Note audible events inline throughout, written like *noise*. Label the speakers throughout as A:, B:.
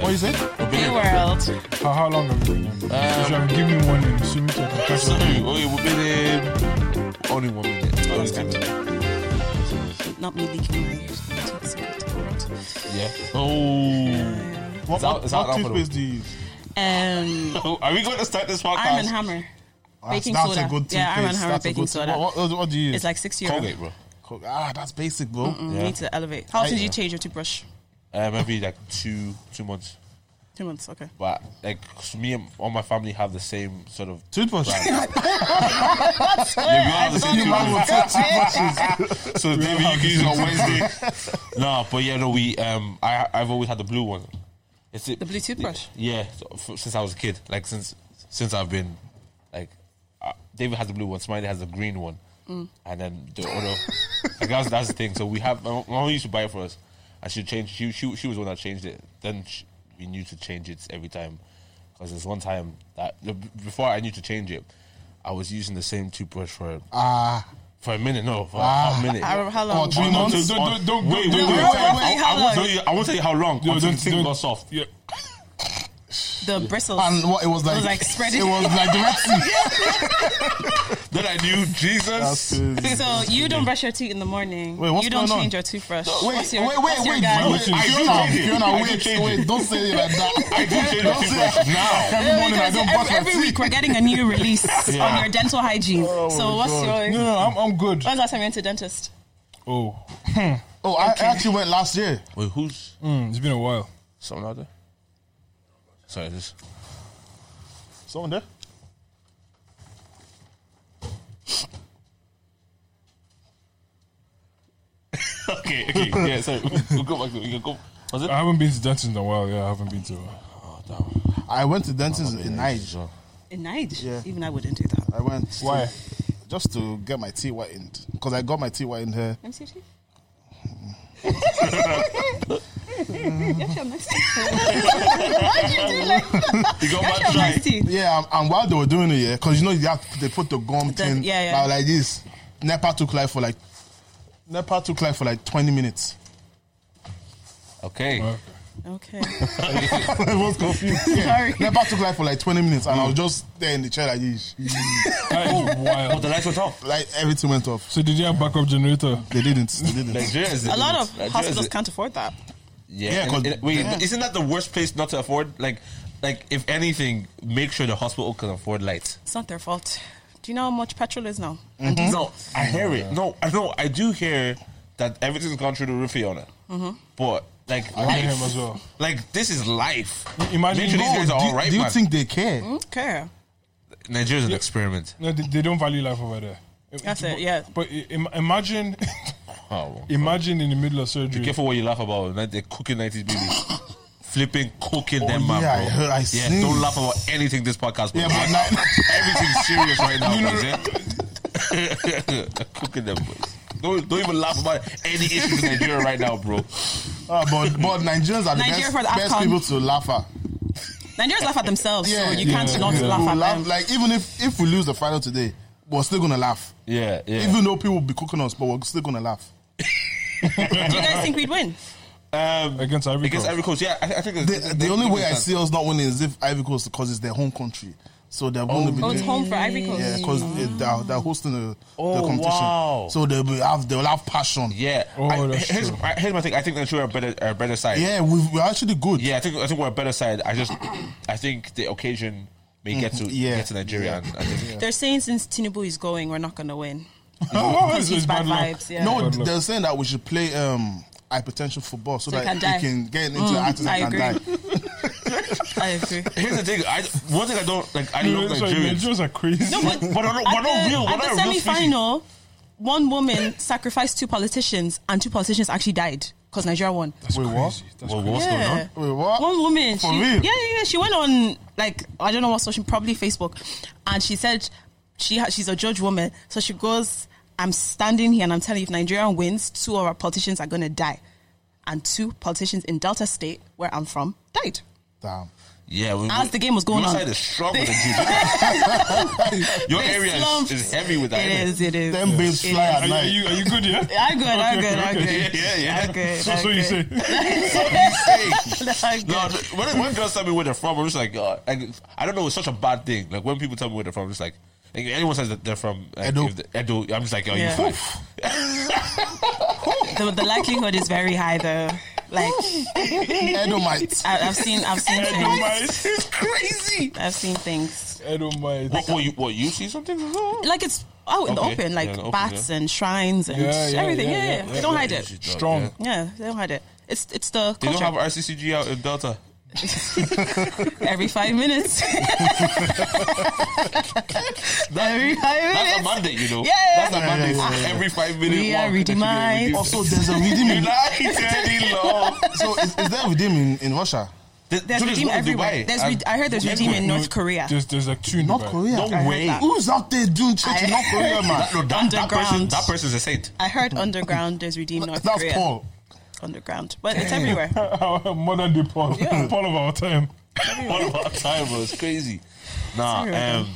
A: What is it?
B: New World.
A: How, how long have you been
C: Um,
A: in? if you have give me one and assume that I can catch
C: So,
A: up.
C: oye, we've been um, only one minute. Only
B: that's
C: one minute.
B: Not me leaking my top secret to the world.
C: Yeah. Oh. *laughs*
A: What,
C: that-
A: what,
C: is that
A: what
C: that for
A: toothpaste do you use?
B: Um,
C: Are we going to start this podcast?
B: Arm and Hammer. Baking
A: Ah, that's
B: soda.
A: a good toothpaste.
B: Yeah, Arm and Hammer
A: that's a
B: baking
A: good
B: soda.
A: What, what, what do you use?
B: It's like six euro.
C: Colgate, bro.
A: Co- ah, that's basic, bro.
B: Mm, you Need to elevate. How often do you change your toothbrush?
C: Uh, maybe like two two months.
B: Two
A: *laughs*
B: months. Okay.
C: But like 'cause me and all my family have the same sort of.
B: *laughs*
A: Toothbrush.
C: Yeah, we all have the same
A: You man will
C: toothbrush.
A: take toothbrushes.
C: so
B: *laughs*
C: maybe you can use it on Wednesday. no, but yeah, no, we um, I I've always had the blue one. It's it,
B: The blue toothbrush?
C: Yeah, so, f- since I was a kid, like since since I've been, like, uh, David has the blue one, Smiley has the green one,
B: Mm.
C: and then the other. like that's that's the thing. So we have my mom- my mom used to buy it for us, and she changed. She she she was the one that changed it. Then sh we knew to change it every time, because there's one time that the- before I knew to change it, I was using the same toothbrush for
A: Ah,
C: for a minute. No, for a
A: Ah.
C: hot minute.
B: *laughs* How, how long?
A: Oh, three
C: Oh, no,
A: months.
C: don't- don't-
A: don't-
C: wait,
A: don't-
C: wait,
A: don't-
C: wait.
A: don't-
C: I-
B: wait,
C: I-
B: how
C: I won't
B: long?
C: tell you- I won't tell you how long.
A: No,
C: until the
A: don't-
C: thing
A: don't-
C: got soft.
A: yeah.
B: The bristles.
A: And what it was like?
B: was like spreading.
A: It was like the Red Sea.
C: Then I knew
A: That's
C: Jesus.
A: crazy. *laughs*
B: so you don't brush your teeth in the morning.
A: Wait, what's
B: you don't
A: going on?
B: change your toothbrush.
A: Wait,
B: *laughs* what's your,
A: wait, wait,
B: what's your
A: wait,
B: guy?
A: wait,
C: I do
A: Fiona,
C: change it. I
A: Fiona,
C: do
A: wait,
C: change
A: wait,
C: it.
A: don't say it like
B: *laughs*
A: that.
C: I do change my toothbrush now.
A: Every morning I
B: Because
A: don't brush
B: every,
A: my
B: every
A: teeth. Oh
B: week we're getting a new
A: *laughs*
B: release on
C: Yeah.
B: your dental hygiene. so what's your?
A: No,
B: When's
A: no, I'm, I'm good.
B: the last time you went to the dentist?
A: Oh, oh, I, I actually went last year.
C: *laughs* Wait, who's
A: Mm, it's been a while.
C: someone out there? Sorry, this.
A: Someone there?
C: *laughs* Okay, okay, yeah. Sorry, *laughs* we'll go back. to it. We can go. Was it?
D: I haven't been to dentist in a while. Yeah, I haven't been to.
C: Oh, damn.
A: I went to dentist in Niger.
B: In Niger.
A: Yeah.
B: Even I wouldn't do that.
A: I went. to-
D: Why?
A: Just to get my teeth whitened. Because I got my teeth whitened here.
B: Let me see *laughs* your teeth. you actually have nice teeth. Why do you do like that?
C: You got
B: You
C: back
B: actually have nice
C: try.
B: teeth.
A: Yeah, and, and while they were doing it, yeah, because you know, you have, they put the gum thing
B: yeah, yeah.
A: like- like this. NEPA took life for like, NEPA took life for like 20 minutes. *laughs*
C: Okay.
D: Okay.
B: Okay.
A: I was confused. Yeah.
B: Sorry.
A: NEPA took life for like 20 minutes, and I was just there in the chair like this. *laughs*
D: That
B: Oh.
D: is
C: But
D: wild.
C: the lights went off.
A: Like everything went off.
D: So did you have backup generator?
A: They didn't. They didn't.
C: Nigeria is
B: A lot of
C: Nigeria is
B: hospitals
C: the-
B: can't afford that.
C: Yeah.
A: Yeah,
C: and-
A: 'cause-
C: and- wait,
A: yeah.
C: isn't that the worst place not to afford? Like, like if anything, make sure the hospital can afford lights.
B: It's not their fault. Do you know how much petrol is now?
A: Mm-hmm.
C: No, I hear it. No, I know. I do hear that everything's gone through the roof, Fiona.
A: Mm-hmm.
C: But like,
D: I hear him as well.
C: Like this is life.
D: Imagine-
C: Make sure these
D: No,
C: guys are
A: do,
C: all right,
A: do you
C: man.
A: think they care?
B: Mm. Okay.
C: Nigeria's an experiment.
D: No, they, they don't value life over there.
B: That's it, yeah.
D: But i- im- imagine, *laughs*
C: Oh,
D: imagine in the middle of surgery. *laughs*
C: careful what you laugh about. Like they're cooking
A: *coughs*
C: nineties babies, flipping, cooking them, man.
A: Oh, yeah,
C: bro.
A: I heard- I
C: yeah,
A: seen
C: don't
A: it.
C: laugh about anything this podcast.
A: Yeah,
C: Yeah,
A: but now, *laughs*
C: everything's serious right now, guys. *laughs* yeah? cooking them, boys. Don't, don't even laugh about any issues in Nigeria right now, bro.
A: uh, but but Nigerians are the
B: Nigeria
A: best,
B: for the
A: best
B: AFCON.
A: people to laugh at.
B: Nigerians laugh at themselves,
A: Yeah,
B: so you
A: yeah,
B: can't not
A: People
B: laugh at
A: laugh-
B: them.
A: Like even if if we lose the final today, we're still gonna laugh.
C: Yeah, yeah.
A: Even though people will be cooking us, but we're still gonna laugh.
B: Do you guys think we'd win?
C: um,
D: Against Ivory
C: against
D: Coast.
C: Ivory Coast, yeah. I, I think
A: The, the only way I see us not winning is if Ivory Coast because it's their home country, so they're going to be.
B: Oh, it's
A: doing-
B: home for Ivory Coast.
A: Yeah, because they're, they're hosting the, the
C: Oh,
A: competition,
C: wow.
A: so they'll be have they'll have passion.
C: Yeah.
D: Oh,
C: I-
D: that's
C: here's,
D: true.
C: I- here's my thing. I think Nigeria are better, are better side.
A: Yeah, we've, we're actually good.
C: Yeah, I think I think we're a better side. I just I think the occasion may get to
A: Yeah.
C: get to Nigeria. And I think
B: They're saying since Tinubu is going, we're not going to win. Because
D: Oh, it's-
B: he's
D: it's
B: bad
D: bad luck.
B: vibes. Yeah.
A: No,
D: Bad luck.
A: they're saying that we should play um hypertension football so,
B: So you
A: that we
B: can die. Mm,
A: can get into the actors
B: I
A: and can
B: agree.
A: die.
B: I agree.
C: here's the thing. I one thing I don't like. I
D: No,
C: love
D: sorry,
C: Nigerians.
D: Nigerians are crazy.
B: No,
C: *laughs*
B: but
C: But we're not, we're
B: at
C: not
B: the,
C: real. We're
B: at the
C: not a real species.
B: semi-final, one woman sacrificed two politicians, and two politicians actually died because Nigeria won.
D: That's
A: Wait,
D: crazy.
A: what?
D: That's
C: Well,
D: crazy.
C: what's going on?
B: yeah.
A: Wait, what?
B: One woman.
A: For
B: she,
A: real?
B: Yeah, yeah, yeah. She went on like I don't know what social, probably Facebook, and she said she ha- she's a judge woman, so she goes, "I'm standing here and I'm telling you, if Nigeria wins, two of our politicians are gonna die." And two politicians in Delta State, where I'm from, died.
A: Damn.
C: Yeah, we,
B: As the game was going
C: your
B: on.
C: side is strong with the dude.
B: *laughs*
C: your
B: They
C: area is,
B: slumped.
C: is heavy with that.
B: It
C: innit?
B: is, it is.
A: Them babes
B: It
A: fly
B: is.
A: at
D: Are, you-
B: *laughs*
D: are
A: night.
D: you, are you good here?
B: I'm good, I'm
D: Okay,
B: good, I'm
D: okay.
C: *laughs*
B: good.
C: Yeah, yeah, *laughs*
B: I'm good.
D: So,
B: I'm
D: so you
B: good. *laughs*
D: say.
B: I'm good.
C: No, th- when, when girls tell me where they're from, I'm just like, uh, like I don't know. It's such a bad thing. Like when people tell me where they're from, I'm just like, like anyone says that they're from like,
A: Edo.
C: if they- Edo, I'm just like, oh,
B: Yeah.
C: you fine.
B: The, the likelihood is very high, though. Like
A: Edomite.
B: I, I've seen, I've seen
A: *laughs*
B: things.
D: Edomite.
C: crazy.
B: I've seen things.
D: Edomite.
C: What, what you what you see something?
B: Like it's out in the
C: Okay.
B: open, like
C: Yeah, in the open,
B: baths and shrines and
D: Yeah, yeah,
B: everything.
D: yeah,
B: Yeah, yeah,
D: yeah,
B: They don't
D: yeah.
B: hide it.
D: Strong.
B: Yeah, they don't hide it. It's it's the
C: They don't
B: culture. *laughs*
C: have RCCG out in Delta.
B: Every
C: *laughs*
B: five minutes. Every five
C: That's a
B: minutes.
C: mandate, you know.
B: Yeah, yeah,
C: That's a
A: yeah.
C: mandate
A: Yeah, yeah,
C: for
A: yeah.
C: every five minutes.
B: We are redeemed.
A: Also, there's a redeeming.
C: United love.
A: so is, is there redeem in, in Russia?
B: There's redeem everywhere. There's re- I heard there's redeem in North Korea.
D: There's, there's like two in
A: North
D: Dubai.
A: Korea.
C: No
B: I heard
C: way.
B: that.
A: Who's out there doing church in
B: I-
A: North Korea, man?
C: No, that, that person,
B: Underground.
C: that person's a
B: *laughs*
C: saint.
B: I heard underground there's redeem
C: *laughs*
B: North
A: That's
B: Korea.
A: Paul.
B: Underground, but it's everywhere.
D: *laughs* Our modern day Paul. Paul of our time.
C: All of our time was crazy. Nah.
B: Sorry, Rodan.
C: Um,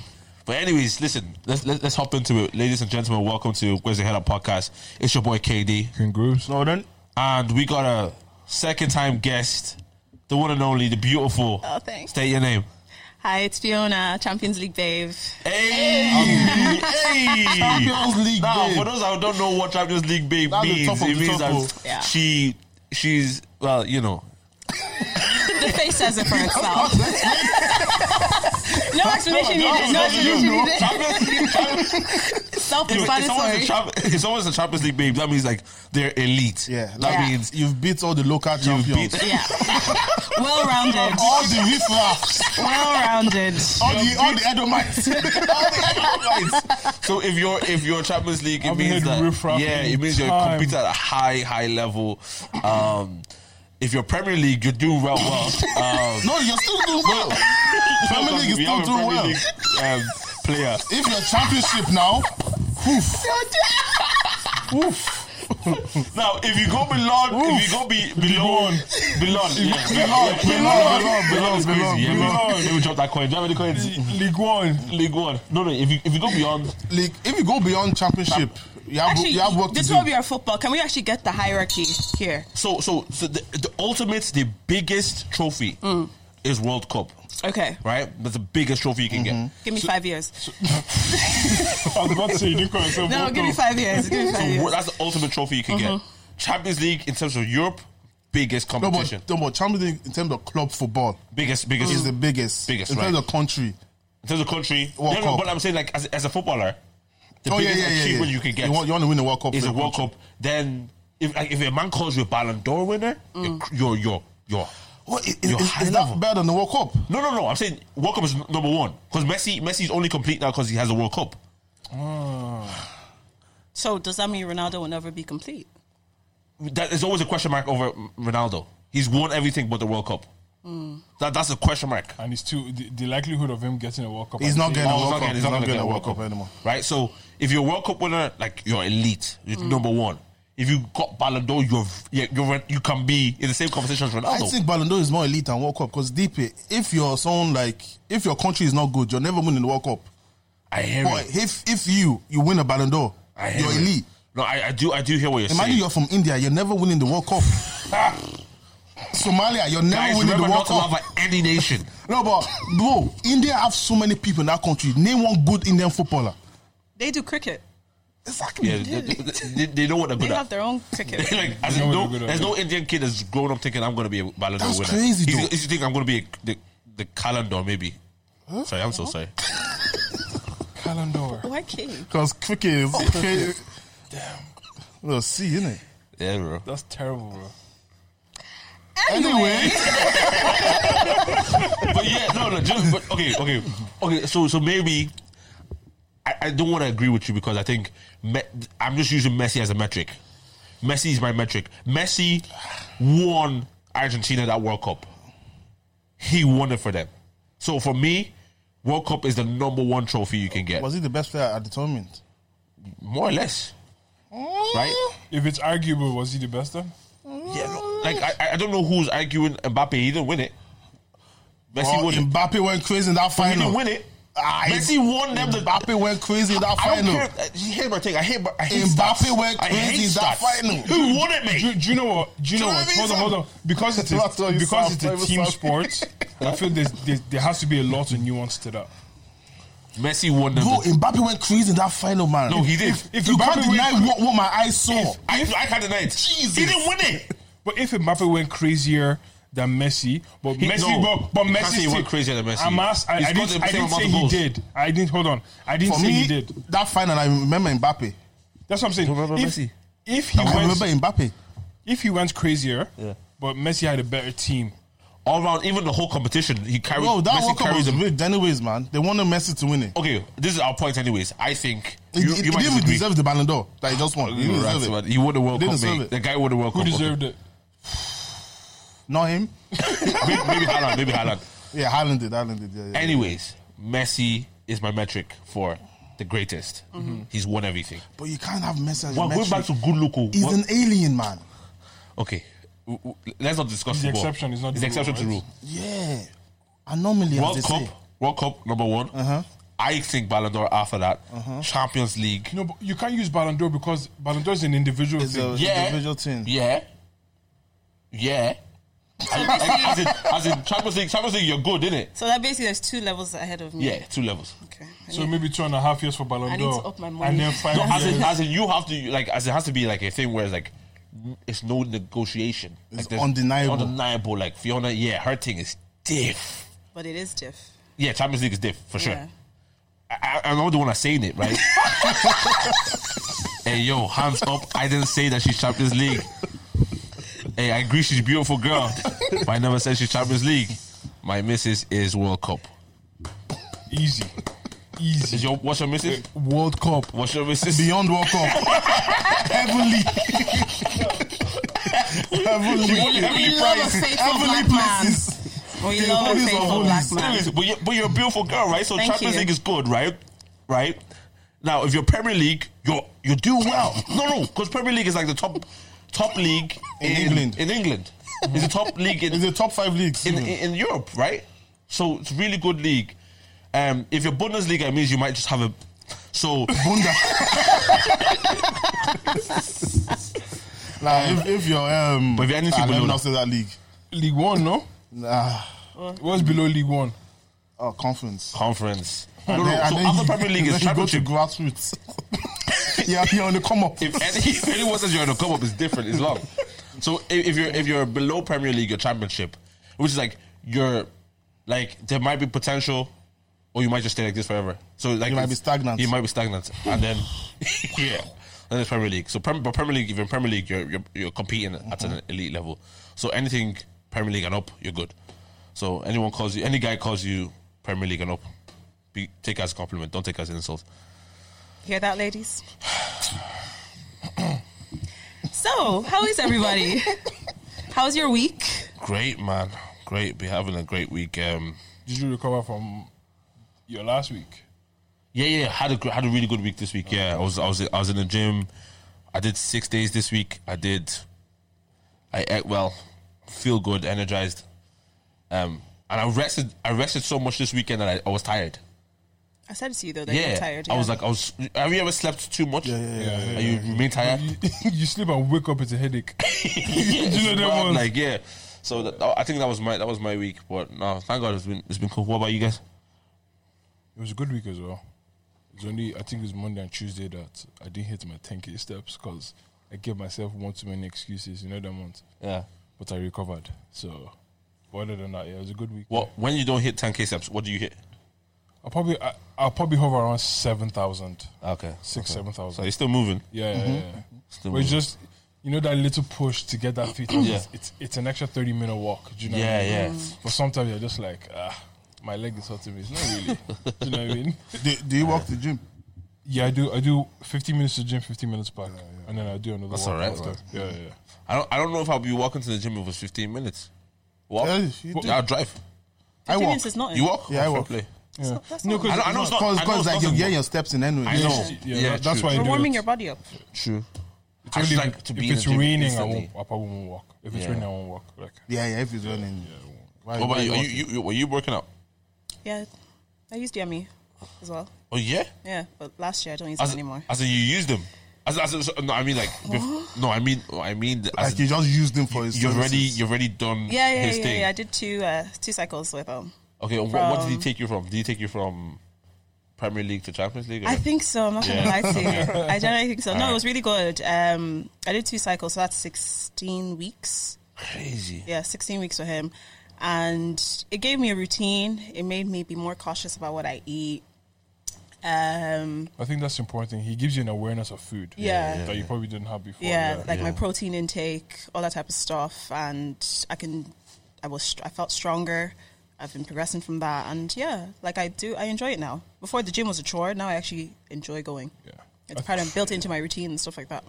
C: but anyways, listen. Let's let, let's hop into it, ladies and gentlemen. Welcome to Where's the Head Up podcast. It's your boy KD,
D: In groups.
A: No, then
C: and we got a second time guest, the one and only, the beautiful.
B: Oh, thanks.
C: State your name.
B: Hi, it's Fiona, Champions League babe.
C: Hey, hey.
B: *laughs*
A: Champions League.
C: Now,
A: babe.
C: for those who don't know what Champions League babe
A: That's the
C: means,
A: top of
C: it
A: the top
C: means that
A: of-
B: Yeah.
C: she she's well, you know,
B: The face says it for itself. *laughs* no explanation needed. No
C: That's what Oh, you
B: explanation
C: know.
B: needed.
C: Champions *laughs* League- Champions- if, if someone's a
B: Self-explanatory.
C: champ, if someone's a Champions League babe, that means like they're elite.
A: Yeah,
C: that
B: Yeah.
C: means
A: You've beat all the local champions.
C: *laughs* beat-
B: Yeah. *laughs* Well rounded.
A: all the Whistlers.
B: Well rounded.
A: All the, all the
C: *laughs*
A: Edomites.
C: so if you're if you're Champions League, it
D: I've
C: means
D: heard
C: that
D: riffraff
C: yeah,
D: in
C: it means you're
D: time.
C: competing at a high high level. Um, if you're Premier League, you're doing well. well. Um,
A: no, you're still doing well. Premier League is
C: we
A: still
C: have a
A: doing
C: Premier
A: well.
C: League, um, player.
A: If you're championship now, oof, oof.
C: Now, if you go below, if you go be, below, below, yeah, below,
A: Below, below,
C: below,
A: below,
C: yeah,
A: below.
C: below. Let me drop that coin. Do you have any coins?
D: League One.
C: League One. No, no. If you if you go beyond,
A: League, if you go beyond championship, you have,
B: Actually,
A: you have work to
B: this
A: do.
B: will be our football. Can we actually get the hierarchy here?
C: so so so the, the ultimate, the biggest trophy
A: Mm.
C: is World Cup,
B: Okay.
C: right? That's the biggest trophy you can get.
A: Mm-hmm.
B: Give me five years.
D: I was about to say, you didn't call yourself
B: No,
D: Paul.
B: give me five years. Give me five
C: So
B: years.
C: that's the ultimate trophy you can get. Champions League in terms of Europe, biggest
A: Mm-hmm. no,
C: competition,
A: but, no, but Champions League in terms of club football
C: biggest biggest
A: is the biggest.
C: Biggest,
A: in terms
C: right.
A: of country.
C: in terms of country.
A: World
C: no, no,
A: Cup.
C: but I'm saying like as, as a footballer, the
A: oh yeah,
C: biggest
A: yeah, yeah. yeah.
C: achievement you can get.
A: You want, you want to win the World Cup?
C: is
A: for
C: a
A: your
C: World
A: country.
C: Cup, then if like, if a man calls you a Ballon d'Or winner, you're you're you're you're,
A: Mm. What is,
C: you're
A: is,
C: high
A: is
C: level.
A: that better than the World Cup?
C: no, no, no. I'm saying World Cup is n- number one because Messi Messi's only complete now because he has a World Cup.
B: So does that mean Ronaldo will never be complete?
C: That is always a question mark over Ronaldo. He's won everything but the World Cup.
A: Mm.
C: That that's a question mark.
D: And it's too, the, the likelihood of him getting a World Cup.
A: He's
D: I
A: not
D: think-
A: getting a
C: Oh,
A: World Cup.
C: he's
A: He's
C: not
A: not
C: gonna
A: getting a World
C: get
A: Cup anymore.
C: right? So if you're a World Cup winner, like you're elite, you're
A: Mm.
C: number one. If you got Ballon d'Or, you're, you're, you're you can be in the same conversation as Ronaldo.
A: I think Ballon d'Or is more elite than World Cup because DP, if you're someone like, if your country is not good, you're never winning the World Cup.
C: I hear
A: But
C: it.
A: if if you you win a Ballon d'Or,
C: I hear
A: you're
C: it.
A: elite.
C: No, I, I do I do hear what you're
A: Imagine
C: saying.
A: you're from India, you're never winning the World
C: *sighs*
A: Cup. Somalia, you're never
C: Guys,
A: winning the
C: remember
A: World
C: not to
A: Cup.
C: love any nation.
A: No, but bro, India have so many people in that country. Name one good Indian footballer.
B: They do cricket.
A: Exactly.
C: Yeah, they, they, they know what they're
B: They
C: good
B: have
C: at.
B: their own cricket.
C: *laughs* Like, as
D: They
C: in
D: know
C: no,
D: what they're good at.
C: there's no Indian kid that's grown up thinking I'm going to be a Ballon d'Or
A: That's
C: winner.
A: crazy,
C: He's-
A: though.
C: he's thinking I'm going to be a, the the calendar maybe. Sorry, I'm so sorry.
D: Calendar.
B: Why king?
A: Because cricket
C: Oh,
A: is okay. Damn. Well, see, innit?
C: Yeah, bro.
D: That's terrible, bro.
A: Anyway,
C: But yeah, no, no. Just, but okay, okay, okay. So, so maybe I, I don't want to agree with you because I think me, I'm just using Messi as a metric. Messi is my metric. Messi won Argentina that World Cup. He won it for them. So for me, World Cup is the number one trophy you can get,
A: was he the best player at the tournament?
C: more or less, right?
D: If it's arguable, was he the best then?
C: Yeah, no, like I, I don't know who's arguing Mbappe. He didn't win it. Messi
A: Oh,
C: won it.
A: Mbappe went crazy in that
C: He
A: final.
C: didn't win it.
A: Ah,
C: Messi won them the.
A: Mbappe went crazy in that
C: I don't
A: final.
C: care. I- You hate my take. I hate. I hate
A: Mbappe
C: stats.
A: went
C: I hate
A: crazy in that
C: stats.
A: final.
C: Who won it, mate?
D: Do, do you know what? Do
A: Do
D: you know
A: you know
D: what?
A: what I mean,
D: Hold on,
A: Sam?
D: hold on.
C: *laughs*
D: Because it
A: That's what
D: is
A: you
D: because it's
A: sound,
D: a
A: that's
D: team
A: what you sound.
D: sport. I feel there's, there's, there has to be a lot of nuance to that.
C: Messi won them.
A: Bro,
C: the,
A: Mbappe went crazy in that final, man.
C: no, he did.
D: if
A: you
D: Mbappe
A: can't
D: went
A: deny
D: cra-
A: what, what my eyes saw.
C: I, I can't deny it.
A: Jesus.
C: He didn't win it.
D: But if Mbappe went crazier than Messi, but
C: He-
D: Messi,
C: no.
D: but, but
C: You
D: Messi
C: can't say he
D: still-
C: went crazier than Messi.
D: I'm asked, I,
C: He
D: I
C: scored
D: didn't,
C: the
D: I
C: same
D: didn't
C: amount
D: say
C: of
D: he
C: goals.
D: did. I didn't. Hold on. I didn't
A: For
D: say
A: me,
D: he did.
A: that final, I remember Mbappe.
D: That's what I'm saying.
C: Don't remember
D: if,
C: Messi.
D: if he
A: I
D: went,
A: remember Mbappe.
D: if he went crazier,
C: Yeah.
D: but Messi had a better team.
C: *laughs* All around, even the whole competition, he carried.
A: Bro, that
C: Messi
A: World Cup
C: carried
A: was
C: them.
A: rigged anyways, man. They wanted Messi to win it.
C: Okay, this is our point, anyways. I think
A: He-
C: Oh, you,
A: he he
C: you might
A: didn't even
C: disagree.
A: deserve the Ballon d'Or that he just won. He didn't
C: Right,
A: deserve
C: but
A: it.
C: he won the World
A: He
C: Cup.
A: didn't
C: Mate.
A: deserve it.
C: The guy who won the World
D: Who
C: Cup.
D: deserved it?
A: Not him.
C: Okay. Maybe, maybe Haaland. Maybe Haaland.
A: Yeah, Haaland did. Haaland did. Yeah, yeah.
C: Anyways, Messi is my metric for the greatest. He's won everything.
A: But you can't have Messi as
C: Well,
A: your metric.
C: going back to good oh, local.
A: He's an alien, man.
C: okay, w- w- let's not discuss
D: He's the
C: football.
D: exception, he's not
C: He's
D: the
C: the
D: rule,
C: exception to
D: right?
C: rule.
A: Yeah. Anomaly,
C: World
A: as they
C: Cup,
A: say. Uh-huh.
C: World Cup number one. I think Ballon d'Or after that. Champions League.
D: No, but you can't use Ballon d'Or because Ballon d'Or is an individual
A: It's
D: thing.
A: a-
C: Yeah,
A: individual team.
C: Yeah, yeah. I- I- as, in, as in Champions League, Champions League, you're good, innit?
B: So that basically there's two levels ahead of me.
C: Yeah, two levels.
B: Okay. I
D: So
B: need-
D: maybe two and a half years for Ballon d'Or.
B: I need to up my money.
D: And then five
C: No,
B: *laughs*
C: as
D: years.
C: in, as in, you have to like, as it has to be like a thing where it's like, it's no negotiation. Like,
A: It's
C: there's-
A: undeniable.
C: Undeniable. Like Fiona, yeah, her thing is diff.
B: but it is diff.
C: Yeah, Champions League is diff for sure.
B: Yeah.
C: I, I- I'm not the one that's saying it,
B: *laughs*
C: right? hey, yo, hands up! I didn't say that she's Champions League. Hey, I agree she's a beautiful girl, but I never said she's Champions League. My missus is World Cup.
D: Easy. Easy.
C: Is your what's your missus?
A: World Cup.
C: What's your missus?
A: Beyond World Cup. Heavenly. Heavenly.
B: We love a faithful
A: Heavenly
B: black man.
A: places.
B: We love a
A: Holy
B: faithful
A: Holy
B: black man.
C: Anyways, but, you're, but you're a beautiful girl, right? So
B: Thank
C: Champions
B: you.
C: League is good, right? Right. Now, if you're Premier League, you're you do well. No, no, because Premier League is like the top top league
A: In England.
C: In England, it's the top league in,
A: It's the top five leagues.
C: in,
A: even.
C: in Europe, right? So it's a really good league. Um, if you're Bundesliga, it means you might just have a
A: *laughs*
C: so *laughs*
A: Bunda. nah, if, if you're um,
C: But if you're anything
A: ah, let me
C: below
A: not
C: that.
A: say that league.
D: League One, no?
A: Nah,
D: What's below League One?
A: oh, conference.
C: conference. No, no.
A: And then-
C: so
A: and then
C: after
A: you-
C: Premier League
A: then *laughs*
C: is
A: you go to
C: championship.
A: grassroots. *laughs* yeah, you're on the come up.
C: if, any, *laughs* if anyone says you're in a come up, it's different. It's long. So if, if you're if you're below Premier League, your Championship, which is like you're like there might be potential, or you might just stay like this forever. So like
A: You might be
C: it's-
A: stagnant.
C: You might be stagnant, and then *laughs* yeah, then it's Premier League. So Prem, but Premier League, if you're in Premier League, you're you're, you're competing at an
A: Mm-hmm.
C: elite level. So anything Premier League and up, you're good. So anyone calls you, any guy calls you Premier League and up, be, take it as a compliment. Don't take it as an insult.
B: Hear that, ladies? so, how is everybody? How's your week?
C: Great man, great. Be having a great week. Um,
D: Did you recover from your last week?
C: Yeah, yeah, had a gr- had a really good week this week. Yeah, I was I was I was in the gym. I did six days this week. I did. I ate well, feel good, energized, um, and I rested. I rested so much this weekend that I, I was tired.
B: I said to you though that
C: Yeah,
B: you're tired.
C: I was like, I was. Have you ever slept too much?
A: yeah, yeah,
D: yeah,
C: And you remain tired.
D: You, you *laughs* sleep and wake up, it's a headache. *laughs*
C: Yeah,
D: you know
C: it's
D: them
C: mad,
D: ones?
C: Like yeah. So that, I think that was my that was my week. But no, thank God it's been it's been cool. What about you guys?
D: It was a good week as well. It's only I think it was Monday and Tuesday that I didn't hit my 10k steps because I gave myself one too many excuses, you know that month.
C: Yeah.
D: But I recovered. So but other than that, yeah, it was a good week.
C: What when you don't hit ten k steps, what do you hit?
D: I'll probably I, I'll probably hover around seven thousand.
C: Okay,
D: Six,
C: okay.
D: seven thousand.
C: So you're still moving.
D: Yeah, yeah, yeah.
C: Still
D: But
C: moving.
D: it's just you know that little push to get that fit.
C: Yeah.
D: It's, it's it's an extra thirty minute walk. Do you know? what
C: Yeah,
D: I mean?
C: yeah.
D: But sometimes you're just like, ah, my leg is hurting me. It's not really. do you know what
C: *laughs*
D: I mean?
A: Do, do you walk the gym?
D: Yeah, I do. I do fifteen minutes to gym, fifteen minutes back, and then I do another.
C: That's
D: walk
C: alright,
D: after.
C: man.
D: Yeah, yeah, yeah.
C: I don't. I don't know if I'll be walking to the gym if it's 15 minutes. Walk.
A: Yeah, you do.
C: I'll drive.
A: I walk.
B: Is not
C: You walk.
A: Yeah, I
C: Fair
A: walk.
C: play.
D: yeah.
B: not- that's
D: no,
B: not-
D: because
C: I know- I know it's not-
A: Because
C: I know it's
A: like
C: not
A: you get
C: simple.
A: your steps in anyway.
C: I
A: Yeah.
C: know.
D: Yeah,
C: Yeah,
D: that- that's
C: true.
D: why.
B: We're
D: I do
B: warming
D: it.
B: your body up.
C: True.
D: It's
C: I
D: only
C: just
D: if-
C: like to be
D: if
C: in
D: it's
C: the gym
D: raining, I
C: instantly.
D: won't. I probably won't walk. If it's
C: Yeah.
D: raining, I won't walk. Like,
A: Yeah, yeah, if it's running.
D: I won't.
A: Why-
C: What
A: why
C: about you? Are
A: not?
C: you, you, you? Were you working out?
B: Yeah, I used Yummy as well.
C: Oh yeah.
B: Yeah, but last year I don't use
C: As,
B: it anymore.
C: as in you used them. As, as in- so- no, I mean like. Bef-
B: *gasps*
C: no, I mean I mean
A: Like
C: as in
A: you just used him for his.
C: you've already
A: services.
C: you've already done
B: yeah, yeah,
C: his
B: yeah,
C: thing.
B: yeah. I did two uh, two cycles with um.
C: Okay, and what, what did he
B: From-
C: take you from? Did he take you from Premier League to Champions League? or-
B: I think so. I'm not
C: Yeah.
B: gonna lie to you. I generally think so. No,
C: Alright.
B: it was really good. Um, I did two cycles, so that's 16 weeks.
C: crazy.
B: Yeah, 16 weeks for him, and it gave me a routine. It made me be more cautious about what I eat. Um,
D: I think that's important. He gives you an awareness of food.
B: Yeah. Yeah,
D: That you probably didn't have before.
B: yeah, like my
C: yeah.
B: protein intake, all that type of stuff, and I can, I was, str- I felt stronger. I've been progressing from that, and yeah, like I do, I enjoy it now. Before the gym was a chore, now I actually enjoy going.
D: Yeah.
B: It's part of built into my routine and stuff like that.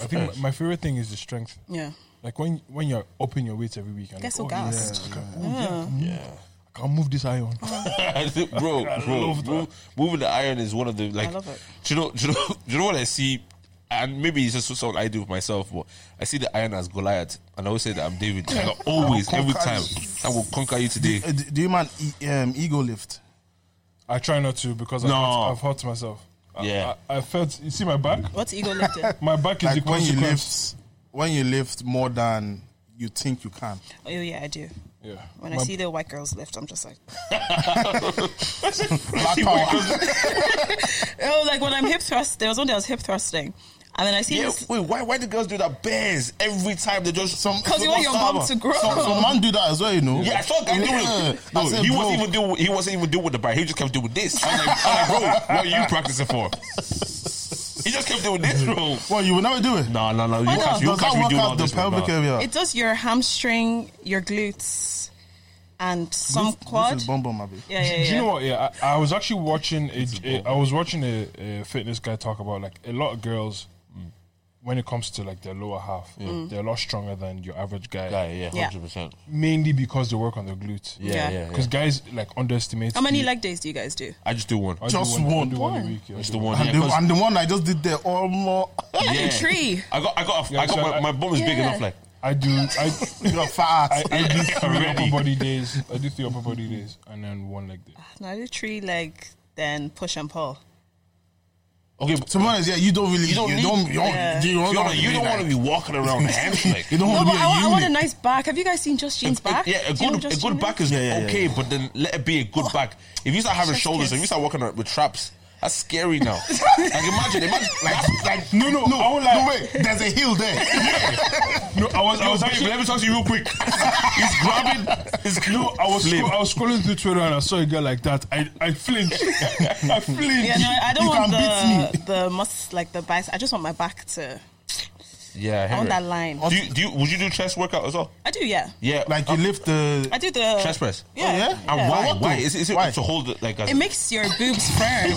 D: I think my, my favorite thing is the strength.
B: Yeah,
D: Like when when you're upping your weights every week. and
B: Get so
D: like, oh,
B: gassed. Uh-huh.
D: Yeah, yeah, oh, yeah, I can move- I can move this iron.
C: *laughs* bro, bro,
D: love that.
C: move- moving the iron is one of the like.
B: I love it.
C: Do you know? Do you know? *laughs* Do you know what I see? And maybe it's just something I do with myself, but I see the iron as Goliath, and I always say that I'm David. Like, I always, every
A: conquer
C: time, I will conquer you
A: *laughs*
C: today.
A: Uh, do- Do you man e- um, ego lift?
D: I try not to because
C: No.
D: I've, I've hurt myself. I-
C: Yeah.
D: I, I felt. You see my back?
B: what's ego lifting?
D: My back is
A: Like
D: the
A: when you
D: consequence.
A: lift, when you lift more than you think you can.
B: oh yeah, I do.
D: yeah.
B: When I
D: My-
B: see the white girls lift, I'm just like,
C: *laughs*
A: Black power.
B: oh, like when I'm hip thrust. There was one day I was hip thrusting, and then I see
C: Yeah,
B: this
C: wait, why? Why do girls do that? Bears every time they just
A: Some-
B: because you want your mom to grow.
A: Some, some man do that as well, you know.
C: Yeah, I saw a guy doing it.
A: Yeah.
C: No,
A: I said,
C: he
A: bro,
C: wasn't even doing. He wasn't even doing with the bar. He just kept doing this. I'm like, I'm like, bro, what are you practicing for? He just kept doing this, bro.
A: Well, you will never do it.
C: No, no, no. You
B: Why
C: can't.
B: not?
C: You
A: Does
C: can't
A: that
C: be
A: work
C: doing all
A: out the
C: this. man,
A: pelvic
C: nah.
A: area?
B: It does your hamstring, your glutes, and some
A: this,
B: quad.
A: This is bum bum, abi.
B: yeah, yeah,
D: Do
B: yeah.
D: you know what? Yeah, I, I was actually watching. A, a, I was watching a, a fitness guy talk about like a lot of girls. When it comes to like their lower half,
B: Mm.
D: they're a lot stronger than your average guy,
C: Yeah, yeah,
B: Yeah.
C: hundred percent.
D: mainly because they work on their glutes.
C: Yeah,
B: Yeah.
C: yeah.
D: because
C: yeah.
D: guys like underestimate.
B: How many
D: the-
B: leg days do you guys do?
C: I just do one.
D: I do
A: Just
D: I
A: one.
D: do a
B: One.
D: week, yeah, I
C: Just
D: do
C: the
D: one.
A: And,
C: one. yeah,
A: the,
C: 'cause-
A: and the one I just did there, all more.
B: I do
C: yeah.
B: three.
C: I got, I got, a, I
D: Yeah,
C: got
D: so
C: my,
D: I-
C: my bum is big
B: Yeah.
C: enough. Like,
D: I do. *laughs* I,
A: You're fat.
D: I, I do three
C: Already.
D: upper body days. I do three upper body days, and then one leg day.
B: No, I do three leg, then push and pull.
C: okay, but
A: *laughs* to be honest, yeah, you don't really. You don't.
C: don't
A: You
C: need-
A: don't, you don't,
B: Yeah.
A: you don't,
C: you don't, you don't want
A: want
C: to be walking
D: *laughs*
C: around hamstring.
A: *laughs*
C: Like,
A: You don't
B: No,
A: want
B: but
A: to be
B: I want, I
A: Oh, a
B: want a
A: unit.
B: nice back. Have you guys seen Just Jean's back?
C: Yeah, a
B: Do you know
C: good, a
B: Just
C: good
B: Jean
C: back is
A: Yeah, yeah, yeah,
C: okay, but then let it be a good back. If you start having
B: Chest
C: shoulders,
B: kiss.
C: if you start walking around with traps, that's scary
B: *laughs*
C: now. like imagine, imagine, like, like
D: No, no, I won't lie.
A: No way. There's a hill there.
D: No, I was, I was
C: babe,
D: actually.
C: let me talk to you real quick.
D: *laughs*
C: He's grabbing. He's
D: No, I was,
C: Flame.
D: scro- I was scrolling through Twitter and I saw a girl like that. I, I flinched. I flinched.
B: Yeah, no, I don't
A: You
B: want
A: can
B: the the must like the biceps. I just want my back to.
C: Yeah,
B: I
C: Henry.
B: want that line.
C: Do you, do you, would you do chest workout as well?
B: I do, yeah.
C: Yeah,
A: like you lift the.
B: I do the
C: chest press.
B: Yeah,
A: Oh, yeah?
B: yeah.
C: And Ah, why?
A: What
C: Why
A: though?
C: is, is it
A: Why?
C: to hold it like? As,
B: It makes your boobs firm.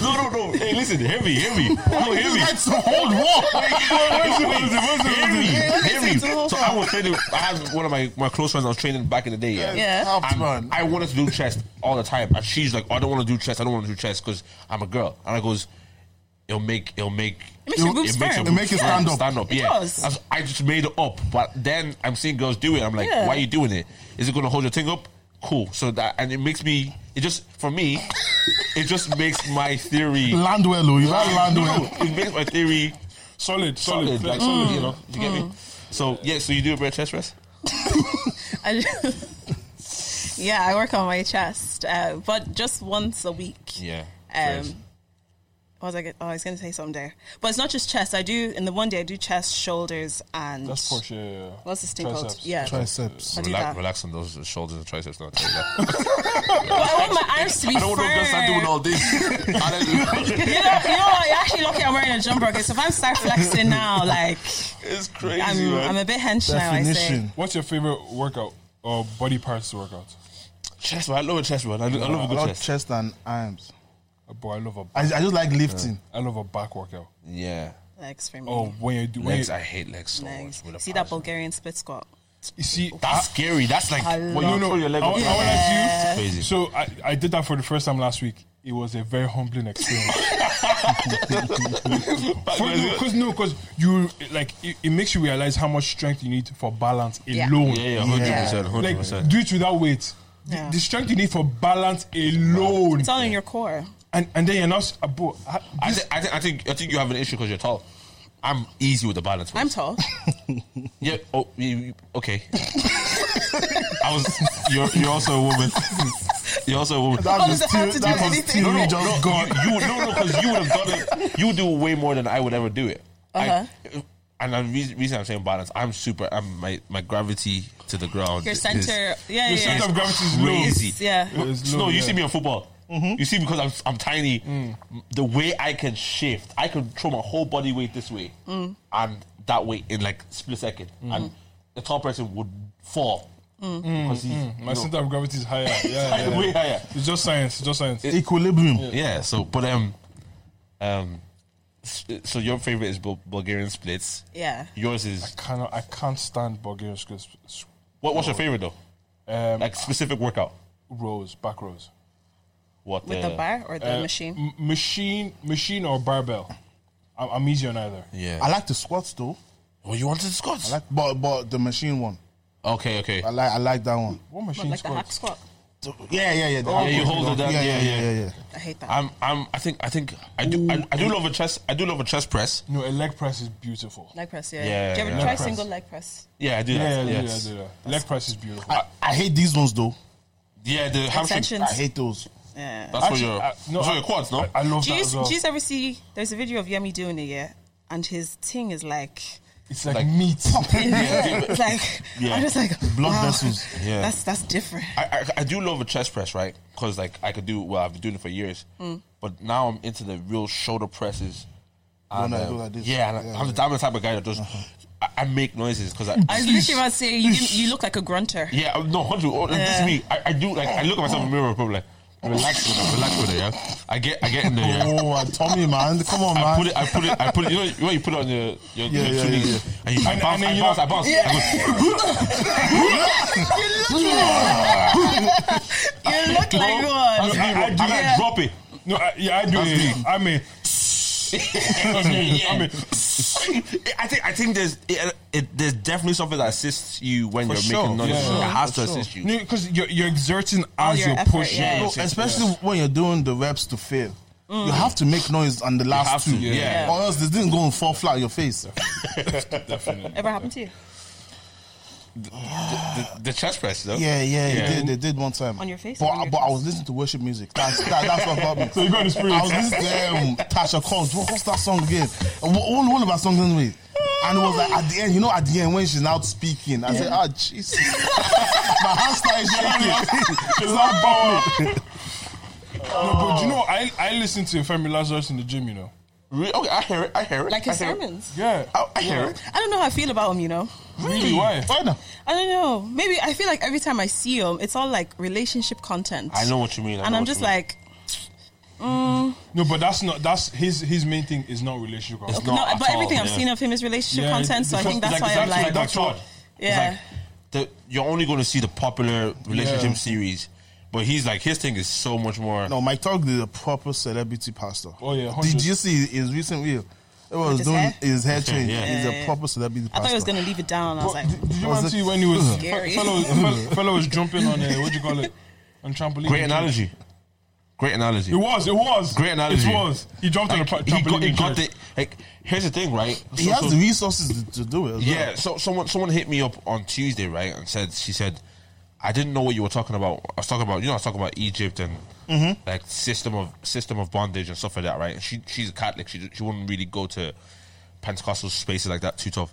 C: no, no, no. Hey, listen, hear me, hear me. No, hear me.
A: Like some old
C: *laughs*
A: wall.
C: Hear me, hear me.
B: It's a whole
C: So I was training. I had one of my, my close friends. I was training back in the day. Yeah.
B: Yeah.
A: Helped, man.
C: And I wanted to do chest all the time, and she's like, "Oh, "I don't want to do chest. I don't want to do chest because I'm a girl." And I goes, "It'll make, it'll make,
B: It makes your boobs firm.
A: It'll make you
C: firm,
A: stand up.
C: stand up."
B: It
C: Yeah.
B: does.
C: That's- I just made it up, but then I'm seeing girls do it. I'm like,
B: Yeah.
C: "Why are you doing it? Is it going to hold your thing up?" Cool. So that and it makes me. It just for me, it just makes my
B: *laughs*
C: theory.
A: Land well, oh, you gotta land
C: No,
A: well.
C: it makes my theory
D: *laughs* Solid, solid,
C: solid,
D: flex,
C: like
D: solid.
B: Mm.
C: you know. You get
B: Hmm.
C: me? So yeah, so you do a bare chest press.
B: *laughs* I just- yeah, I work on my chest, uh, but just once a week.
C: Yeah.
B: Um, what was I? Get, oh, I was going to say something there, but it's not just chest. I do in the one day I do chest, shoulders, and
D: That's Porsche. uh, Yeah, yeah.
B: what's this thing called?
D: Triceps.
B: Yeah,
A: Triceps.
B: I do
C: Relax,
B: that.
C: relax on those shoulders and triceps. Now, tell you that.
B: But I want my arms to be
C: I don't want to start doing
B: firm.
C: all this.
B: You know, you know what? You're actually lucky I'm wearing a jumper. Okay, so if I'm start flexing now, like
C: it's crazy,
B: I'm, I'm a bit hench now. I say.
A: Definition.
D: What's your favorite workout or body parts to work out?
C: chest, man. I love a chest, man. I, lo- I
A: I
C: love a good
A: love
C: chest.
A: chest and arms.
D: Uh, Boy, I love a
A: I, I just like lifting.
D: I love a back workout.
C: Yeah.
B: Legs for me.
D: Oh, when you do when you,
C: Legs, I hate legs so
B: legs.
C: much. oh, with a
B: See that
C: passion.
B: Bulgarian split squat.
D: you see. ah,
C: That's scary. That's like
B: I
C: when
B: love-
C: you throw your leg
D: I,
C: up.
D: I,
C: like
D: I
C: that.
D: wanna ask
C: Crazy. *laughs*
D: you. So I, I did that for the first time last week. It was a very humbling experience. Because no, because you like it, it makes you realize how much strength you need for balance
B: Yeah.
D: alone.
C: Yeah, yeah, hundred percent, hundred
D: Like
C: percent.
D: do it without weight. The-
B: Yeah.
D: The, strength you need for balance alone,
B: It's all in your core.
D: and and then you're not. s- uh, Bro, I-
C: I,
D: this-
C: thi- I, thi- I think I think you have an issue because you're tall. I'm easy with the balance.
B: I'm
C: ones.
B: tall.
C: *laughs* Yeah. Oh, you, you- okay. *laughs* I was. You're, you're also a woman. *laughs* You're also a woman.
B: How does it have to do with anything?
C: No, no, no, You, you no, no, because you would have done it. You do way more than I would ever do it.
B: Uh-huh.
C: I, and the reason, reason I'm saying balance, I'm super. I'm my my gravity to the ground.
B: Your
C: is-
B: center. Yeah, yeah,
D: your center
B: yeah.
D: of gravity is
C: crazy.
B: Yeah.
D: It is
C: no,
D: low,
C: you
D: yeah. Mm.
C: see me on football.
B: Mm-hmm.
C: You see, because I'm I'm tiny, the way I can shift, I can throw my whole body weight this way
B: Mm.
C: and that way in like split second,
D: Mm-hmm.
C: and the tall person would fall
B: Mm.
C: because he's
D: low.
C: you
D: Mm. My
C: know,
D: center of gravity is higher. Yeah,
C: *laughs*
D: yeah, yeah.
C: way higher.
D: It's just science. It's just science.
A: Equilibrium.
C: Yeah. So, but um, um, s- so your favorite is Bul- Bulgarian splits.
B: Yeah.
C: Yours
D: I
C: is
D: cannot. I can't stand Bulgarian squats. s-
C: what? What's your favorite though?
D: Um,
C: Like specific workout?
D: rows, back rows.
C: What uh,
B: With the bar or the machine?
D: M- machine, machine or barbell. I'm, I'm easy on either.
C: Yeah.
A: I like the squats though.
C: oh, you wanted Scots?
A: I like, but but the machine one.
C: okay. Okay.
A: I like I like that one.
D: What machine
B: Like the hack
D: squats?
B: squat.
A: Yeah, yeah, yeah.
C: Oh, Yeah, you hold it down.
A: Yeah, yeah,
C: Yeah,
A: yeah,
C: yeah.
A: yeah. yeah.
B: I hate that.
C: I'm. I'm. I think. I think. I do. I, I do love a chest. I do love a chest press.
D: No, a leg press is beautiful.
B: Leg press, yeah.
C: Yeah,
B: Do you
C: yeah.
B: ever try
D: Leg press.
B: single leg press?
C: Yeah, I do
D: Yeah, yeah,
C: that.
D: yeah,
C: yes.
D: yeah, yeah. Leg press is beautiful.
A: I, I hate these ones though.
C: Yeah, the hamstring.
B: Extensions.
A: I hate those.
B: Yeah.
C: That's
D: Actually,
C: for your.
D: I- no,
C: that's for
D: I-
C: your quads, no?
D: I, I love
B: Do
D: that
B: you,
D: as well.
B: do you ever see? There's a video of Yemi doing it, yeah, and his thing is like,
D: It's like,
C: like-
D: meat.
B: *laughs* it's like
C: Yeah.
B: I'm just like
A: Blood
B: wow,
A: vessels.
C: Yeah.
B: that's that's different.
C: I, I, I do love a chest press, right? Because like I could do well. I've been doing it for years,
B: Mm.
C: but now I'm into the real shoulder presses.
A: When I
C: um,
A: go like this. Uh-huh.
C: Yeah, and I- I'm, the, I'm the type of guy that does. I, I make noises because I.
B: I was literally about to say you, didn't, you look like a grunter.
C: yeah, I'm- no, hundred. Oh, like, This is
B: Yeah.
C: me. I, I do like. I look at myself in the mirror, probably like, relax with it, relax with it. Yeah, I get, I get in there. Yeah.
A: *laughs* Oh, uh, Tommy, man, come on,
C: I
A: man.
C: put it, I put it, I put it. You know, you, know, you put it on your your,
A: Yeah,
C: your
A: yeah,
C: two
A: yeah,
C: knees, and you I
D: And-
C: bounce,
D: and then
C: I
D: you
C: bounce,
D: know-
C: I bounce. I go, *laughs*
B: You look like
C: no,
B: one.
C: Oh. that's me, bro.
D: I do-
C: and I
D: yeah.
C: drop it.
D: no, I, yeah, I do.
C: That's
D: it.
C: me.
D: I mean,
C: I mean, *laughs* I think I think there's it, it, there's definitely something that assists you when you're
A: sure,
C: making noise.
A: yeah,
C: It
A: yeah,
C: has
A: for
C: to
A: sure.
C: assist you.
D: no, because you're, you're exerting
B: All
D: as
B: your
D: you're
B: effort,
D: pushing.
B: yeah.
A: No, especially when you're doing the reps to fail.
B: Mm.
A: You have to make noise on the
C: have
A: last
C: to,
A: two,
C: yeah.
A: or else this didn't go and fall flat on your face.
B: Ever happened to you
C: The, the chest press, though.
A: Yeah, yeah,
C: Yeah.
A: They, did, they did one time
B: On your face
A: But,
B: or on your
A: but I
B: chest?
A: was listening to worship music. That's that, that's what got me.
D: So you got the spirit.
A: I was listening to um, Tasha Cobbs. What, what's that song again? One, one one of her songs anyway. And it was like at the end, you know, at the end when she's out speaking, I said, "Ah, Jesus!" *laughs* My hand started shaking.
D: It's not power.
B: *laughs*
D: No, but you know, I, I listen to Femi Lazarus in the gym, you know.
C: Re- okay, I hear it. I hear it.
B: like
C: I
B: his
C: hear it.
B: sermons?
D: Yeah.
C: I, I hear it.
B: I don't know how I feel about him. You know,
D: Really? Why?
A: Why not?
B: I don't know. Maybe I feel like every time I see him, it's all like relationship content.
C: I know what you mean. I
B: and
C: know
B: I'm
C: what
B: just
C: you mean.
B: like,
D: No, but that's not, that's his, his main thing is not relationship.
C: It's
B: no,
C: not at
B: but everything
C: all,
B: I've
C: yeah.
B: seen of him is relationship
D: Yeah,
B: content. So I
D: because-
B: think that's
D: like,
B: why I'm
D: exactly
B: like,
D: like
C: that's what.
B: yeah.
C: The, you're only going to see the popular relationship
D: Yeah.
C: series, but he's like his thing is so much more.
A: No, Mike Talk is a proper celebrity pastor.
D: Oh, yeah, 100.
A: Did you see his recent reel? It was
B: his
A: doing
B: hair?
A: his hair change.
C: yeah.
A: He's
B: Yeah.
A: a proper celebrity
B: I
A: pastor.
B: thought he was gonna leave it down. I was like,
D: Did, did you
A: Was
D: want to
A: it-
D: see when he was
C: *laughs*
B: Scary.
D: fe- fellow, fellow, fellow was jumping on a, what do you call it on trampoline?
C: Great analogy. Great analogy.
D: It was. It was.
C: Great analogy.
D: It was. He jumped
C: Like,
D: on a
C: he
D: trampoline.
C: got, he
D: in
C: got
D: church.
C: the like. Here's the thing, right?
A: He
C: So-
A: has
C: so-
A: the resources to, to do it. as
C: Yeah, so someone someone hit me up on Tuesday, right, and said she said, I didn't know what you were talking about. I was talking about you know I was talking about Egypt and like system of system of bondage and stuff like that, right? And she she's a Catholic. She she wouldn't really go to Pentecostal spaces like that too tough.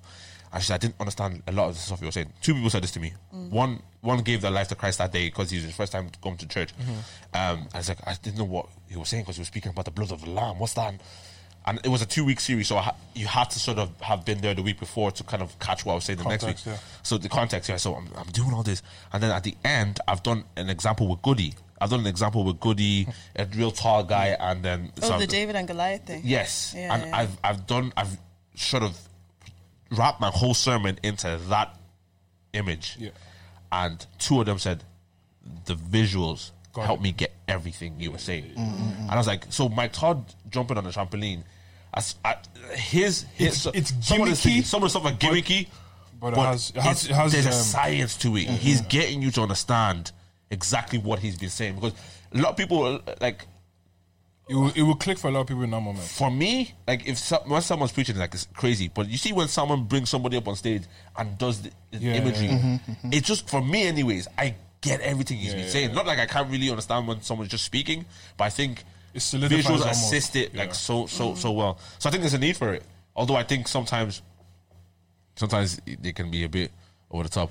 C: And she said, I didn't understand a lot of the stuff you were saying. Two people said this to me. One one gave their life to Christ that day because he was his first time going to church. Um, and it's like I didn't know what he was saying because he was speaking about the blood of the lamb. What's that? and it was a two week series, so I ha- you had to sort of have been there the week before to kind of catch what I was saying the next
D: Context,
C: week.
D: yeah.
C: So the context, yeah. So I'm, I'm doing all this, and then at the end, I've done an example with Goody. I've done an example with Goody, a real tall guy, and then
B: oh,
C: some-
B: the David and Goliath thing.
C: yes,
B: Yeah,
C: and
B: yeah.
C: I've I've done I've sort of wrapped my whole sermon into that image,
D: Yeah.
C: and two of them said the visuals helped me get everything you were saying.
D: Mm,
C: And I was like, so Mike Todd jumping on the trampoline, as I, his his
D: It's- it's
C: some of the
D: gimmicky,
C: things- some of the stuff are gimmicky,
D: but it has- it
C: it's-
D: has- it has,
C: there's a
D: um,
C: science to it. He's getting you to understand exactly what he's been saying because a lot of people uh, like
D: It will, it will click for a lot of people in that moment.
C: for me, like if some, when someone's preaching, like it's crazy. But you see, when someone brings somebody up on stage and does the, the
D: Yeah,
C: imagery,
D: yeah, Mm-hmm,
C: it's just for me, anyways. I get everything he's
D: Yeah,
C: been
D: yeah,
C: saying. Not like I can't really understand when someone's just speaking, but I think
D: It solidifies
C: visuals
D: almost,
C: assist it
D: yeah. Mm-hmm.
C: like so so so well. So I think there's a need for it. Although I think sometimes, sometimes they can be a bit over the top.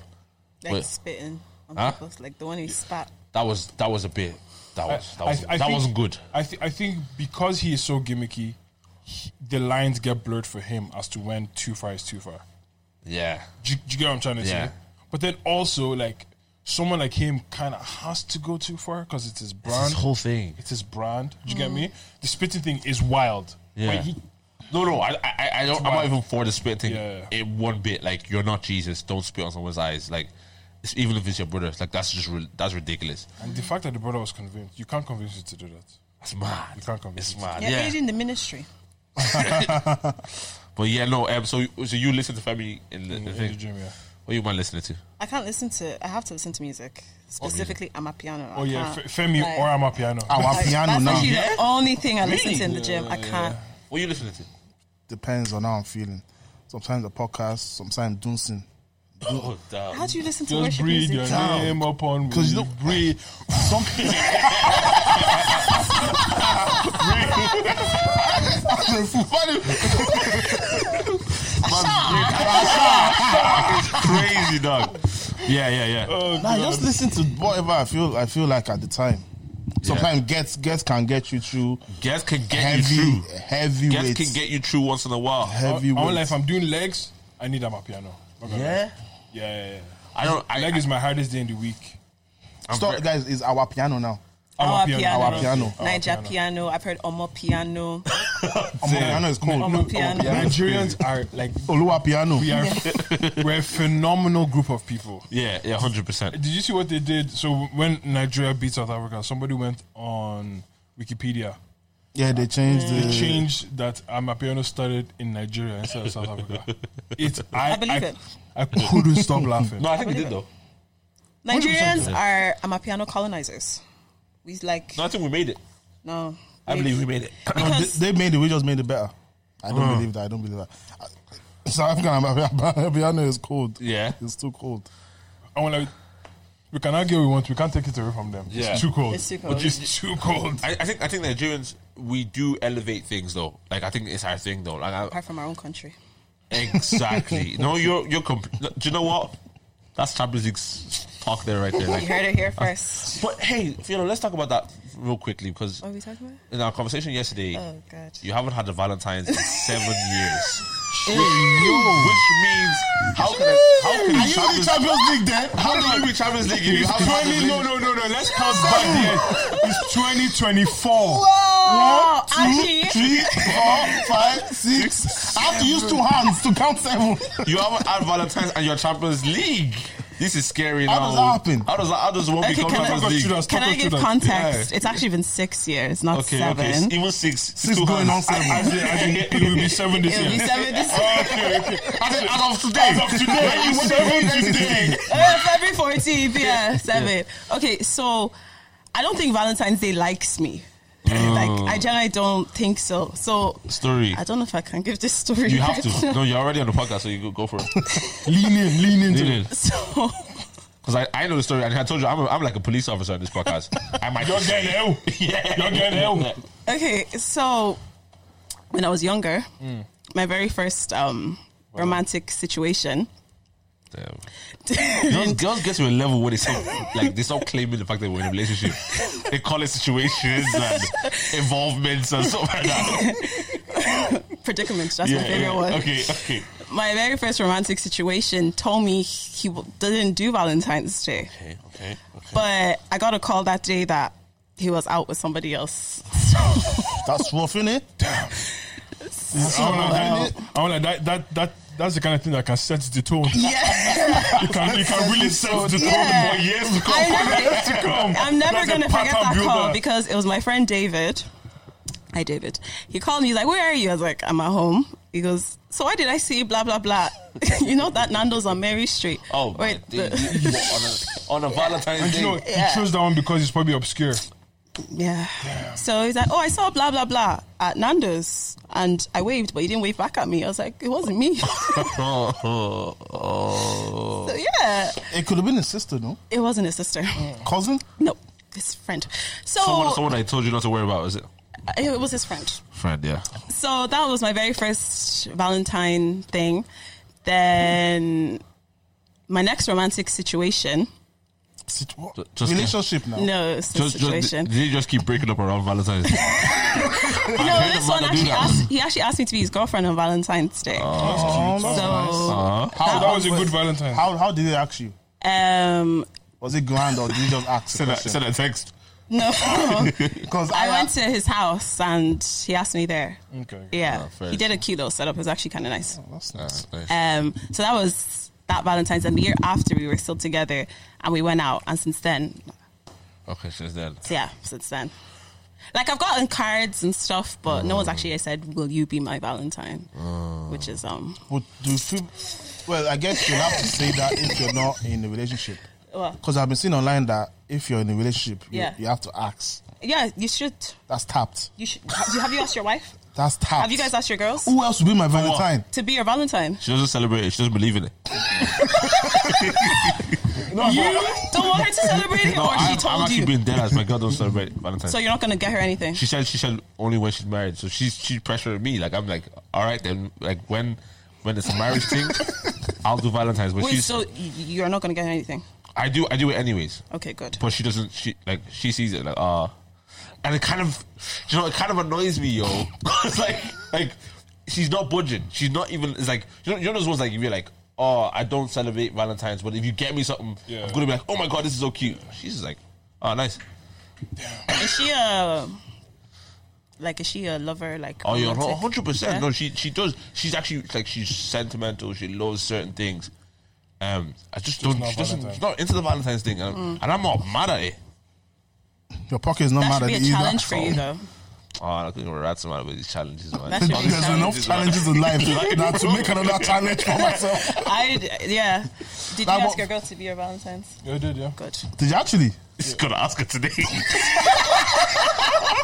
B: Like
C: But
B: spitting on
C: Huh?
B: people, like the one who spat.
C: that was that was a bit. That was that, was, that
D: think-
C: wasn't good.
D: I, th- I think because he is so gimmicky, he- the lines get blurred for him as to when too far is too far.
C: Yeah.
D: Do you, do you get what I'm trying to
C: Yeah.
D: say? But then also, like, someone like him kind of has to go too far because it's his brand.
C: This whole thing.
D: it's his brand. Do you
B: Mm.
D: get me? The spitting thing is wild.
C: Yeah.
D: Like, he,
C: No, no, I, I, I don't. I'm not
D: wild.
C: even for the spit thing.
D: Yeah.
C: It one bit. Like you're not Jesus. Don't spit on someone's eyes. Like it's, even if it's your brother. it's Like that's just ri- that's ridiculous.
D: and the fact that the brother was convinced, you can't convince you to do that.
C: That's mad.
D: You can't convince
C: It's
D: me.
C: mad.
B: You're
C: Yeah.
B: aiding the ministry.
C: But yeah, no. Um, so you- so you listen to Femi in the, the
D: In the
C: thing.
D: gym, yeah.
C: What you man listening to?
B: I can't listen to. I have to listen to music specifically. I'm a piano. I
D: Oh yeah,
B: can't,
D: F- Femi
B: like-
D: or I'm a piano.
A: Our
B: like,
A: piano
B: *laughs* That's
A: now
B: actually the only thing I
C: Really?
B: listen to in the gym. I can't.
C: What you listening to?
A: depends on how I'm feeling. Sometimes a podcast, sometimes dancing.
C: Oh, damn.
B: How do you listen to
D: Just
B: worship
D: breathe your
B: music?
A: Damn.
D: name upon me.
A: Because you know, *laughs* breathe. Some
C: *laughs* crazy dog. Yeah, yeah, yeah.
D: Uh,
A: nah, just listen to whatever I feel. I feel like at the time. Sometimes gets gets can get you through
C: Guess can get you
A: heavy
C: through.
A: heavy
C: Guess
A: weights.
C: can get you through once in a while.
A: heavy
D: I'm like,
A: weights.
D: if I'm doing legs, I need I'm a piano. I'm gonna lie. yeah, yeah,
C: I don't. I,
D: yeah. Leg is my hardest day in the week.
C: I'm
A: Stop,
C: very-
A: guys. Is our piano now?
B: Our
D: I'm a
B: piano.
A: Our piano.
B: Niger piano. I've heard Omo
D: *laughs*
B: piano.
A: Our Oh, piano is cold.
B: Omo piano.
D: Oh, Nigerians are like
A: Oluwa piano.
D: we are we're a phenomenal group of people.
C: yeah, yeah, hundred percent.
D: Did you see what they did? So when Nigeria beat South Africa, somebody went on Wikipedia.
A: Yeah, they changed the.
D: They changed that Amapiano started in Nigeria instead of South Africa. It's I,
B: I believe it.
D: I couldn't stop laughing.
C: No, I think we did though.
B: Nigerians are I'm a piano colonizers. We like
C: No, I think we made it.
B: no.
C: I
B: we-
C: believe we made it.
A: No, *laughs* they,
B: because
A: they made it. We just made it better. I don't believe that. I don't believe that. I- South African Am- piano is cold.
C: Yeah.
A: it's too cold.
D: I want like, we can argue we want, we can't take it away from them.
C: Yeah.
D: It's too cold.
B: It's too cold.
D: But it's too cold.
C: I, I think I think Nigerians we do elevate things though. Like I think it's our thing though. Like I,
B: apart from our own country.
C: exactly. no, you're you're. Comp- no, do you know what? That's Champions League s- talk there right there.
B: You
C: Like,
B: *laughs* heard it here first.
C: but hey, Fiona, let's talk about that real quickly because
B: What are Oh, we talking about?
C: in our conversation yesterday,
B: Oh god.
C: you haven't had a Valentine's in seven years. Which, which means how can a, how can a Champions,
A: Champions League then?
C: *laughs* how can you be Champions League if you haven't had a
D: 20, no,
C: relationship?
D: no, no, no. Let's count back the end. It's 2024.
B: Whoa! Actually,
A: Three, four, five, six. I have to use two hands to count seven.
C: You haven't had Valentine's and your Champions League. This is scary
A: How
C: now.
A: does that happen?
C: How does that, how does one
B: Okay,
C: become
B: can I-
C: Champions
D: Talk us
C: League?
D: through that,
B: can
D: talk
B: I
D: us
B: give
D: through that.
B: context?
D: Yeah.
B: It's actually been six years, not
C: Okay, okay.
B: seven.
C: s- Even six.
A: Six
C: two
A: going on
C: hands.
A: seven.
D: I think, I think it will be seven this
B: It'll
D: year.
B: be seven
C: *laughs*
B: this *laughs*
D: Okay, okay.
C: As, in- as of today.
D: As of today,
C: When you
D: it's
C: wake up
D: seven
C: next
D: today.
C: day.
B: Uh, February 14th, yeah, seven. Okay, so I don't think Valentine's Day likes me. *laughs* Like,
C: Oh.
B: I generally don't think so. So,
C: Story.
B: I don't know if I can give this story.
C: You have
B: right
C: to.
B: now. *laughs*
C: No, you're already on the podcast, so you go, go for it.
D: Lean in, lean into it.
B: So,
C: Because I, I know the story, and I told you I'm, a, I'm like a police officer on this podcast. I might.
D: You're getting ill.
C: *laughs* Yeah.
D: You're getting ill.
B: okay, so when I was younger,
C: Mm.
B: my very first um, romantic situation. *laughs*
C: Damn. Girls, girls get to a level where they stop, like they stop claiming the fact that we're in a relationship. They call it situations and involvements and stuff like that.
B: predicament, that's
C: Yeah,
B: my favorite
C: yeah.
B: one.
C: Okay, okay.
B: My very first romantic situation told me he w- didn't do Valentine's Day.
C: Okay, okay, okay.
B: But I got a call that day that he was out with
C: *laughs*
B: somebody else. *laughs*
A: That's rough, innit?
D: I want like that, that, that, that's the kind of thing that can set the tone.
B: Yeah.
D: You can, you can really sense the tone
B: Yeah.
D: for years to come.
B: I
D: For
B: never-
D: years to come.
B: I'm never
D: That's a
B: going to forget
D: pattern
B: that call
D: builder.
B: because it was my friend David. Hi, David. He called me. He's like, Where are you? I was like, I'm at home. He goes, So why did I see you? Blah, blah, blah. *laughs* you know that Nando's on Mary Street?
C: Oh,
B: wait.
C: my day. You- you- on a, on a Valentine's
D: And
C: Day.
D: you know,
B: Yeah.
D: he chose that one because it's probably obscure.
B: *laughs* Yeah. So he's like, Oh, I saw blah, blah, blah at Nando's. And I waved, but he didn't wave back at me. I was like, It wasn't me. *laughs* so
C: oh, oh, oh.
B: yeah,
A: It could have been his sister, no?
B: it wasn't his sister.
A: Cousin?
B: No, his friend. So
C: Mm. Someone, someone I told you not to worry about, is it?
B: it was his friend.
C: Friend, yeah.
B: so that was my very first Valentine thing. Then my next romantic situation.
A: Sit- what?
C: Ju- just-
A: Relationship now.
B: No, it's the
C: Just, just,
B: situation.
C: did you just keep breaking up around Valentine's Day?
B: no,
C: heard
B: this
C: about
B: one
C: the
B: actually
C: dude that-
B: asked. He actually asked me to be his girlfriend on Valentine's Day.
A: Oh, that's
C: *laughs*
B: so,
C: Huh?
A: How-
D: So that was a good Valentine.
A: How, how did they ask you?
B: um,
A: Was it grand or did you just ask?
C: Send a, send a text. *laughs*
B: no,
A: Because
B: I went to his house and he asked me there.
D: Okay.
B: Yeah,
C: Oh, fair
B: he did a cute little setup. It was actually kind of nice.
A: That's nice.
B: Um, so that was that Valentine's, and the year after we were still together, and we went out. And since then,
C: Okay, since then.
B: So, yeah, since then. Like I've gotten cards and stuff, but no one's actually said, "Will you be my Valentine?" Which is um,
A: But do people, well, I guess you'll have to say that if you're not in a relationship.
B: well,
A: Because I've been seeing online that if you're in a relationship, you,
B: Yeah.
A: you have to ask.
B: yeah, you should.
A: That's tapped.
B: You should. *laughs* You, have you asked your wife?
A: That's tapped.
B: Have you guys asked your girls
A: Who else will be my Valentine?
B: to be your Valentine?
C: She doesn't celebrate it. She doesn't believe in it.
B: You don't want her to celebrate it,
C: No,
B: or she
C: I'm, I'm
B: told
C: actually
B: you.
C: being dead as my girl don't celebrate Valentine's.
B: so you're not gonna get her anything.
C: she said she said only when she's married. So she's she pressured me. Like I'm like, all right then. Like when when it's a marriage
B: *laughs*
C: thing, I'll do Valentine's. But
B: Wait,
C: she's
B: so y- you're not gonna get her anything?
C: I do I do it anyways.
B: Okay, good.
C: But she doesn't. She like she sees it like ah, and it kind of you know it kind of annoys me, yo. *laughs* it's like like she's not budging. She's not even. It's like you know you know those ones like you're like. Oh, I don't celebrate Valentine's, but if you get me something,
D: Yeah.
C: I'm gonna be like, "Oh my god, this is so cute." She's just like, "Oh, nice."
B: Is she a like? Is she a lover? Like,
C: Oh, you're
B: romantic?
C: hundred percent.
B: Yeah?
C: No, she she does. She's actually like she's sentimental. She loves certain things. Um, I just don't.
D: not
C: She doesn't.
D: Valentine's.
C: She's not into the Valentine's thing, and,
B: Mm.
C: and I'm not mad at it.
A: Your pocket is not
B: That
A: mad
B: should
A: at
B: be
A: you
B: a
A: either.
B: challenge for you, though.
C: Oh, I think we're rats man with these challenges, man.
B: That should be
A: *laughs* There's enough
C: man.
A: challenges in life now to make another challenge for myself.
C: *laughs*
B: I yeah. Did you
A: That
B: ask
A: wa-
B: your girl to be your Valentine's?
D: Yeah, I did, yeah.
B: Good.
A: Did you actually?
C: Just gotta ask her
B: *laughs*
C: today. *laughs*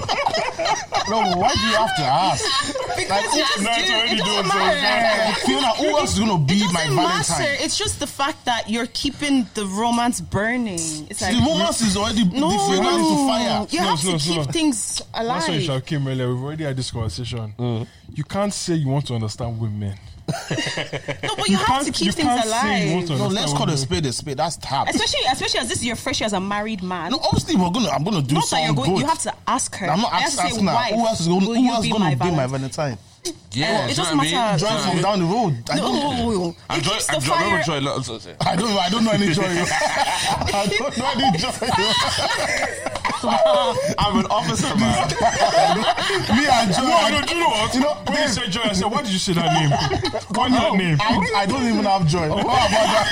A: No, but why do you have to ask?
B: Because you just
D: No, it's
B: do-
D: already
B: it doesn't
D: doing so.
B: matter.
A: Fiona, who else is going to be
B: It
A: my
B: doesn't matter.
A: Valentine?
B: It's just the fact that you're keeping the romance burning. It's like
A: The romance is already
B: no,
A: the fragrance to fire.
B: You
D: No,
B: have to
D: no,
B: keep
D: no.
B: things
D: That's why
B: alive.
D: Shaq came earlier. We've already had this conversation.
B: Mm.
D: You can't say you want to understand women.
B: No, but you have to keep things
D: say you want to
B: alive.
A: No,
D: understand
A: let's call
D: women.
A: a spade a spade. That's tapped.
B: Especially, especially as this is your first year as a married man.
A: No, obviously we're gonna. I'm gonna do
B: Not that
A: something
B: you're going.
A: good.
B: You have to ask her.
A: I'm not
B: I have
A: asking,
B: to say,
A: asking now.
B: wife,
A: Who else is going?
B: will
A: Who
B: you
A: else
B: be
A: gonna
B: my
A: be my
B: Valentine?
A: Valentine?
C: yeah,
B: it
C: do you know
B: doesn't
C: what I mean?
B: matter.
C: Do you know
A: Drive
C: what
A: from
C: I mean?
A: down the road. I
B: No,
A: don't,
C: I'm
B: it
C: joy.
B: keeps the
C: I'm joy.
B: fire.
C: Remember joy. Look, so- so-
A: I don't. know- I don't know any joy.
B: *laughs*
A: I don't know any joy.
B: Oh.
C: *laughs* I'm an officer,
B: *laughs*
C: man.
A: Me and joy.
D: No,
A: I,
D: no, do you know what?
A: You know,
D: when you
A: babe.
D: said Joy, I said, why did you say that name?
A: *laughs*
D: What that name?
A: I, I don't even have
D: Oh,
A: joy. What about that?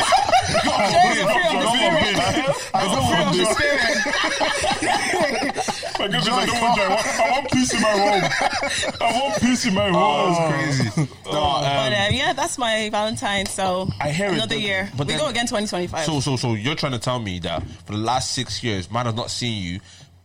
B: Joy is a
D: Joy,
B: free of the
D: Joy,
B: spirit.
D: Joy.
A: I don't want
D: free
A: joy.
D: of My goodness, I don't want Joy. I want, I want peace in my home. I want peace in my home.
C: crazy. No, um,
B: But um, *laughs* yeah, that's my Valentine. So
C: I hear it,
B: another
C: but-
B: year.
C: but
B: we
C: then-
B: go again 2025.
C: So, so, so you're trying to tell me that for the last six years, man has not seen you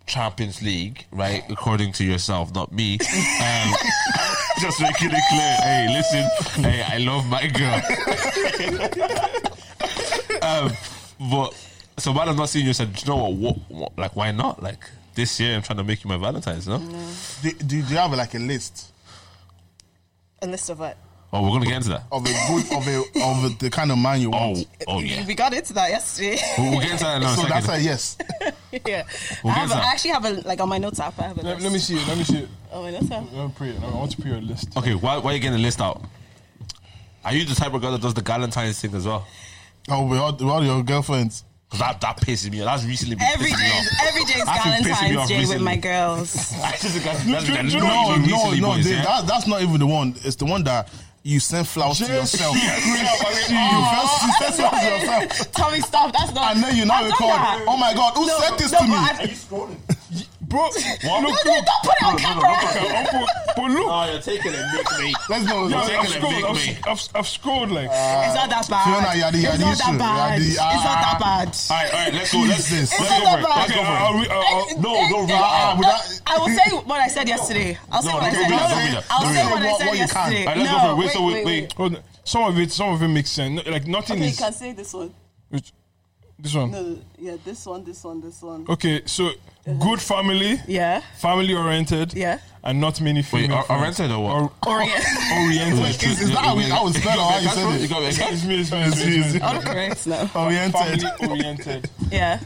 C: Champions League, right? According to yourself, not
A: *laughs*
C: me. Um, *laughs* just making it clear. Hey, listen. Hey, I love my girl. *laughs* um, but so man has not seen you. Said, "Do you know what, what, what? Like, why not? Like this year, I'm trying to make you my Valentine's. No.
A: Do, do, do you have like a list
B: a list of it.
C: Oh, we're gonna get into that.
A: of a good of a of the kind of man you want?
C: Oh, oh yeah.
B: We got into that yesterday.
C: We'll, we'll get into that in a
A: so
C: second.
A: that's a yes. *laughs*
B: yeah.
C: We'll get to
B: I, have a,
C: that.
B: I actually have a like on my notes app. I have a
D: Let,
B: list.
D: let me see it. Let me see it.
B: On my notes app.
D: Let me pray it. I want to pray a list.
C: okay, why, why are you getting a list out? Are you the type of girl that does the Valentine's thing as well?
A: Oh, with all, with all your girlfriends.
C: Cause that that pisses me. off. That's recently been
B: Every
C: pissing me
B: day,
C: *laughs* off.
B: every day's
C: That's been pissing me
B: Valentine's
C: off
B: Day with
C: recently.
B: my girls.
C: I just got-
D: do you
C: that's
D: know-
A: No,
C: been
A: no,
C: recently,
A: no.
C: boys,
A: they-
C: yeah?
A: that, that's not even the one. It's the one that you send flowers to
D: Jesus
A: yourself. *laughs*
D: Christ.
A: You first you
B: Ah.
A: send flowers to yourself,
B: *laughs* Tell me stop. That's not.
A: and then you now
B: I've done
A: record.
B: that.
A: Oh my God, who
B: No,
A: sent this
B: no,
A: to me?
B: but I've-
D: Bro, look,
B: No,
D: look.
B: don't put it on camera.
D: Okay, But but look,
C: you're taking it, mate.
A: Let's go.
D: yo,
A: Let's go.
C: Oh,
D: I've
C: taking a big Uh,
D: scored. I've,
C: mate.
D: s- I've, s- I've scored like.
B: It's not that bad.
A: Fiona, you're the- you're
B: it's
A: the
B: not
A: issue.
B: that
A: You're
B: bad.
A: the-
B: It's not that
A: ah.
B: bad.
C: All right, all right, let's go. Let's,
A: Jesus.
C: let's go
B: It's
C: for it.
B: not
C: Let's
D: Okay,
C: go
D: I'll,
C: for it.
D: re- I'll, I'll,
C: No, don't read out.
A: Ah,
C: All
A: without-
B: I will say what I said yesterday. I'll say
C: No,
B: what I
C: don't
B: said
C: do that, don't do
B: yesterday.
C: that.
B: I'll
C: Don't
B: say
C: do
B: what
A: that.
B: I
A: What-
B: said
A: what you can.
B: yesterday.
C: right, let's
B: no,
C: go for it. Wait, so wait, wait.
D: Hold on. Some of it, some of it makes sense. No, Like nothing
E: Okay, you
D: is.
E: can say this one.
D: which- This one.
E: No, yeah, this one, this one, this one.
D: Okay, so
C: Mm-hmm.
D: good family,
B: Yeah.
D: family oriented,
B: Yeah.
D: and not many
C: Wait,
D: female.
C: or-
D: friends.
C: oriented or what?
D: Or-
B: Orient.
D: *laughs* oriented.
A: Wait, is, is that how, we, how it's spelled or how you said
C: You
A: it?
C: got me.
D: *laughs* It's me, it's me, it's me, it's me.
B: Correct. No.
A: Oriented.
D: Family oriented.
B: Yeah.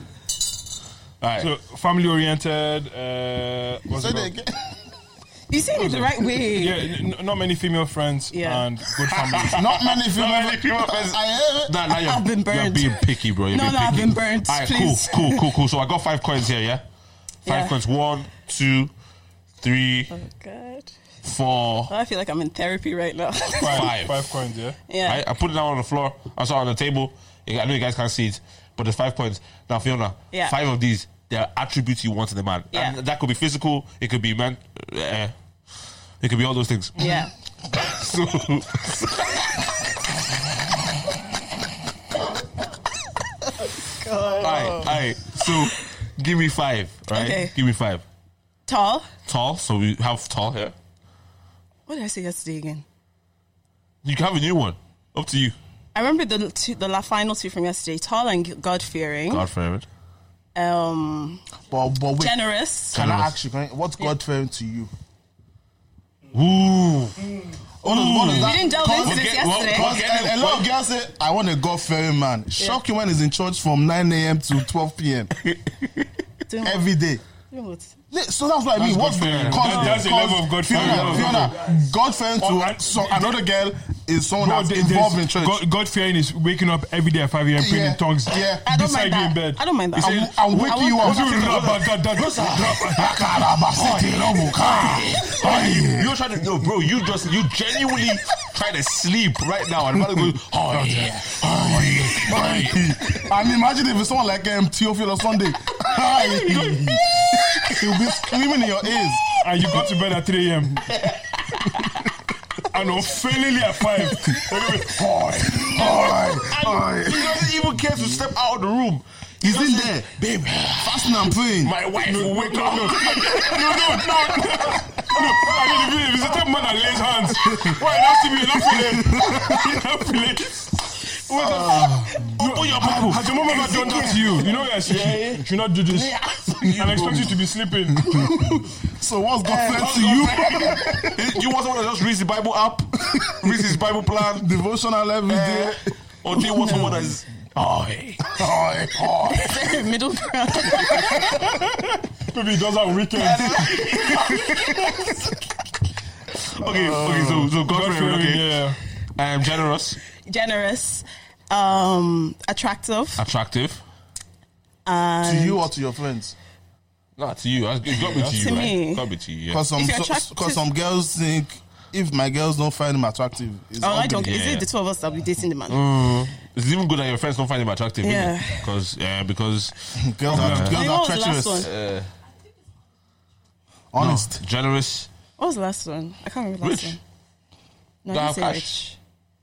C: All right.
D: So family oriented. Uh, what's
A: Say that
D: it called?
A: again.
B: You said it the right way.
D: Yeah, n- n- not many female friends
B: Yeah.
D: and good family.
A: Not many female.
C: many female friends.
A: I hear it.
C: Nah, nah, you're,
B: I've been
C: You're
B: burned.
C: being picky, bro. You're
B: No,
C: being
B: no, I've
C: picky.
B: been burned.
C: All right,
B: Please.
C: cool, cool, cool, cool. So I got five coins here, yeah? Five
B: Yeah.
C: coins. One, two, three,
B: Good. Oh,
C: four,
B: I feel like I'm in therapy right now. *laughs*
C: five.
D: Five coins, yeah.
B: yeah.
C: Right? I put it down on the floor. I saw it on the table. I know you guys can't see it, but there's five coins. Now, Fiona,
B: Yeah.
C: five of these, there are attributes you want in a man.
B: Yeah.
C: And that could be physical, it could be man, uh, it could be all those things.
B: Yeah.
C: So, all right, all right. So, give me five, right?
B: Okay.
C: Give me five.
B: Tall.
C: Tall, so we have tall here.
B: What did I say yesterday again?
C: You can have a new one. Up to you.
B: I remember the two, the la- final two from yesterday. Tall and God fearing.
C: God forbid.
B: Um,
A: But, but wait,
B: generous.
A: can I ask you, can I- what's God fearing to you?
C: Ooh.
A: What does, what does
B: We didn't delve
A: cause-
B: into this
C: get- well,
B: yesterday.
C: cause-
A: Because a, a lot of girls say, I want a God fearing man. Shock you when he's in church from 9 a.m. to 12
D: *laughs*
A: p.m.
B: Doing what-
A: every day.
B: doing what? *laughs*
A: So that's what I mean. What's
D: That's God-fearing.
A: cause-
D: That- that's the
A: cause-
D: level of God-fearing.
A: Fiona,
D: Level of
A: Fiona, God fearing
D: Oh,
A: to
D: and-
A: so another girl is someone
D: Bro,
A: that's
D: there-
A: involved
D: there's-
A: in church. *laughs*
D: God, God fearing is waking up every day at 5 a.m. praying
A: Yeah,
D: in tongues.
A: yeah.
B: I don't
D: beside
B: mind
D: you in
B: that.
D: bed.
B: I don't mind that.
D: He
B: I
D: said,
B: will-
A: I'm waking you up.
D: "What's your rubber dub
B: *laughs*
D: dub dub?"
C: You're trying to no, bro. You just you genuinely trying to sleep right now. And about to go. Oh yeah, oh yeah, oh yeah.
A: and imagine if it's someone like um, Theophilus
D: *laughs*
A: Sunday. He'll be screaming in your ears.
D: And you go to bed at
B: *laughs*
D: 3 a.m. and unfailingly
B: *laughs*
D: at 5.
A: Boy, boy,
C: He doesn't even care to step out of the room.
A: He's in there,
C: Babe,
A: fasting and praying.
C: my wife will wake up.
D: no, no, no. No, I mean, if it- if it's a type of man that lays
B: *laughs*
D: hands, why not see me enough feeling? Enough feeling. What the
A: uh,
C: Open your Bible.
D: Has your mom ever done that to you? You know, yes, you should- you should not do this. And expect you to
B: *laughs*
D: be sleeping.
A: So Eh, what's God fearing to you?
C: you, you want someone that just reads the Bible app, reads his Bible plan,
A: Devotional every day.
C: or do you want someone that's oh hey.
A: Boy, boy.
B: Middle ground.
D: Maybe it does that on weekends.
C: Okay, okay. So so God fearing.
D: God-fearing,
C: Okay,
D: yeah.
C: I am generous,
B: Generous. Um, attractive.
C: attractive.
A: To you or to your friends?
C: Not to you. That's- It got me to you.
B: To
C: right?
B: me.
C: Got me to you. Yeah.
A: Because some
B: If you're
A: because
B: attractive-
A: some girls think if my girls don't find him attractive, it's
B: Oh, I
A: ugly. *laughs*
B: don't. Is
C: Yeah.
B: it the two of us that will be dating the man?
C: Mm. It's even good that your friends don't find him attractive.
B: Yeah.
C: Because yeah, because uh,
A: Girls are
B: I
A: girls
B: mean, what
A: are
B: was the last
A: treacherous.
B: one?
A: Honest.
C: generous.
B: What was the last one? I can't remember the last
C: Rich.
B: one. No,
C: Don't
B: I
C: have
B: didn't say
C: cash.
B: rich.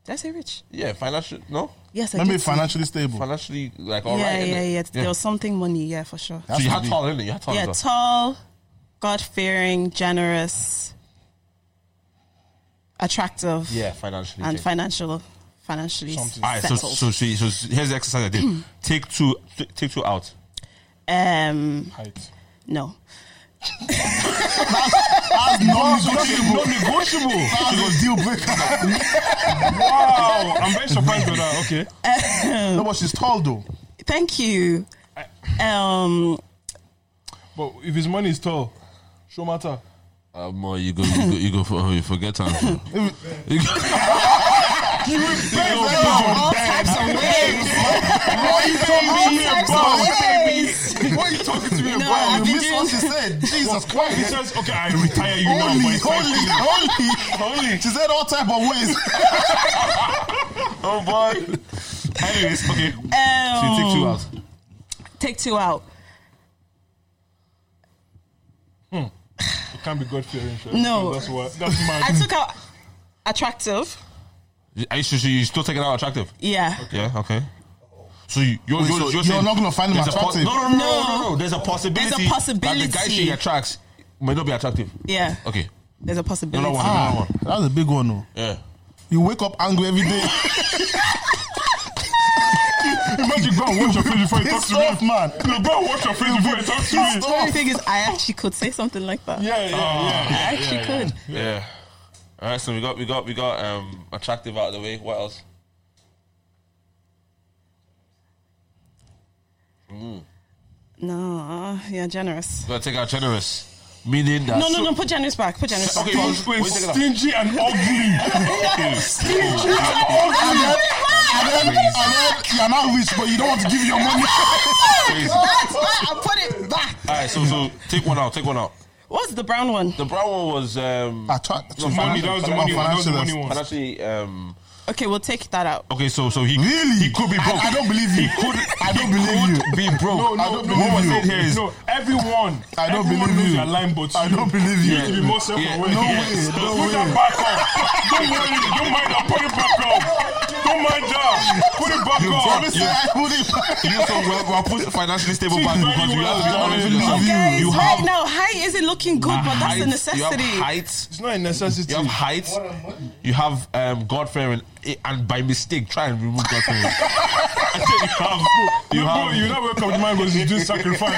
B: Did I say rich?
C: Yeah, financial. No,
B: Yes, I
A: Maybe
B: did say-
A: financially stable.
C: financially like
B: Yeah,
C: all right.
B: yeah,
C: innit?
B: yeah, There was something money, yeah, for sure.
C: So you had
A: Absolutely.
C: tall, innit? You had tall. as
B: yeah,
C: well.
B: tall, God fearing, generous, attractive,
C: yeah, financially.
B: and
C: Jake.
B: financial, financially
C: all right, so
B: settled.
C: so, she, so here's the exercise I did.
B: *clears throat*
C: take two, t- take two out.
B: um,
D: Height.
B: no,
A: That's non-negotiable.
D: Non-negotiable.
A: That's a deal breaker.
D: Wow, Oh, I'm very surprised by that. Okay.
A: no, but she's tall though.
B: thank you. Um,
D: But if his money is tall, show matter.
C: *laughs* Um, uh, you go, you go, you go for, you forget time.
A: If-
D: You would beg
A: Yo,
D: them
A: yo,
D: on
A: all
D: bed.
A: types of ways.
D: What are you talking
A: All
D: to me
A: types of
D: about?
B: ways.
A: What are you talking to me
B: No,
A: about?
B: I've
A: you
B: been
A: missed
B: doing-
A: what she said. Jesus
D: He
A: Christ.
D: says, okay, I retire you now.
A: Holy,
D: but it's like-
A: holy,
D: Holy.
A: holy. She said all type of ways.
D: Oh boy. Anyways, okay.
B: Um,
C: take two hours.
B: take two out.
D: It can't be God fearing.
B: No.
D: That's what. That's
B: I
D: mad.
B: took out attractive.
C: Are you, so so you still taking out attractive?
B: Yeah.
C: Yeah, okay. So you, you're,
A: Wait,
C: you're,
A: so
C: you're
A: you're
C: saying
A: not gonna find him
C: there's a
A: attractive?
C: no, no, no, no,
B: No.
C: no, no, no. There's a possibility. That the guy she
B: possibility.
C: attracts may not be attractive.
B: Yeah.
C: Okay.
B: There's a possibility.
C: No, no, one.
A: Ah, that's a big one, though.
C: Yeah.
A: You wake up angry every day.
D: Imagine God watch your face before you talk
A: It's
D: to me.
A: tough, man.
D: No, God watch your face before you talk to
A: It's
D: me.
B: The only thing is, I actually could say something like that.
D: Yeah, yeah,
B: I
D: yeah.
B: actually could.
C: Yeah. All right, so we got we got we got um attractive out of the way. What else?
B: No, uh, you're generous.
C: We gotta take out generous, meaning that
B: No, no, no. Put generous back. Put generous back.
C: Okay, well,
D: Wait,
C: wait, take it out.
D: stingy and ugly. stingy and ugly.
A: And then, and then you're not rich, but you don't want to give your money.
C: Crazy.
B: That's why I put it back.
C: All right, so so take one out, take one out.
B: What's the brown one?
C: The brown one was um
A: Ah, try- try-
D: Money, that was the money one. That was the money one.
C: financially um
B: Okay, we'll take that out.
C: okay, so so he
A: Really?
C: he could be broke.
A: I, I don't believe you.
C: He could
A: I don't
C: he
A: believe
C: could
A: you.
C: Be broke.
D: No,
A: I
D: no,
A: don't
D: no.
A: believe
D: What
A: you.
D: we're saying here is
C: No,
D: no. Everyone,
A: I don't
D: everyone
A: believe
D: knows
A: you.
D: Your line, but
A: I
D: you.
A: don't believe you.
D: need to be more self-aware.
C: Yeah. No
A: way, no
D: Put
A: way.
D: that back up. Don't worry. Don't mind. I'll put it back up. Don't mind that. Put it back
C: You
D: up.
C: promised
A: Honestly, I wouldn't.
C: *laughs* You so well, well put financially stable back
D: very
C: because you
D: well.
C: have to be honest with yourself.
A: You-
B: Guys,
C: you
B: right
C: have
B: now, height isn't looking good, but that's a
C: height, You
B: necessity.
C: have height.
D: It's not a necessity.
C: You have height. You have um, God fearing, and by mistake, try and remove God *laughs* fearing. I said you have. You
D: You
C: have.
D: you not wake up the man goes, you do sacrifice.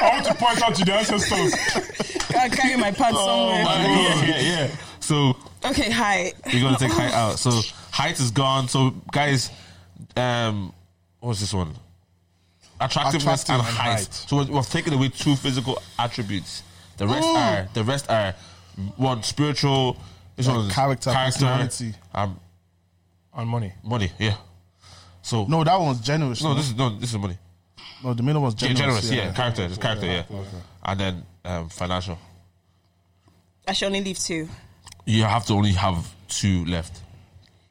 D: I want to point out to the ancestors.
B: I carry my pad
C: Oh,
B: somewhere.
C: yeah, yeah, yeah. So
B: okay, height.
C: you're gonna take height out. So height is gone. So guys, um, what's this one? Attractiveness
A: Attractive
C: and,
A: and
C: height.
A: height.
C: So we've, we've taken away two physical attributes. The rest are the rest are one spiritual. This
A: Like
C: one is
A: character, personality.
C: um,
D: And money.
C: money. Yeah. So no,
A: No, that one was generous. No,
C: this is no, this is money.
A: no the middle was generous.
C: Yeah, generous, yeah, character, just character, yeah, and then um, financial.
B: I should only leave two.
C: You have to only have two left.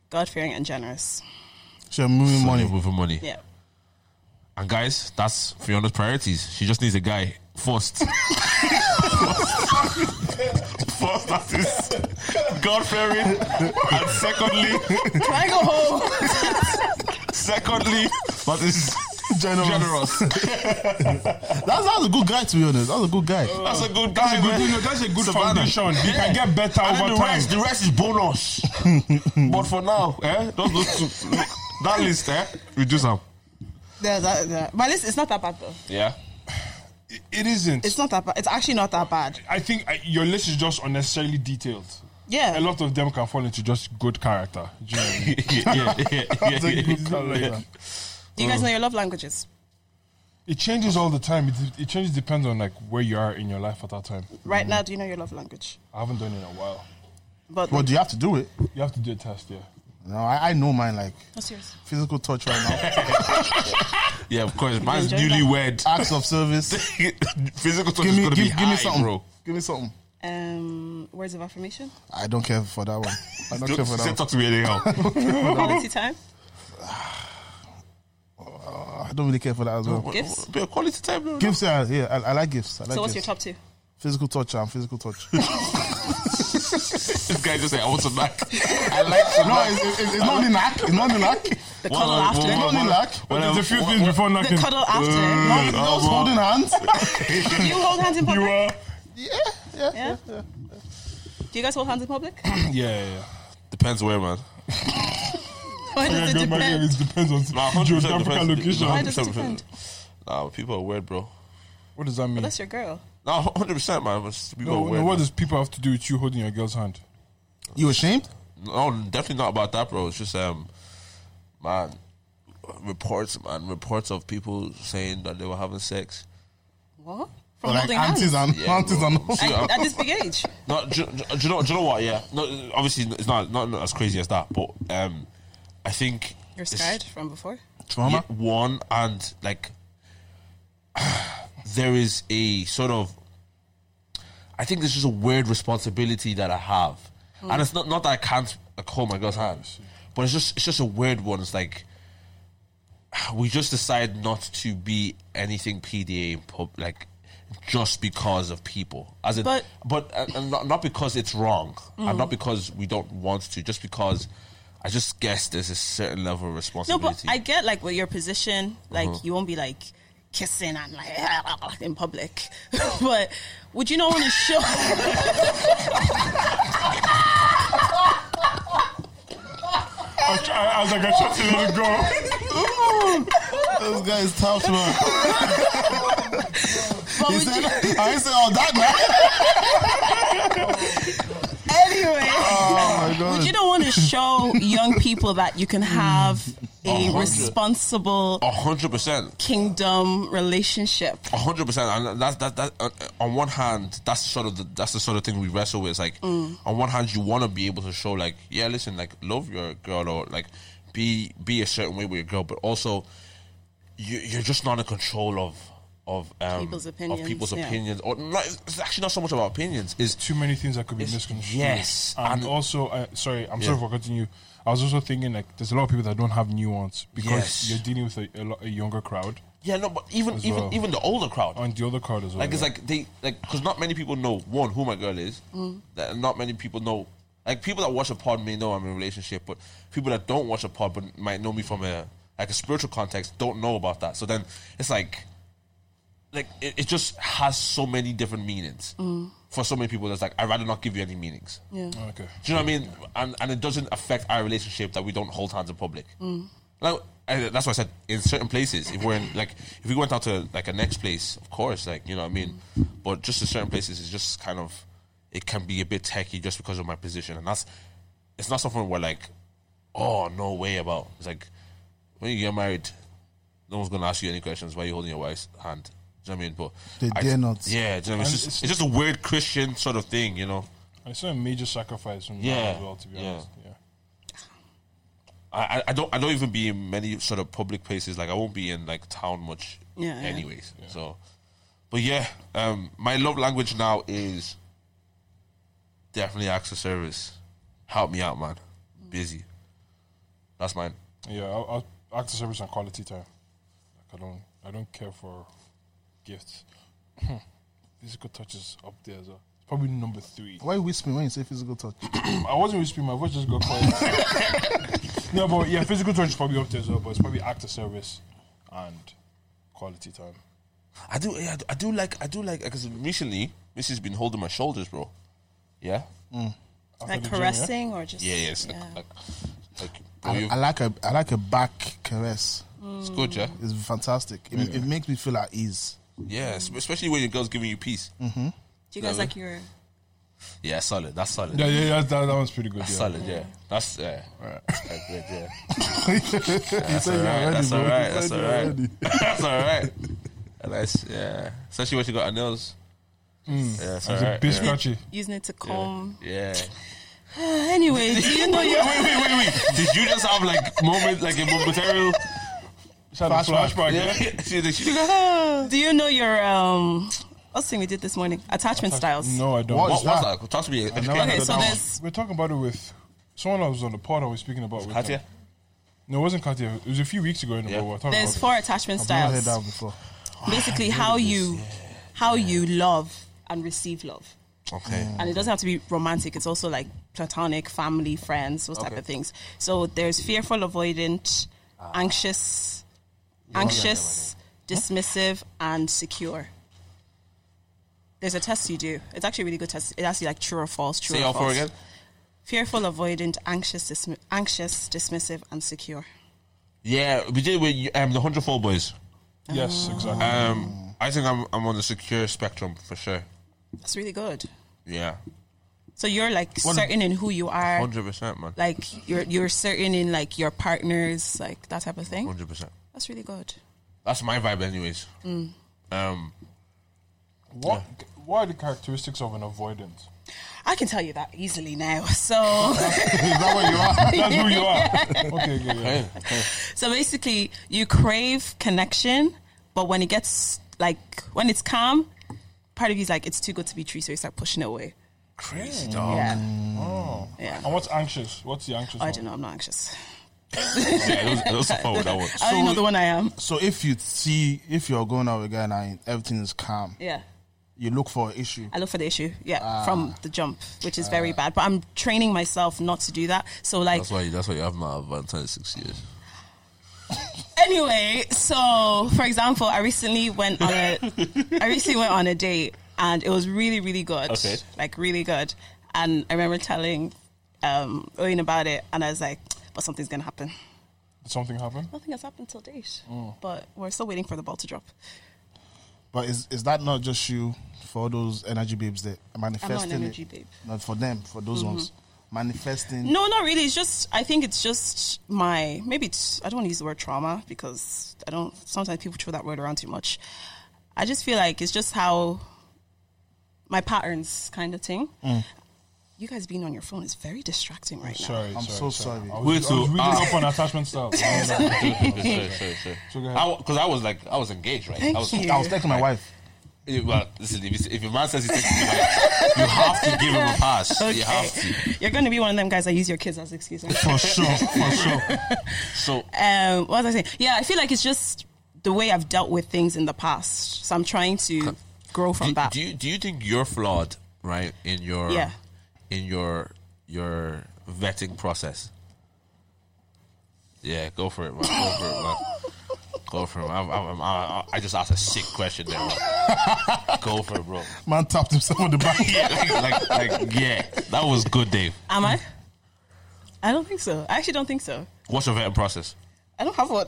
B: God fearing and generous.
A: She's moving
C: So
A: money.
C: *laughs* you're moving money.
B: Yeah.
C: And guys, that's Fiona's priorities. She just needs a guy first. *laughs* first, that is God fearing, and secondly,
B: Can I go home?
C: secondly, that is
A: *laughs* Generous.
C: generous.
A: That's, that's a good guy, to be honest. That's a good guy.
C: That's a good
D: That's
C: guy.
D: a good,
C: man.
D: you know, that's a good
C: Savannah.
D: foundation. You can get better
C: And then
D: over
C: the
D: time.
C: rest, the rest is bonus. but for now, eh, those, those two, that list, eh, reduce them.
B: There's that, there. But it's, it's not that bad though.
C: Yeah.
D: It isn't.
B: It's not that bad. It's actually not that bad.
D: I think I, your list is just unnecessarily detailed.
B: Yeah.
D: A lot of them can fall into just good character. Do you know what I mean?
C: *laughs* yeah, yeah, yeah,
A: That's a good
C: yeah.
A: character.
B: Do you guys know your love languages?
D: It changes all the time. It, it changes depends on like where you are in your life at that time.
B: Right now, do you know your love language?
D: I haven't done it in a while.
B: But
A: But do you have to do it?
D: You have to do a test, yeah.
A: No, I, I know mine, like,
B: what's yours?
A: physical touch right
C: *laughs*
A: now,
C: Yeah, of course. Man's
B: enjoy that.
C: newlywed.
A: acts of service.
C: *laughs* Physical touch
A: Give
C: is
A: me,
C: gonna
A: give,
C: be
A: give
C: high,
A: me something.
C: bro.
A: Give me something.
B: Um, words of affirmation,
A: I don't care for that one. I
C: *laughs*
A: don't care
C: Don't
A: for
C: say
A: that one.
C: talk to me anyhow.
B: quality time,
A: I don't really care for that as well.
B: gifts.
C: Bit of quality time, bro.
A: Gifts, yeah, yeah I, I like gifts. I like
B: So, what's your
A: gifts.
B: top two?
A: Physical touch and physical
C: *laughs*
A: touch.
C: This guy just said, I want some back. I like some
A: No,
C: back.
A: it's, it's, it's not in lack. It's not in
C: *laughs*
A: lack.
B: The cuddle
C: what-
B: after.
C: what-
A: It's not in lack.
C: Well,
D: There's
C: um,
D: a few
C: what-
D: things
C: what-
D: before
B: the
D: knocking.
B: cuddle after.
A: *laughs* Not those holding
C: *laughs*
A: hands.
B: Do you hold hands in
D: You
B: public?
D: are.
A: Yeah, yeah, yeah. yeah.
B: Do you guys hold hands in public?
D: *coughs* Yeah, yeah, yeah.
C: Depends where, man.
B: Why
D: Yeah,
B: does it
D: go back there,
B: depend?
D: It depends on
C: Nah, 100%
D: geographical
C: depends.
D: location.
B: Why does it
C: 100%
B: depend?
C: Nah, people are weird, bro.
D: What does that mean?
B: That's your girl.
C: Nah, 100%, man. It's- People are
D: No,
C: weird.
D: no, what
C: man.
D: does people have to do with you holding your girl's hand?
A: You ashamed?
C: No, definitely not about that, bro. It's just um, man, reports, man, reports of people saying that they were having sex.
B: What? from
A: like
B: holding
A: aunties
B: hands
A: and aunties and
C: *laughs*
A: all.
C: See,
B: at,
C: I'm-
B: at this big age.
C: No, do, do, do you know? Do you know what? Yeah, no. Obviously, it's not not, not as crazy as that, but um, I think
B: You're
C: it's-
B: scared from before.
A: trauma.
C: yeah, one and like *sighs* there is a sort of I think there's just a weird responsibility that I have.
B: Hmm.
C: And it's not not that I can't like, hold my girl's hands, but it's just it's just a weird one. It's like *sighs* we just decide not to be anything PDA in pub, like just because of people, as in,
B: But- Hmm.
C: but, uh, and not, not because it's wrong, and not because we don't want to, just because I just guess there's a certain level of
B: No,
C: responsibility.
B: but I get like with your position, like you won't be like kissing and like *laughs* in public. but would you not want to show? *laughs*
D: I, tr- I, I was like, I tried to let it go.
A: This guy is tough, man.
B: *laughs* but
A: He
B: would
A: said, *laughs*
B: you,
A: I ain't say all that, man.
C: *laughs*
B: *laughs* anyway,
A: Oh my god.
B: would you not want to show young people that you can have a
C: 100.
B: responsible
C: A hundred percent,
B: kingdom relationship?
C: a hundred percent, and that's that that. Uh, on one hand, that's sort of the, that's the sort of thing we wrestle with. It's like
B: Mm.
C: on one hand, you want to be able to show like, yeah, listen, like love your girl or like be be a certain way with your girl, but also you, you're just not in control of of um,
B: People's
C: of
B: opinions,
C: people's
B: yeah.
C: opinions, or not, it's actually not so much about opinions. Is
D: *laughs* Too many things that could be
C: It's-
D: misconstrued.
C: yes,
D: and,
C: and-
D: also, uh, sorry, I'm
C: Yeah.
D: sorry for cutting you. I was also thinking like, there's a lot of people that don't have nuance because
C: Yes.
D: you're dealing with a, a, lot, a younger crowd
C: yeah, no, but even
D: As
C: even
D: well.
C: even the older crowd,
D: and the other crowd as well.
C: Like it's
D: yeah.
C: like they like because not many people know one who my girl is. That not many people know. Like people that watch a pod may know I'm in a relationship, but people that don't watch a pod but might know me from a like a spiritual context don't know about that. So then it's like, like it, it just has so many different meanings for so many people. That's like I'd rather not give you any meanings.
B: Yeah.
D: okay.
C: Do you know what I mean? And and it doesn't affect our relationship that we don't hold hands in public. Like I, that's why I said in certain places, if we're in like if we went out to like a next place, of course, like you know what I mean. But just in certain places, it's just kind of it can be a bit techy just because of my position, and that's it's not something we're like, oh no way about. It's like when you get married, no one's gonna ask you any questions. Why are you holding your wife's hand? Do you know what I mean? But
A: They
C: I-
A: dare not.
C: Yeah, do you know what I mean? It's
D: And
C: just,
D: it's-
C: it's just a weird Christian sort of thing, you know.
D: I saw a major sacrifice from
C: Yeah,
D: that as well. To be
C: yeah.
D: honest, yeah.
C: I, I- I don't I don't even be in many sort of public places. Like I won't be in like town much
B: Yeah, yeah.
C: anyways. So but yeah, um my love language now is definitely acts of service. Help me out, man. Busy. That's mine.
D: Yeah, I'll, I'll act the service and quality time. Like I don't, I don't care for gifts. *laughs* Physical touches up there as well. It's probably number three.
A: Why whisper when you say physical
C: *clears throat*
A: touch?
D: I wasn't really speaking. My voice just got quiet. *laughs* no, but yeah, physical touch is probably up there as well. But it's probably act of service and quality time.
C: I do yeah, I do- I do like I do like because recently this has been holding my shoulders, bro. Yeah?
D: After
B: Like
D: the gym, yeah?
B: caressing or just
C: Yeah, yeah. It's like,
B: yeah.
C: like, like, bro,
A: I,
C: you-
A: I like a I like a back caress.
C: it's good, yeah.
A: It's fantastic. It, it makes me feel at ease.
C: Yeah, es- especially when your girl's giving you peace.
B: Do you guys
C: No.
B: like your?
C: Mm. Yeah, solid. That's solid.
D: Yeah, yeah, yeah. That, that one's pretty good. Yeah.
C: That's solid, yeah. That's yeah. That's good, *laughs* yeah.
A: You *laughs* said
C: That's
A: you're
C: alright.
A: ready,
C: That's
A: bro. You
C: alright. That's
A: said you're ready.
C: alright. *laughs* That's alright. And that's yeah. Especially when she got her nails. Yeah, that's
D: It's a
C: alright. yeah.
D: bit scratchy.
B: Using it to comb. *laughs*
C: *laughs* yeah.
B: Anyway, do you
C: *laughs*
B: know your? *laughs*
C: Wait, wait, wait, wait. Did you just have like moment, like a momentary?
D: Shout out
A: Flashback.
D: flashback.
C: Yeah.
D: Yeah.
C: *laughs* she, she, she,
B: Do you know your um? What's the thing we did this morning? Attachment styles.
D: No, I don't.
A: What?
C: what was that? Talk to me.
D: No,
C: Educate
D: no,
B: Okay,
D: no,
B: so
D: no.
B: there's-
D: we're talking about it with someone I was on the pod. I was speaking about with
C: me. Katia.
D: them. No, it wasn't Katia. It was a few weeks ago. In the
C: Yeah.
D: pod, we were talking
B: There's
D: about
B: four attachment
A: I've never heard
B: styles.
A: that before.
B: Basically, how you how you love and receive love,
C: Okay.
B: and it doesn't have to be romantic. It's also like platonic, family, friends, those type
C: Okay. Ah.
B: of things. So there's fearful, avoidant, anxious, anxious, dismissive, and secure. There's a test you do. It's actually a really good test. It asks you like true or false, true
C: Say
B: or
C: all
B: false.
C: four again.
B: Fearful, avoidant, anxious, dismi- anxious, dismissive, and secure.
C: Yeah, we did with um, the hundredfold boys.
D: it. Yes, exactly.
C: Um, I think I'm I'm on the secure spectrum for sure.
B: That's really good.
C: Yeah,
B: So you're like certain in who you are.
C: hundred percent, man.
B: Like you're you're certain in like your partners, like that type of thing.
C: Hundred percent.
B: That's really good.
C: That's my vibe, anyways. Um,
D: What What are the characteristics of
B: *laughs*
D: an avoidant?
B: I can tell you that easily now. *laughs* So,
A: Is that where you are?
D: That's who you are. okay, okay, yeah.
C: Yeah, yeah.
B: so basically, you crave connection, but when it gets like when it's calm, part of you's like it's too good to be true, so you start pushing it away.
A: Crazy dog.
B: Yeah,
D: Oh.
B: yeah.
D: And what's anxious? What's the anxious?
B: I
D: one?
B: don't know. I'm not anxious.
C: *laughs* Yeah, it was, it was fun with that one.
B: I only know the one I am.
A: So if you see if you're going out with a guy and I- everything is calm,
B: Yeah.
A: you look for an issue.
B: I look for the issue, yeah, from the jump, which is very bad. But I'm training myself not to do that. So, like,
F: That's why. You, that's why you have my Valentine six years.
B: anyway, so for example, I recently went on a, I recently went on a date, and it was really, really good,
C: Okay.
B: like really good. And I remember telling um, Owen about it, and I was like, "But something's gonna happen."
D: Did something happen?
B: Nothing has happened till date, but we're still waiting for the ball to drop.
A: But is is that not just you for all those energy babes that are
B: I'm not
A: manifesting
B: an energy
A: it?
B: babe. Mm-hmm.
A: Not for them, for those ones. Manifesting
B: No, not really. It's just I think it's just my maybe it's I don't want to use the word trauma because I don't. Sometimes people throw that word around too much. I just feel like it's just how my patterns kind of thing.
F: Mm.
B: You guys being on your phone is very distracting right now.
D: Sorry,
A: I'm so
D: sorry,
A: sorry.
D: I was,
C: Wait
D: I was
C: till-
D: reading
C: ah.
D: up on attachment style.
C: sorry, sorry, sorry.
D: go ahead.
C: Because I, was like, I was engaged, right?
B: Thank
C: I was,
B: you.
A: I was texting my wife.
C: Eh, Well, listen, if, it's- if your man says he's taking you, back, you have to give him a pass.
B: Okay.
C: You have to.
B: *laughs* You're going to be one of them guys that use your kids as excuse. um,
A: For sure, for sure.
C: *laughs* So
B: what was I saying? Yeah, I feel like it's just the way I've dealt with things in the past. So I'm trying to grow from
F: do,
B: that.
F: do you do you think you're flawed, right? In your
B: Yeah.
F: in your your vetting process.
C: yeah, go for it, man. Go for it, man. Go for it. man. I'm, I'm, I'm, I I just asked a sick question there. Man. *laughs* Go for it, bro.
A: Man tapped himself on the back.
B: *laughs*
C: Yeah, like, like, like, yeah, that was good, Dave.
B: Am I? I don't think so. I actually don't think so.
C: What's your vetting process?
B: I don't have one. *laughs*
D: *laughs*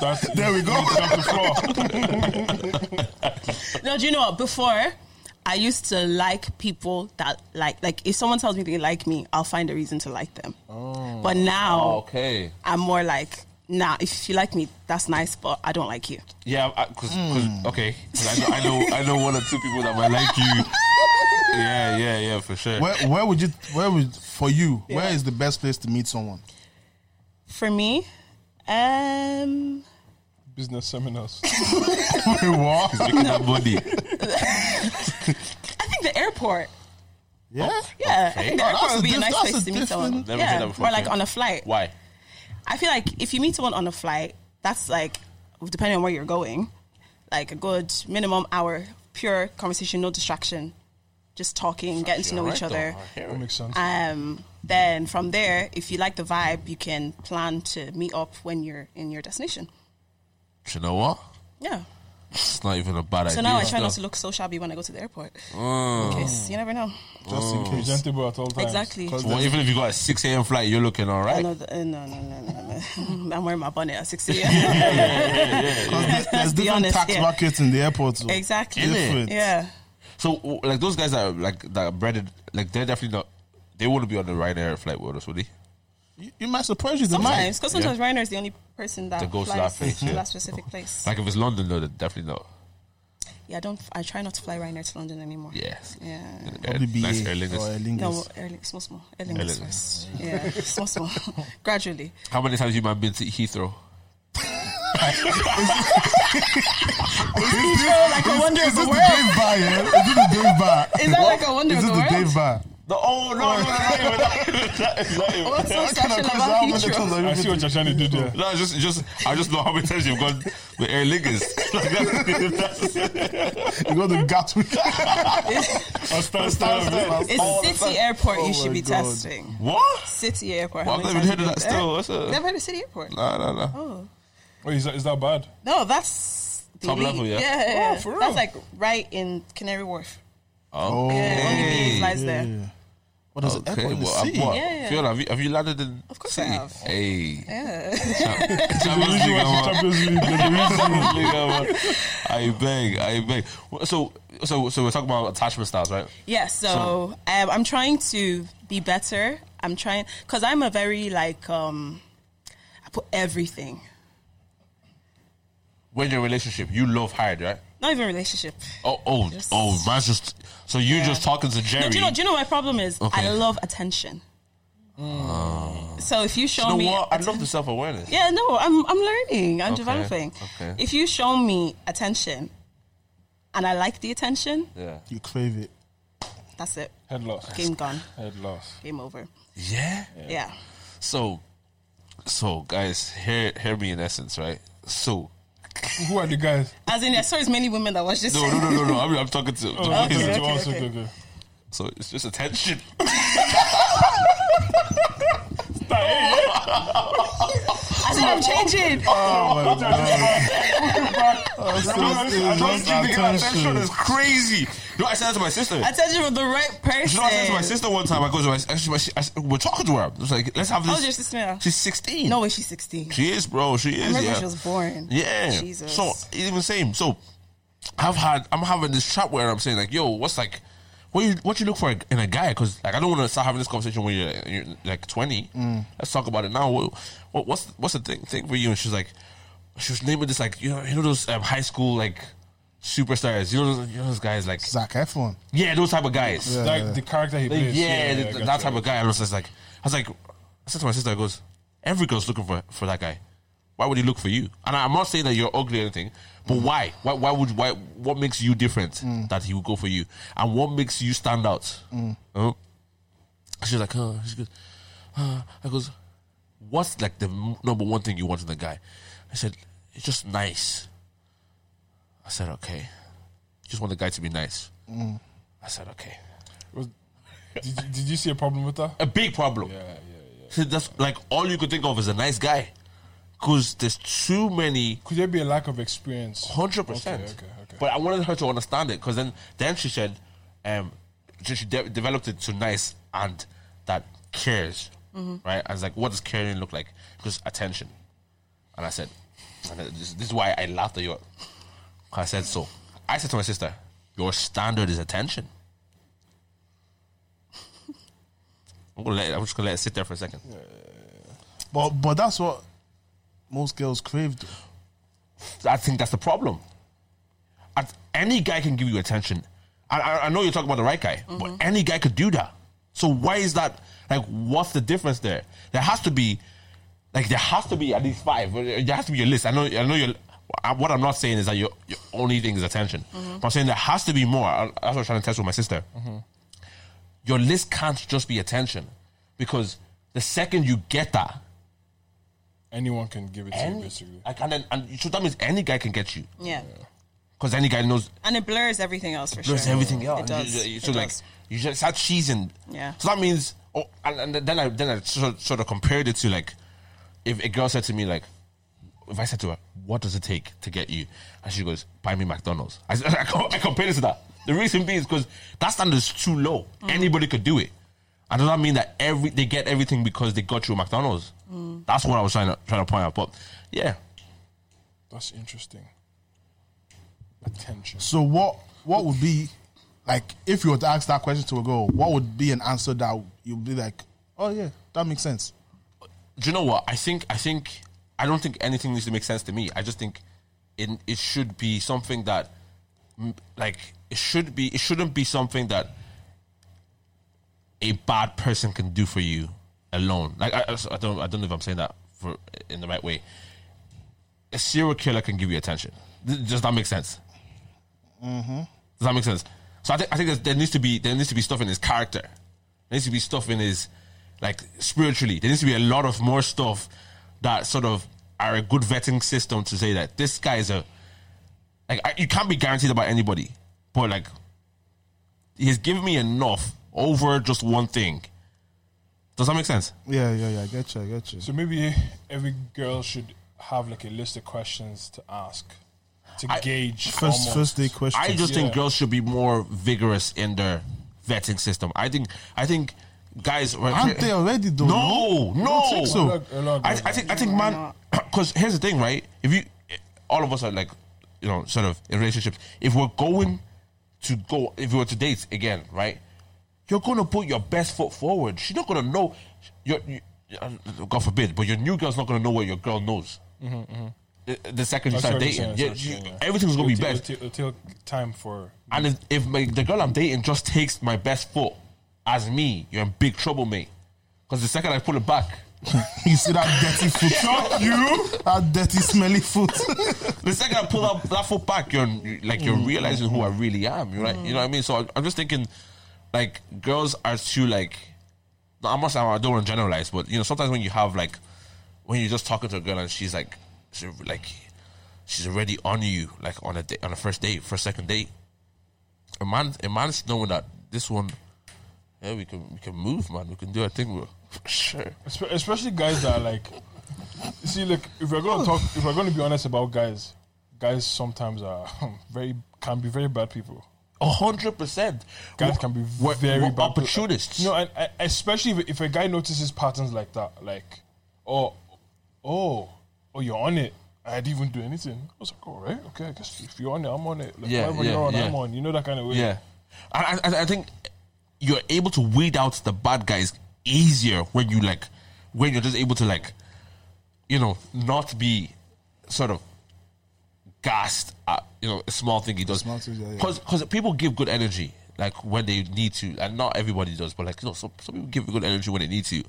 D: That's,
A: There we go.
D: that's the floor.
B: No, do you know what? Before, I used to like people that like like if someone tells me they like me, I'll find a reason to like them.
A: Oh.
B: But now
C: Okay.
B: I'm more like, nah, if you like me, that's nice, but I don't like you.
C: Yeah, because
B: Hmm.
C: okay, 'Cause I, know, I know I know one or two people that might like
B: *laughs*
C: you. Yeah, yeah, yeah, for sure.
A: Where where would you where would for you, where is the best place to meet someone?
B: For me, um
D: Business seminars.
A: Wait,
C: *laughs*
A: what?
C: Making that
B: *laughs*
C: money.
B: I think the airport.
A: Yeah?
B: Yeah, I think the
A: Oh,
B: airport
A: that's
B: would be
A: a
B: a nice
A: diff-
B: place
A: that's
B: to
A: a
B: meet someone.
A: different-
C: Never
B: yeah,
C: heard that before.
B: or like
C: okay.
B: on a flight.
C: Why?
B: I feel like if you meet someone on a flight, that's like depending on where you're going, like a good minimum hour, pure conversation, no distraction, just talking, getting to know
C: Alright,
B: each
C: though.
B: other.
C: I hear
D: That
C: it.
D: makes sense.
B: Um, then from there, if you like the vibe, you can plan to meet up when you're in your destination.
F: Do you know what?
B: Yeah.
F: It's not even a bad
B: So
F: idea.
B: now I try not to look so shabby when I go to the airport. In case you never know.
A: Just in case.
D: Presentable at all times.
B: Exactly.
D: Because
F: Well, even if you got a six a.m. flight, you're looking all
B: I
F: right.
B: know the- uh, no, no, no, no, no. *laughs* I'm wearing my bonnet at 6 a.m.
A: 'Cause there's, there's
B: be
A: different
B: honest,
A: tax
B: yeah.
A: brackets in the airport. So
B: *laughs* exactly.
A: Innit? Different.
B: Yeah.
C: So w- like those guys that are, like that are breaded, like they're definitely not. They wouldn't be on the Ryanair flight with us, would they?
A: You, you might surprise you tonight.
B: Sometimes, because sometimes Ryanair is the only person that
C: That goes to
B: flies
C: that place, yeah.
B: specific place.
C: Like if it's London, though, they're definitely not.
B: Yeah, I don't. I try not to fly Ryanair to London anymore.
C: Yes.
B: Yeah.
A: Probably be
C: nice
A: or
C: Aer Lingus.
A: Aer Lingus.
B: No, Aer Link- small, small. Aer Lingus
C: Lingus.
B: first. Yeah, small, small. Gradually.
C: How many times you man been to Heathrow?
B: like a wonder
A: Is this eh?
B: of the
A: the
B: world.
A: Dave Bar? Yeah? Is this the Dave Bar?
B: Is that like a wonder
A: Is this
B: of the
A: the
B: world?
A: Dave Bar?
C: No, oh, no, no, no, no, *laughs*
B: What's so
A: What kind of
B: special
A: question- how
B: about
A: many times
B: Heathrow?
A: have you
D: I
A: been
D: see what you're trying to do there.
C: no, it's just, just, I just know how many times you've gone with Aer Lingus. *laughs* Like, that's- that's-
A: You go
C: *laughs*
A: to Gatwick.
D: I'll stand still.
B: It's City Airport you should
A: my
B: be
A: God.
B: testing.
C: what?
B: City Airport. how
C: Well, I've
B: many
C: never heard of
B: times
C: that
B: have you
C: still.
B: been
C: What's
B: there?
C: a,
B: Never heard of City Airport.
C: no, no, no.
B: Oh.
D: Wait, is that, is that bad?
B: No, that's. the
C: Top
B: elite.
C: level, yeah?
B: Yeah,
D: Oh, for real?
B: That's like right in Canary Wharf.
A: Oh,
B: Yeah, only BA flies there.
A: yeah. What
D: Oh,
A: is it?
C: Okay,
A: Airport in the
C: well, I'm-
A: city?
C: what?
B: Yeah, yeah.
C: Fiona, have you, have you landed in?
B: Of course I
C: city?
B: have.
C: Hey,
B: Yeah.
D: The
C: *laughs* Champions
D: reason
C: League, I
D: why it's
C: want-
D: the Champions League, there's a reason.
C: *laughs* I beg, I beg. So, so, so we're talking about attachment styles, right?
B: Yeah, so um, I'm trying to be better. I'm trying because I'm a very like um, I put everything.
C: When you're in a relationship, you love hard, right?
B: Not even relationship.
C: Oh, oh,
B: Just-
C: oh, man's just. So you
B: Yeah.
C: just talking to Jerry.
B: No, do you know? Do you know my problem is?
C: Okay. Mm.
B: I love attention. So if you show
C: You know
B: me,
C: what? I love the self awareness.
B: yeah, no, I'm I'm learning, I'm
C: Okay,
B: developing.
C: okay.
B: If you show me attention, and I like the attention,
C: Yeah.
A: You crave it.
B: that's it.
D: Head loss.
B: Game gone.
D: Head loss.
B: Game over.
C: Yeah.
B: Yeah.
C: So, so guys, hear hear me in essence, right? So.
D: Who are
C: *laughs*
D: the guys?
B: As in, I saw as many women that watch this.
C: No, no, no, no, no. I'm, I'm talking *laughs* to.
D: Oh,
B: okay, okay,
D: also
B: okay.
D: good, good.
C: So it's just attention.
B: *laughs* I said I'm changing.
C: Uh, Attention is crazy. You know, what I said that to my sister.
B: Attention from the right
C: You
B: person.
C: know, what I said to my sister one time. I go to my, actually, my, she- I said, we're talking to her. It's like, let's have
B: How
C: this.
B: old is your sister now?
C: She's 16.
B: No way, she's 16.
C: she is, bro. She
B: I
C: is.
B: remember
C: yeah.
B: she was born.
C: Yeah.
B: Jesus.
C: So even same. So I've had I'm having this chat where I'm saying like, yo, what's like, what you what you look for in a guy? Because like I don't want to start having this conversation when you're, you're like 20. Let's talk about it now. What, what what's what's the thing thing for you? And she's like, she was naming this like you know you know those um, high school like superstars. You know those, you know those guys like
A: Zach Efron.
C: yeah those type of guys.
A: Yeah.
D: Like the character he
C: Like,
D: plays.
C: yeah,
D: I
C: th-
D: get
C: that
D: you.
C: type of guy. I was just like, I was like, I said to my sister, I goes, every girl's looking for for that guy. Why would he look for you? And I- I'm not saying that you're ugly or anything, but why? Why? Why would? Why? What makes you different that he would go for you? And what makes you stand out? Oh, she's like, oh, she goes, uh, I goes, what's like the m- number one thing you want in a guy? I said, it's just nice. I said, okay, just want the guy to be nice. I said, okay,
D: Was- Did you, did you see a problem with that?
C: a big problem.
D: Yeah, yeah, yeah.
C: So that's like all you could think of is a nice guy, because there's too many.
D: Could there be a lack of experience?
C: Hundred
D: Okay,
C: percent.
D: okay, okay.
C: But I wanted her to understand it, because then then she said, um, she, she de- developed it to nice and that cares,
D: Mm-hmm.
C: right? I was like, what does caring look like? Because attention, and I said, and this, this is why I laughed at you. I said so. I said to my sister, your standard is attention. *laughs* I'm gonna let it, I'm just gonna let it sit there for a second.
A: But but that's what most girls crave. though.
C: I think that's the problem. At- any guy can give you attention. I, I, I know you're talking about the right guy, but any guy could do that. So why is that? Like, what's the difference there? There has to be, like, there has to be at least five. There has to be a list. I know. I know you're. I- What I'm not saying is that your, your only thing is attention. But I'm saying there has to be more. I, that's what I was trying to test with my sister. Your list can't just be attention, because the second you get that,
D: Anyone can give it to you,
C: any,
D: basically.
C: like, and then, and so that means any guy can get you,
B: Yeah.
C: because any guy knows
B: And it blurs everything else for
C: blurs
B: sure.
C: everything out.
B: It does.
C: You- you- So
B: it
C: like
B: does.
C: you just start cheesing.
B: Yeah.
C: So that means, oh, and, and then I then I sort, sort of compared it to like, if a girl said to me like, if I said to her, what does it take to get you, and she goes, buy me McDonald's. I *laughs* said- I, co- I compared it to that. The reason being is because that standard is too low.
B: Mm.
C: Anybody could do it. And does that mean that every they get everything because they got you a McDonald's?
B: Mm.
C: That's what I was trying to trying to point out. But yeah,
D: That's interesting. Attention.
A: So what what would be like if you were to ask that question to a girl? What would be an answer that you'd be like, oh yeah, that makes sense.
C: do you know what? I think I think I don't think anything needs to make sense to me. I just think it it should be something that mm, like it should be it shouldn't be something that a bad person can do for you alone. Like I, I- I don't I don't know if I'm saying that for in the right way. A serial killer can give you attention. Th- Does that make sense? Does that make sense? So I think I think there's- there needs to be there needs to be stuff in his character. There needs to be stuff in his like spiritually. There needs to be a lot of more stuff that sort of are a good vetting system to say that this guy is a like I, you can't be guaranteed about anybody, but like he's given me enough over just one thing. Does that make sense?
A: Yeah, yeah, yeah. I get you. I get you.
D: So maybe every girl should have like a list of questions to ask to
C: I-
D: gauge.
A: First,
D: almost.
A: first day question.
C: I just think
D: Yeah.
C: girls should be more vigorous in their vetting system. I think I think guys
A: Aren't they already though?
C: No,
A: don't
C: no.
A: think so.
D: A lot- a lot of
C: I,
D: girls
C: I think I think man, *clears throat* because here's the thing, right? If you, all of us are like, you know, sort of in relationships. If we're going to go, if we were to date again, right? You're gonna put your best foot forward. She's not gonna know. Your, you, uh, God forbid, but your new girl's not gonna know what your girl knows. the, the second you
D: Mm-hmm, That's
C: start
D: what I'm
C: dating.
D: saying,
C: Yeah, you-
D: that's what I'm saying, yeah.
C: everything's gonna be
D: It'll
C: best.
D: take- It'll take it'll take time for.
C: And if, if my, the girl I'm dating just takes my best foot as me, you're in big trouble, mate. Because the second I pull it back,
A: You see that dirty foot?
C: *laughs*
D: *laughs*
A: you? That dirty, smelly foot. *laughs*
C: the second I pull up that foot back, you're you- like
D: Mm.
C: you're realizing who I really am. You're like, you know what I mean? So I, I'm just thinking, like girls are too like. no, I'm not saying I don't want to generalize, but you know sometimes when you have like, when you're just talking to a girl and she's like, she's like, she's already on you like on a day, on a first date, first second date. A man, a man's knowing that this one, yeah, we can we can move, man, we can do our thing, bro. *laughs* Sure.
D: Espe- Especially guys that are like, you see, look, if we're gonna talk, if we're gonna be honest about guys, guys sometimes are *laughs* very can be very bad people.
C: A hundred percent.
D: Guys can be
C: We're-
D: very
C: we're
D: bad people.
C: opportunists.
D: No, and, and especially if, if a guy notices patterns like that, like, oh, oh, oh, you're on it. I didn't even do anything. I was like, all right, okay, I guess if you're on it, I'm on it. Like,
C: Yeah,
D: whatever
C: yeah,
D: you're on,
C: yeah.
D: I'm on. You know that kind of way.
C: Yeah, I, I, I think you're able to weed out the bad guys easier when you like when you're just able to like, you know, not be sort of gassed at you know a small thing he does.
A: Small things, yeah, yeah.
C: Because people give good energy like when they need to, and not everybody does, but like you know, some, some people give good energy when they need to,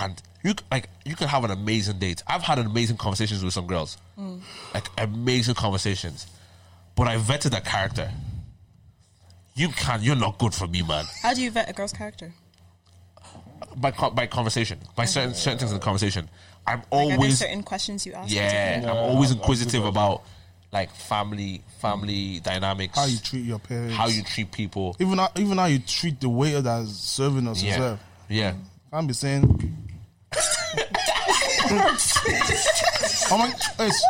C: and you c- like you can have an amazing date. I've had amazing conversations with some girls,
B: Mm.
C: like amazing conversations, but I vetted that character. You can't. You're not good for me, man.
B: How do you vet a girl's character?
C: By co- by conversation, by certain certain things in the conversation, I'm
B: Like, are there
C: always
B: certain questions you ask?
C: yeah,
D: Yeah,
C: I'm always
D: I'll- I'll do
C: inquisitive
D: that.
C: about like family family dynamics,
A: How you treat your parents.
C: how you treat people.
A: even how, even how you treat the waiter that's serving us as
C: Yeah,
A: well.
C: yeah.
A: Can't be saying. oh my! Ace.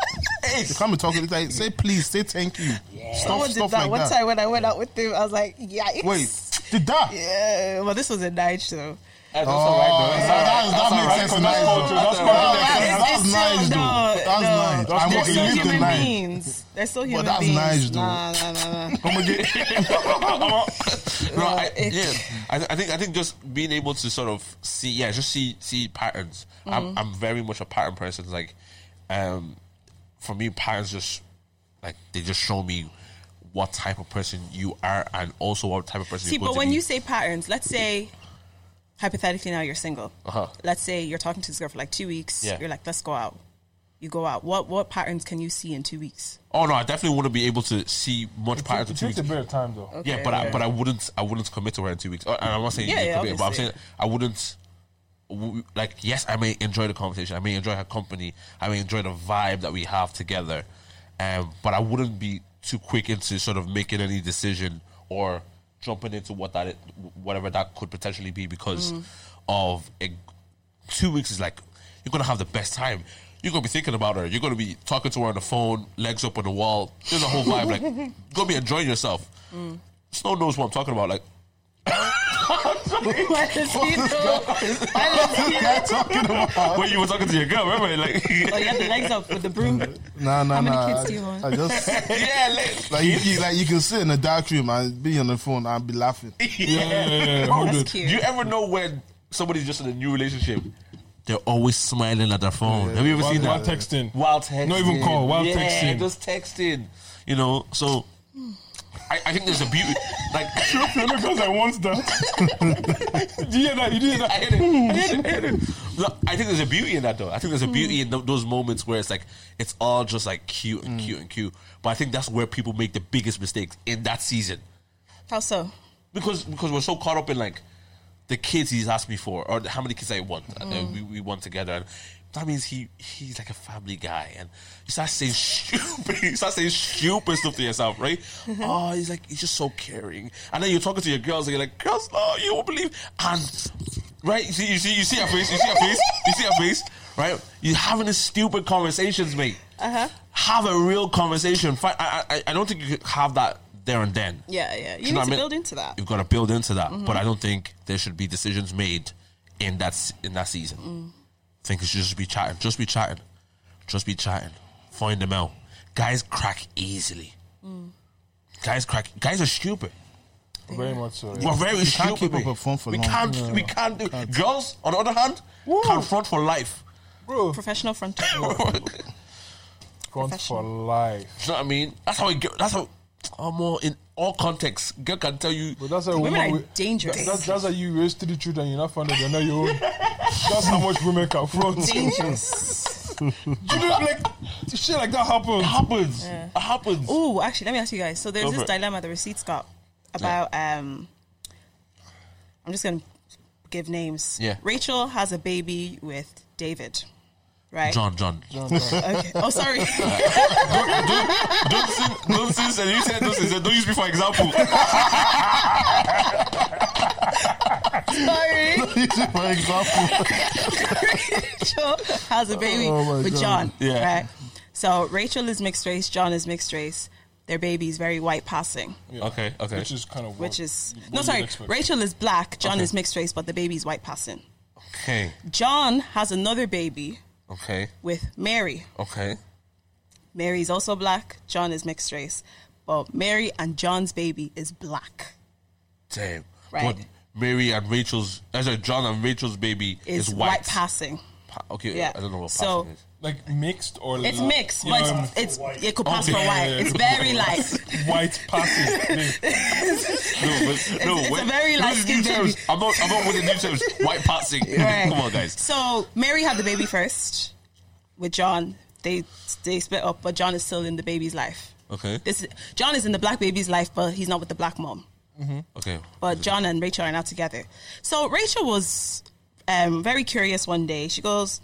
A: You can't be talking like say please, say thank you. Stuff,
B: Someone did
A: stuff
B: that
A: like
B: one
A: that.
B: time when I went out with him. I was like, yikes.
A: Wait, did that?
B: Yeah, well, this was a night show.
C: That's
A: Oh,
C: alright, though.
A: that, that makes sense.
D: That's
A: nice, though.
D: culture, that's
A: Oh,
D: culture.
A: that's-
B: It's-
A: That's nice,
B: it's still-
A: though.
B: no, no.
A: That's nice. I'm
D: They're
B: They're
D: Well,
A: gonna
D: it
B: still
D: is
A: live the
B: human
A: night.
B: beings. They're still human
A: that's
B: beings.
A: nice, though.
B: Nah, nah, nah, nah.
A: Come again. *laughs*
C: *laughs* no, I,
B: it-
C: yeah, I, I think I think just being able to sort of see, yeah, just see see patterns.
B: Mm-hmm.
C: I'm I'm very much a pattern person. Like, um, for me, patterns just like they just show me what type of person you are and also what type of person.
B: See,
C: you're going
B: but
C: to
B: when
C: be.
B: you say patterns, let's say hypothetically now you're single.
C: Uh-huh.
B: Let's say you're talking to this girl for like two weeks.
C: Yeah.
B: You're like, let's go out. You go out. What what patterns can you see in two weeks?
C: *laughs* oh no, I definitely want to be able to see much
D: It,
C: patterns.
D: it
C: in two
D: takes a
C: weeks.
D: bit of time though.
C: Yeah, but I, but I wouldn't I wouldn't commit to her in two weeks. Uh, And I'm not saying
B: Yeah,
C: you
B: yeah,
C: commit, but I'm
B: obviously.
C: saying I wouldn't. w- Like yes, I may enjoy the conversation. I may enjoy her company. I may enjoy the vibe that we have together. Um, but I wouldn't be too quick into sort of making any decision or jumping into what that it, whatever that could potentially be because
B: Mm.
C: of a, two weeks is like you're gonna have the best time. You're gonna be thinking about her. You're gonna be talking to her on the phone, legs up on the wall. There's a whole vibe. Like
B: *laughs*
C: you're gonna be enjoying yourself.
B: Mm.
C: Snow knows what I'm talking about. Like,
B: Why does
C: *laughs*
B: he know? Why does he know?
A: They're talking about.
C: when you were talking to your girl, remember? Like,
B: Oh, you have the legs up with the broom.
C: Mm-hmm.
A: Nah, nah,
B: How many
A: nah.
B: kids
A: I-
B: do you want?
A: I just.
C: yeah, like,
A: Like you, you- like you can sit in a dark room and be on the phone and be laughing. *laughs*
D: Yeah, yeah, yeah, yeah, hold
B: That's
D: it.
C: do
B: cute.
C: you ever know when somebody's just in a new relationship? They're always smiling at their phone. Have you ever
D: While,
C: seen
D: while
C: that?
D: texting,
C: Wild texting.
D: Not even call, while
C: yeah,
D: texting.
C: just texting. You know, so I, I think there's a beauty.
D: *laughs*
C: Like,
D: because I want that. *laughs* Did you hear that? You
C: *laughs*
D: did
C: I
D: that.
C: hate it. I hate it. I hate it. Look, I think there's a beauty in that though. I think there's a beauty in th- those moments where it's like it's all just like cute and cute and cute. But I think that's where people make the biggest mistakes in that season
B: How so?
C: because because we're so caught up in like the kids he's asked me for or how many kids I want and then we, we want together and that means he he's like a family guy and you start saying stupid *laughs* you start saying stupid stuff to yourself right oh he's like he's just so caring and then you're talking to your girls and you're like girls oh you won't believe and right you see you see you see her face you see her face you see her face right you're having these stupid conversations mate uh-huh. have a real conversation Fi- I, I, I don't think you could have that there and then
B: Yeah, yeah. You
C: you know
B: need
C: what
B: to
C: I mean?
B: build into that.
C: You've got to build into that, but I don't think there should be decisions made in that s- in that season. I think it should just be chatting, just be chatting, just be chatting. Find them out. Guys crack easily. Guys crack. Guys are stupid.
D: Very much so. yeah.
C: We're very
A: can't
C: stupid.
A: keep up
C: mate.
A: a phone for
C: we
A: long.
C: can't. We can't do. Girls, on
A: *laughs*
C: the other hand, confront for life.
B: *laughs* Professional front.
D: Scorned for life.
C: you know what I mean? That's how it. go- That's how. Oh, more in all contexts, girl can tell you.
D: But that's a
B: Women
D: woman.
B: are
D: with-
B: dangerous.
D: that- that's, that's how you raise three children. You're not funded. You're not your own. That's how much women can front.
B: Dangerous.
D: Children, like shit like that happens.
C: happens. It happens.
B: oh, actually, let me ask you guys. So there's
C: Go
B: this
C: for it.
B: dilemma the receipts got about. um I'm just gonna give names.
C: Yeah.
B: Rachel has a baby with David, right?
C: John, John,
B: Okay.
C: *laughs*
B: Oh, sorry.
C: don't sin, don't sin, and you said don't sin, said don't use me for example.
B: *laughs* sorry.
A: For example,
B: Rachel has a baby with John.
C: Oh Yeah.
B: Right. So Rachel is mixed race. John is mixed race. Their baby is very white passing,
C: *laughs* Okay, okay.
D: Which is kind of
B: which is
D: what
B: no
D: you'd
B: sorry.
D: expect.
B: Rachel is black. John is mixed race, but the baby is white passing.
C: okay,
B: John has another baby
C: okay,
B: with Mary.
C: okay.
B: Mary is also black. John is mixed race, but Mary and John's baby is black.
C: Damn.
B: Right.
C: But Mary and Rachel's, uh, sorry, John and Rachel's baby
B: Is
C: is,
B: white.
C: white.
B: passing.
C: Pa- okay,
B: Yeah.
C: I don't know what
B: So-
C: passing is.
D: like mixed or
B: It's
D: like-
B: mixed,
D: you
B: but
D: know,
B: it's,
D: um,
B: it's it could pass
C: Okay.
B: for white.
C: *laughs*
B: It's very like
D: white
B: *laughs*
D: passes.
C: No, but, no,
B: it's a
C: wait,
B: very
C: those
B: light-skinned
C: new terms.
B: baby.
C: I'm not, I'm not with the new
B: *laughs*
C: terms. White passing.
B: Right.
C: *laughs* Come on, guys.
B: So Mary had the baby first with John. They they split up, but John is still in the baby's life.
C: Okay.
B: This John is in the black baby's life, but he's not with the black mom.
C: Okay.
B: But John and Rachel are now together. So Rachel was um, very curious one day. She goes,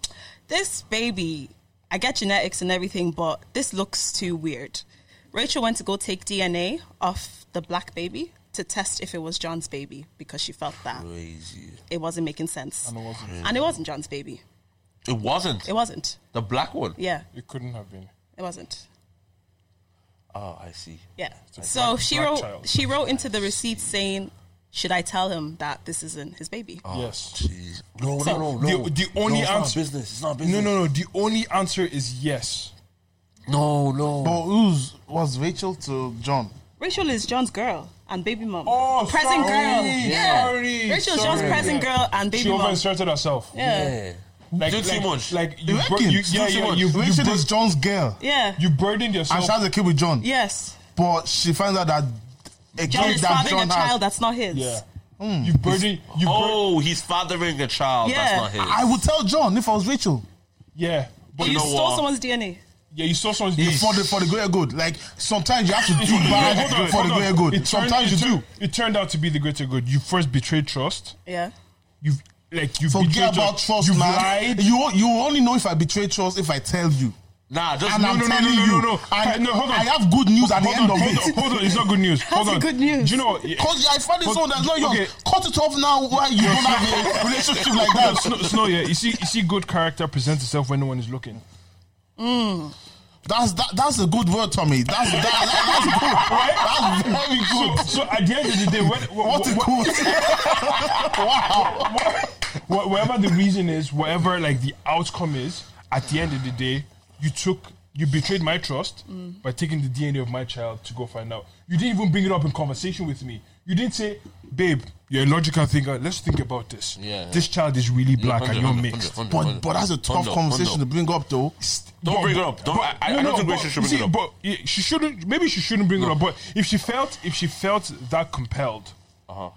B: "This baby, I get genetics and everything, but this looks too weird." Rachel went to go take DNA off the black baby to test if it was John's baby because she felt that
C: Crazy.
B: it wasn't making sense, and it
D: wasn't.
B: John's baby.
C: It wasn't
B: It wasn't.
C: the black one.
B: Yeah,
D: It couldn't have been.
B: it wasn't.
C: Oh, I see.
B: Yeah. So
D: black-
B: she
D: black
B: wrote
D: child.
B: she wrote into the receipt saying, "Should I tell him that this isn't his baby?"
C: Ah.
D: Yes.
C: Jeez. No,
B: So-
C: no, no,
D: The-
C: no.
D: the only
C: no, it's
D: answer-
C: Not business. It's not
D: No,
C: business.
D: no, no. The only answer is yes.
C: no, no,
A: but who's was Rachel to John?
B: Rachel is John's girl and baby mom.
D: Oh,
B: present
D: sorry,
B: girl. Yeah.
D: sorry,
B: Rachel's
D: sorry.
B: John's present girl and baby
D: She
B: mom.
D: overinserted herself.
B: Yeah.
C: Yeah.
D: Like,
C: Do
D: like,
C: too much.
D: Like
A: You
D: you, bur-
A: reckon?
D: you,
A: It's
D: yeah,
A: not too
D: yeah,
A: much.
D: you, you,
A: Rachel
D: bur-
A: is John's girl,
B: Yeah.
D: you burdened
A: and
D: yourself.
A: she has a kid with John.
B: Yes.
A: But she finds out that a
B: John
A: kid
B: is
A: that
B: fathering
A: John
B: a child
A: has.
B: that's not his.
D: Yeah.
A: Hmm.
D: You burdened. You bur-
C: Oh, he's fathering a child.
B: Yeah.
C: That's not his.
A: I would tell John if I was Rachel
D: yeah. But
B: You,
C: know
B: stole
C: what?
B: someone's DNA.
D: yeah, you saw someone. you-
A: for the for the greater good. Like sometimes you have to
D: *laughs*
A: do
D: Hold on,
A: bad for
D: hold
A: the
D: on.
A: greater good.
D: It turned-
A: Sometimes you
D: it
A: do.
D: turned- It turned out to be the greater good. You first betrayed trust.
B: Yeah.
D: You've like you
A: Forget about trust,
D: You've
A: man.
D: lied.
A: You you only know if I betray trust if I tell you.
C: nah, just
A: And
C: no,
A: I'm
C: no, no,
A: telling
C: no,
A: you,
C: no, no.
A: I,
D: No, hold on.
A: I have good news at the
D: hold
A: end
D: on,
A: of
D: hold
A: it.
D: on, hold on, it's not good news. Hold on.
B: That's good news.
D: Do you know what? Yeah.
A: Cause I find it so that's not yours.
D: Okay.
A: Cut it off now while you don't
D: *laughs*
A: have a relationship like that.
D: Snow, Snow, yeah, you see, you see, good character presents itself when no one
A: *laughs*
D: is looking.
A: That's that, that's a good word, Tommy. That's that, that- that's good. That's very
D: So,
A: good.
D: so at the end of the day, when,
A: What a quote. wow.
D: wh- whatever the reason is, whatever like the outcome is, at the end of the day, you took, you betrayed my trust by taking the DNA of my child to go find out. You didn't even bring it up in conversation with me. You didn't say, "Babe, you're a logical thinker. Let's think about this.
C: Yeah, yeah.
D: This child is really black and you're mixed."
A: But but that's a tough conversation to bring up though.
C: Don't
D: But-
C: bring it up. Don't- I- I- I don't think
D: but-
C: Rachel should bring
D: see,
C: it up.
D: But yeah, she shouldn't. Maybe she shouldn't bring it up. But if she felt, if she felt that compelled,
C: Uh huh.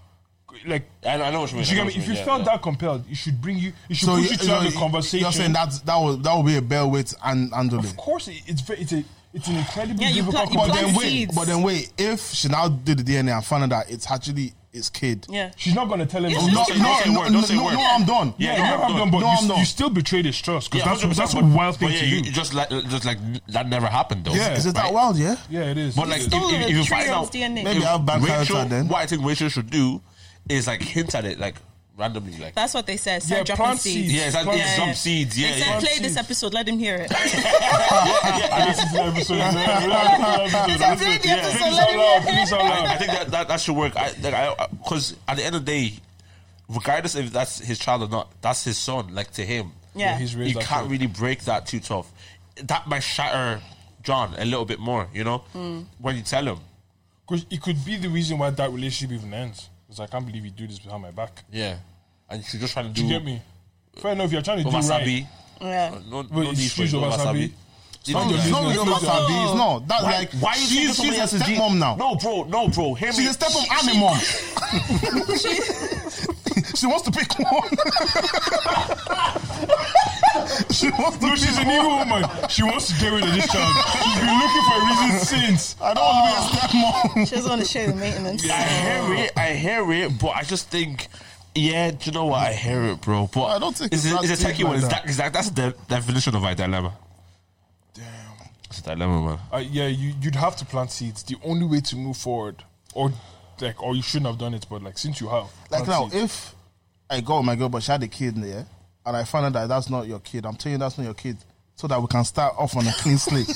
D: like.
C: I, I know what you mean.
D: do
C: I know
D: you get me?
C: what
D: If you
C: mean, yeah,
D: felt
C: yeah.
D: that compelled, it should bring you. It should push you, to have a conversation.
A: You're saying that that would that would be a bellwit and Andrew.
D: Of course, it- it's ve- it's a it's an incredibly
B: Yeah, you
D: difficult.
B: plant- you
A: But
D: conversation.
A: then
B: Plant
A: wait.
B: seeds.
A: But then wait. If she now did the DNA and found out that it's actually his kid.
B: Yeah.
D: She's not going to tell him.
B: Yes,
D: no.
B: she-
A: No,
B: Don't say-
A: no,
C: don't say
A: no,
C: word, don't
A: no,
C: say
A: no,
C: word.
A: no, I'm done.
C: Yeah,
D: Yeah,
C: no,
D: you
C: I'm
D: have
C: done.
D: done, but
A: No,
D: you,
A: I'm
D: s-
A: not.
D: you still betrayed his trust because that's,
C: 100%,
D: that's
C: but-
D: what wild
C: but
D: thing
C: yeah,
D: to
C: you,
D: do.
C: you just like just like that never happened though.
D: Yeah.
A: Is it that
C: Right?
A: wild? Yeah.
D: Yeah, it is.
C: But like, if,
B: Stole
C: if,
B: the
C: if you
B: tree
C: find
B: of
C: out,
B: DNA.
A: Maybe
C: if
A: I'll ban
C: Rachel,
A: character then.
C: what I think Rachel should do is like hint at it, like randomly, like
B: That's what they said. Start
D: Yeah,
B: dropping
D: plant
B: seeds.
D: seeds.
C: yeah, it's like
D: Yeah,
C: it's
B: yeah.
C: some seeds, yeah,
B: they said,
C: yeah.
B: play this episode, let him hear it.
D: I listened to the
C: *laughs*
D: episode. I listened to the
B: Listen to the
D: episode.
B: episode,
D: Finish
B: let him
D: out loud.
B: hear it.
D: Finish out
C: I, I
D: loud.
C: think that, that that should work. I like I because at the end of the day, regardless if that's his child or not, that's his son. Like to him,
B: Yeah.
D: he's
C: you
D: raised that
C: can't
D: kid.
C: really break that too tough. That might shatter John a little bit more, you know, when you tell him.
D: 'Cause It could be the reason why that relationship even ends. Because I can't believe you do this behind my back.
C: Yeah, and she's just trying to
D: Do
C: do
D: you get me? Fair enough. You're trying to do
C: wasabi.
D: right.
B: *laughs* yeah.
C: No,
D: Wait,
C: no need
D: it's
C: for it,
D: used
C: no
D: wasabi?
C: wasabi.
A: No,
C: Mind your
A: it's not
D: business.
A: real Master B. It's not. That's
C: Why-
A: like
C: why you
A: she's,
C: thinking
A: she's a
C: somebody
A: stepmom
C: else's
A: now.
C: D- No, bro, no, bro. Hear me.
A: She's a stepmom
C: She-
A: and a
C: she-
A: mom. she wants to pick one. she wants to
D: No,
A: pick
D: she's an
A: one.
D: evil woman. She wants to get rid of this child. She's been looking for a reason since.
A: I don't want to be a stepmom.
B: She doesn't want to share the maintenance.
C: I hear it. I hear it. But I just think, yeah, do you know what? I hear it, bro. But
A: I don't think
C: it's,
A: it's
C: a-
A: that
C: it's a
A: deep
C: techie
A: like
C: one. It's
A: that.
C: that, it's that, that's the definition of a dilemma. Damn. It's a dilemma, man.
D: Uh, yeah, you, you'd have to plant seeds. The only way to move forward, or like, or you shouldn't have done it, but like since you have,
A: Like
D: plant
A: now,
D: seeds.
A: if I got my girl, but she had a kid in there, and I found out that that's not your kid, I'm telling you that's not your kid, so that we can start off on a clean slate.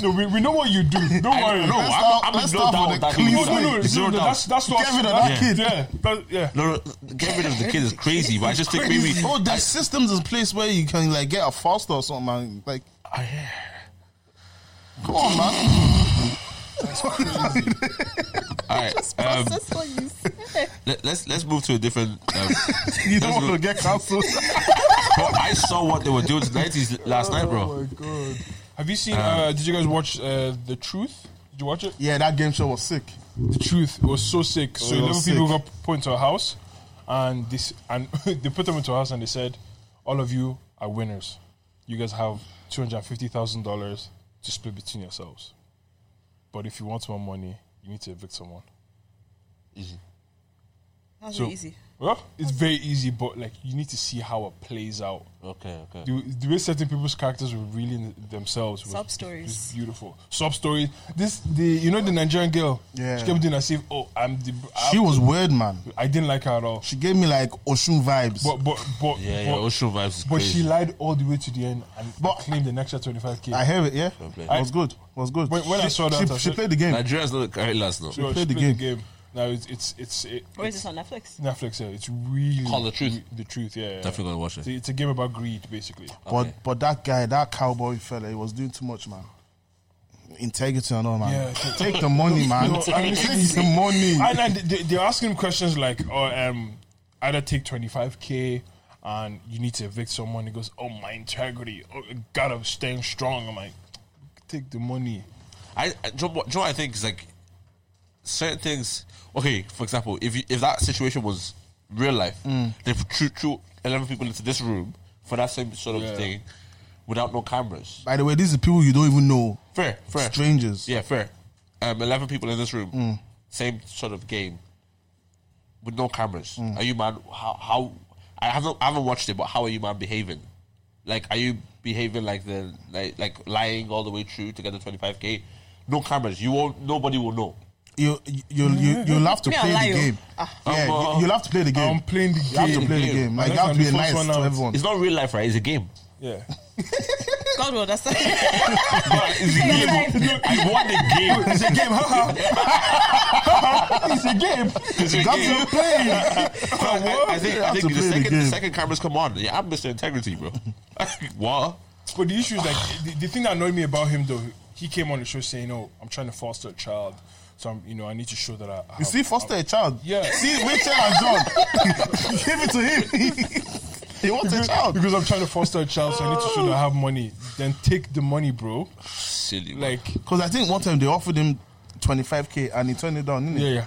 A: *laughs*
D: no, we, we know what you do.
C: *laughs*
D: Don't worry.
C: no,
A: Let's
C: I'm-
A: start-
C: I'm
A: let's
C: no
A: start
C: doubt
A: with a
C: that
A: clean
C: you-
D: no,
A: slate.
D: no, no,
C: Zero
D: no, no,
C: doubt.
D: that's that's not.
A: Get rid of that
D: yeah.
A: kid.
D: Yeah, that, yeah.
C: No, no, get rid of the kid is crazy, but I just think maybe.
A: Oh, there's systems in place where you can like get a foster or something. Man. Like, *laughs* come on, man.
C: All right, um,
B: *laughs* That's what you said.
C: let, us let's move to a different. Um, *laughs*
A: You don't
C: let's
A: want
C: move-
A: to get cancelled.
C: bro, I saw what they were doing to 90s last night, bro.
D: Oh god. Have you seen? uh, did you guys watch uh, the Truth? Did you watch it?
A: *laughs* yeah, that game show was sick.
D: The Truth was so sick. So
A: it
D: eleven
A: was
D: people
A: sick.
D: got put into a house, and this and *laughs* they put them into a house, and they said, "All of you are winners. You guys have two hundred fifty thousand dollars to split between yourselves. But if you want more money, you need to evict someone."
B: That was
D: So-
B: easy.
D: Well, it's very easy, but like you need to see how it plays out.
C: Okay, okay.
D: The, the way certain people's characters were revealing themselves was,
B: Sub-stories.
D: was beautiful. Sub stories. This the you know the Nigerian girl.
A: Yeah.
D: She kept doing as if oh I'm the I,
A: She was weird, man.
D: I didn't like her at all.
A: She gave me like Oshun vibes.
D: But but but
C: Yeah, yeah,
D: but,
C: Ocean vibes. Is
D: but she
C: crazy.
D: lied all the way to the end and
A: But-
D: claimed an extra twenty five k.
A: I hear it, yeah.
C: play.
A: was good. was good.
D: When- when I
A: she,
D: saw that,
A: she,
D: I
A: she
D: said-
A: played the game.
C: Nigeria's not the last, no.
A: played the game.
D: Now it's it's it's it,
B: Or is this on
D: *laughs*
B: Netflix?
D: Netflix. Yeah, it's really
C: Called The Truth.
D: The truth. Yeah, yeah.
C: Definitely gonna watch it.
D: It's a- It's a game about greed, basically.
A: But
C: Okay.
A: but that guy, that cowboy fella, he was doing too much, man. Integrity and all, man.
D: Yeah.
A: Take the money, man.
D: No, I mean,
A: Take the money.
D: and, and they, they're asking him questions like, "Oh, um, either take twenty five k, and you need to evict someone." He goes, "Oh, my integrity. Oh, I gotta stand strong." I'm like, "Take the money."
C: I, I do you know what, do you know what I think is like certain things. Okay, for example, if you, if that situation was real life,
D: Mm.
C: they threw, threw eleven people into this room for that same sort of
D: Yeah.
C: thing without no cameras.
A: By the way, these are people you don't even know.
C: Fair, fair.
A: Strangers.
C: Yeah, fair. Um, eleven people in this room, same sort of game with no cameras. Are you man? How how? I haven't I haven't watched it, but how are you man behaving? Like, are you behaving like the like, like lying all the way through to get the twenty five k? No cameras. You won't. Nobody will know.
A: You you you you'll have to
B: Me, I
A: play the
B: lie, oh.
A: game. Yeah,
C: Um,
A: you, you'll have to play the game.
D: I'm playing the
A: you have to
D: game.
A: play the game. Like you have to be
D: Unless
A: nice
D: I'm the first one
A: to
D: out.
A: everyone.
C: It's not real life, right? It's a game. *laughs*
D: Yeah,
B: God will. That's
C: it's a game. *laughs* I won the game.
D: it's a game. haha. it's a game.
C: *laughs* It's a
A: You
C: game.
A: have to play.
C: I, I think,
A: You
C: I
A: have to
C: think
A: play
C: the
A: the
C: second the,
A: game.
C: second cameras come on, yeah, I'm Mr. Integrity, bro. *laughs* what?
D: But the issue is like the, the thing that annoyed me about him though. He came on the show saying, "Oh, I'm trying to foster a child, so I'm, you know, I need to show that I." I
A: You see, foster a child.
D: Yeah.
A: *laughs* See, Rachel and John. *laughs* Give it to him. *laughs* he wants a child.
D: Because I'm trying to foster a child, so I need to show that I have money. Then take the money, bro.
C: Silly. man.
D: Like,
A: Because I think one time they offered him 25k and he turned it down. Didn't he?
D: yeah, yeah,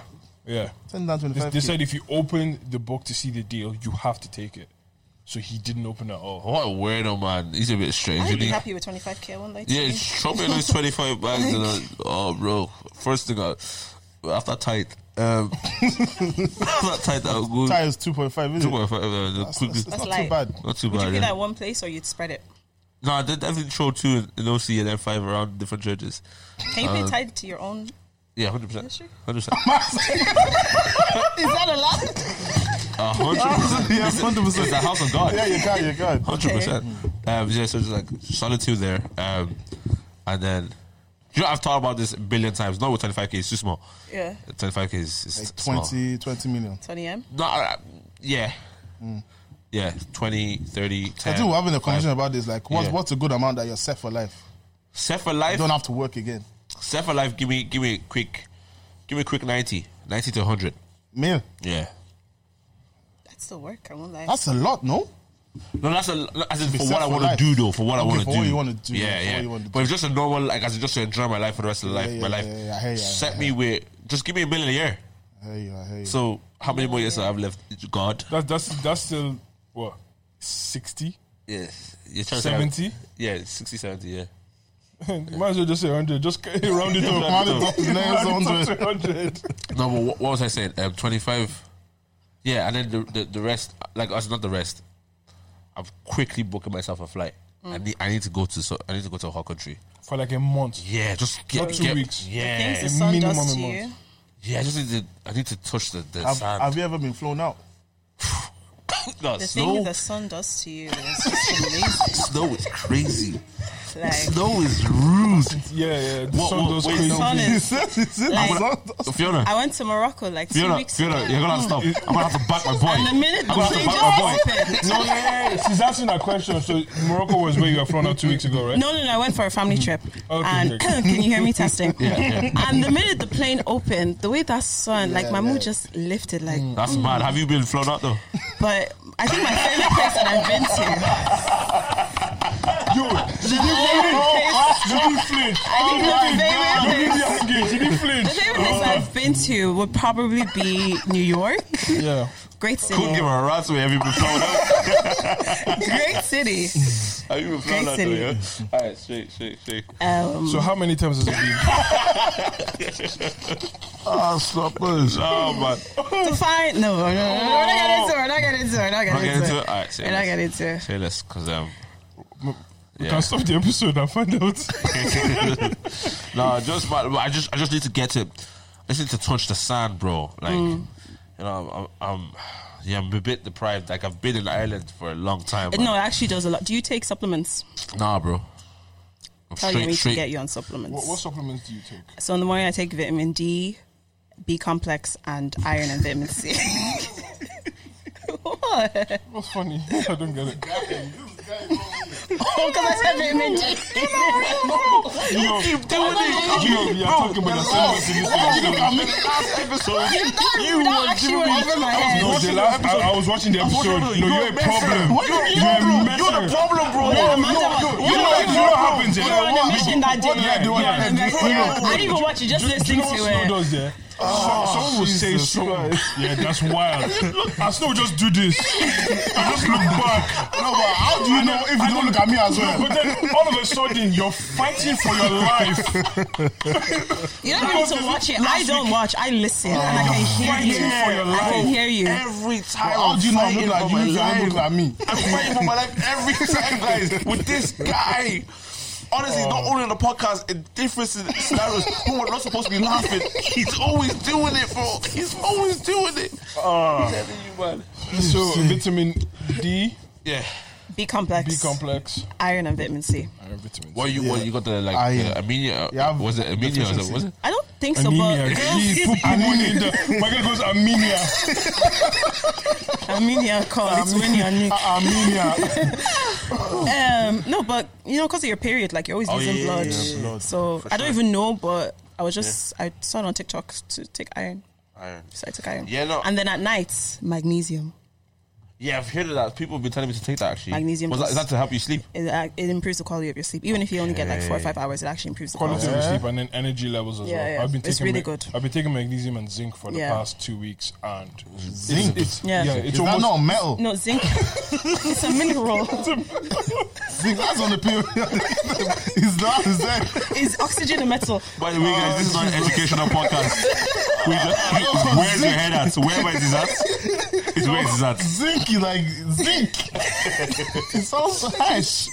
D: yeah.
A: Turned down
D: They,
A: 25k.
D: they said if you open the book to see the deal, you have to take it. So he didn't open at all.
C: What a weirdo, man. He's a bit strange.
B: *laughs* I'd
C: Isn't
B: be
C: he?
B: happy with 25k. I won't lie to
C: Yeah,
B: you.
C: it's Trumpy those
B: *laughs*
C: 25 bags. and, uh, oh, bro. First thing, I, after tight, um, *laughs* after tight, I'll go.
A: Tie is 2.5, is it?
C: 2.5, uh, the
A: That's,
C: quick-
A: that's- that's
B: That's
A: not too
B: light.
A: bad.
C: Not too
B: Would you
C: bad.
B: be
C: yeah.
B: that one place or you'd spread it?
C: No, I did definitely throw two in, in OC and then five around different churches.
B: Can you be tied to your own?
C: Yeah, 100%.
B: Ministry?
A: *laughs*
C: 100%.
B: Is that a lot?
C: Uh, 100%.
A: Yeah,
C: It's
A: 100%.
C: the house of God.
A: Yeah, you can, you can.
C: hundred percent. Um, yeah, so it's like solid two there, um, and then you know I've thought about this a billion times. Not with twenty five k, it's too small.
B: Yeah.
C: Twenty five k is, is
A: Like
C: small.
A: 20, 20 million.
B: 20 m.
C: No, uh, yeah, yeah, 20, 30, 10.
A: I think we're having a conversation about this. Like, what's,
C: Yeah.
A: what's a good amount that you're set for life?
C: Set for
A: You
C: life.
A: don't have to work again.
C: Set for life. Give me, give me a quick, give me a quick 90, 90 to hundred.
A: Mil.
C: Yeah,
B: That's the work. I won't lie.
A: That's a lot, no?
C: No, that's a as in for
A: set
C: what I
A: for
C: want to
A: life.
C: do though. For what I
A: Okay,
C: want to
A: for
C: do.
A: what you wanna do,
C: Yeah,
A: yeah, for what
C: yeah.
A: you wanna
C: But it's just a normal like as in just to enjoy my life for the rest of the life.
A: yeah,
C: my
A: yeah,
C: life.
A: yeah, yeah, I hear you, I
C: Set
A: hear
C: me
A: you.
C: with just give me a million a year.
A: I hear you, I hear you.
C: So how many more years do I have left? God.
D: That, that's that's still what sixty. *laughs*
C: Yes. You're trying to say I-
D: 70?
C: Yeah, 60, 70, yeah.
D: Might as well just say 100. Just *laughs* round it up.
A: Round it up to the next
D: Round it up
A: 100.
D: to 100.
C: No, but what, what was I saying? Um, 25. Yeah, and then the, the, the rest, like, us, not the rest. I'm quickly booking myself a flight. I need I need to go to so I need to go to a hot country.
D: For like a month.
C: Yeah, just get,
D: Not two
C: get-
D: weeks.
B: Things
C: Yeah,
B: the sun
D: minimum
B: does to
D: amount.
B: you.
C: yeah. I just need to I need to touch the, the
A: have,
C: sand.
A: have you ever been flown out?
C: No,
B: The
C: snow,
B: thing the sun does to you
C: *laughs*
B: is just amazing.
C: snow is crazy.
B: Like,
C: Snow is rude. *laughs*
D: Yeah, yeah. The
C: What-
D: sun
C: what-
D: does
C: wait,
D: crazy.
C: no. *laughs*
B: sun is.
A: says it's in
B: Like-
C: Fiona,
B: I went to Morocco like two
C: Fiona,
B: weeks
C: Fiona,
B: ago.
C: you're gonna have to stop. I'm gonna have to back my boy.
B: And the minute
C: I'm gonna
B: the
C: have to
B: plane
C: back my boy.
B: just opened.
D: No, yeah, yeah, yeah. She's asking that question. So Morocco was where you were flown out two weeks ago, right?
B: No, no, no. I went for a family trip.
C: Mm-hmm.
D: Okay,
B: and
D: okay.
B: *clears throat* can you hear me testing?
C: Oh, *laughs* Yeah, yeah.
B: And the minute the plane opened, the way that sun, like my mood
A: yeah.
B: just lifted. Like,
C: That's mad. Have you been flown out though?
B: but I think my favorite place that I've
C: *laughs*
B: been to,
D: She didn't flinch. She didn't flinch.
C: oh
B: I think the favorite place,
D: She didn't flinch. She didn't
B: the *laughs*
D: flinch.
B: favorite place I've been to would probably be New York.
D: Yeah.
B: Great
C: Couldn't
B: city,
C: give a rat's way. Have you been flown out? *laughs*
B: great city.
C: Have you been flown
B: Great
C: out though?
B: city.
C: Yeah. All right, straight, straight, *laughs* straight.
B: Um,
D: So how many times has it been?
A: Ah, stop this.
C: Oh man.
B: to find no, no, no, no, we're not getting into it. We're not getting into it. We're
C: Not
B: not getting
C: getting
B: into
C: into
B: it.
C: it. All right, say
B: We're not
C: less.
B: getting into it.
C: Say less, cause um.
D: We
C: Yeah.
D: can stop the episode and find out.
C: *laughs* no, just but but I just I just need to get to, I just need to touch the sand, bro. Like,
A: Mm.
C: you know, I'm, I'm, yeah, I'm a bit deprived. Like I've been in Ireland for a long time. man.
B: No, it actually does a lot. Do you take supplements?
C: nah, bro. I'm
B: Tell you
C: straight,
B: we need to get
C: straight.
B: you on supplements.
D: What, what supplements do you take?
B: So in the morning, I take vitamin D, B complex, and iron and vitamin
D: *laughs*
B: C. *laughs* what?
D: What's funny? *laughs* I don't get it.
B: Oh, because I said vitamin D.
D: You know,
C: Keep doing it.
D: you know, we are talking about the supplements in this episode.
A: I mean, last episode,
B: You that actually went over my head.
D: No, the last, I, I was watching the episode. No, you're a problem.
A: What you
D: You're a messer.
A: You're the problem, bro.
B: Yeah, man, that was-
D: You
B: you
D: know
B: were
D: what-
B: on
D: you
B: a-
D: know what happens
B: you
D: here?
B: were on a mission that day.
D: Yeah, they were like,
B: Yeah,
D: this, you know,
B: I didn't even watch it. Just
D: Do- do you
B: listen
D: know what
B: to
D: Snow
B: it.
D: does there? So- someone will say
A: eh? Ah, Jesus
D: something. Yeah, that's wild. I still just do this. I just look back.
A: No, but how do you know if you don't look at me as
D: But
A: well?
D: then all of a sudden you're fighting for your life.
B: You don't need to watch it. I don't watch. I listen and I can
D: Fighting
B: hear you.
D: for your
B: I can
D: life.
B: hear you.
C: Every
A: How
C: time. I'm
A: Oh, do you know I
C: fighting
A: look like
C: for
A: you if you
C: my
A: don't
C: life.
A: look at me?
C: I'm fighting for my life every *laughs* time, guys, with this guy. Honestly, not only on the podcast, in different sc- scenarios, who are not supposed to be laughing, he's always doing it, bro. He's always doing it.
D: So vitamin D,
C: Yeah.
B: B complex,
D: B complex,
B: iron and vitamin C.
D: and vitamin.
C: What you what you got the like
A: Ah,
C: the
A: yeah.
C: anemia?
A: Yeah, I've-
C: was it anemia? or something, Was it?
B: I don't think so,
D: Anemia.
B: *laughs* but
D: Jeez, put put money in there. Michael goes anemia.
B: anemia call. It's when you're nick.
A: I mean, *laughs* yeah.
B: Um, no, but you know, because of your period, like you're always losing
C: yeah, yeah,
B: blood.
A: yeah, blood,
B: So I don't even know, but I was just I saw it on TikTok to take iron,
C: Iron.
B: so I took iron.
C: Yeah, no.
B: And then at night, magnesium.
C: Yeah, I've heard of that. People have been telling me to take that actually.
B: Magnesium
C: Was that, is
B: plus-
C: that to help you sleep?
B: It, uh, it improves the quality of your sleep, even if you only get like four or five hours. It actually improves the
D: quality
B: quality.
D: of sleep and then energy levels as
B: Yeah,
D: well.
B: yeah.
D: I've been
B: It's
D: taking
B: really good.
D: I've been taking magnesium and zinc for the
B: Yeah.
D: past two weeks, and
A: Zinc?
D: It's, it's, yeah.
B: Yeah.
D: it's
A: Is that
D: almost
A: not metal?
B: No zinc. *laughs* it's a mineral.
A: *laughs* Zinc, that's on the period. *laughs* It's not, is that?
B: Is oxygen a metal?
C: By the way, guys, this is not an *laughs* educational podcast. We just, where's your head at? Where is this at? It's where is this at?
A: Zinc is like zinc. *laughs* It sounds harsh.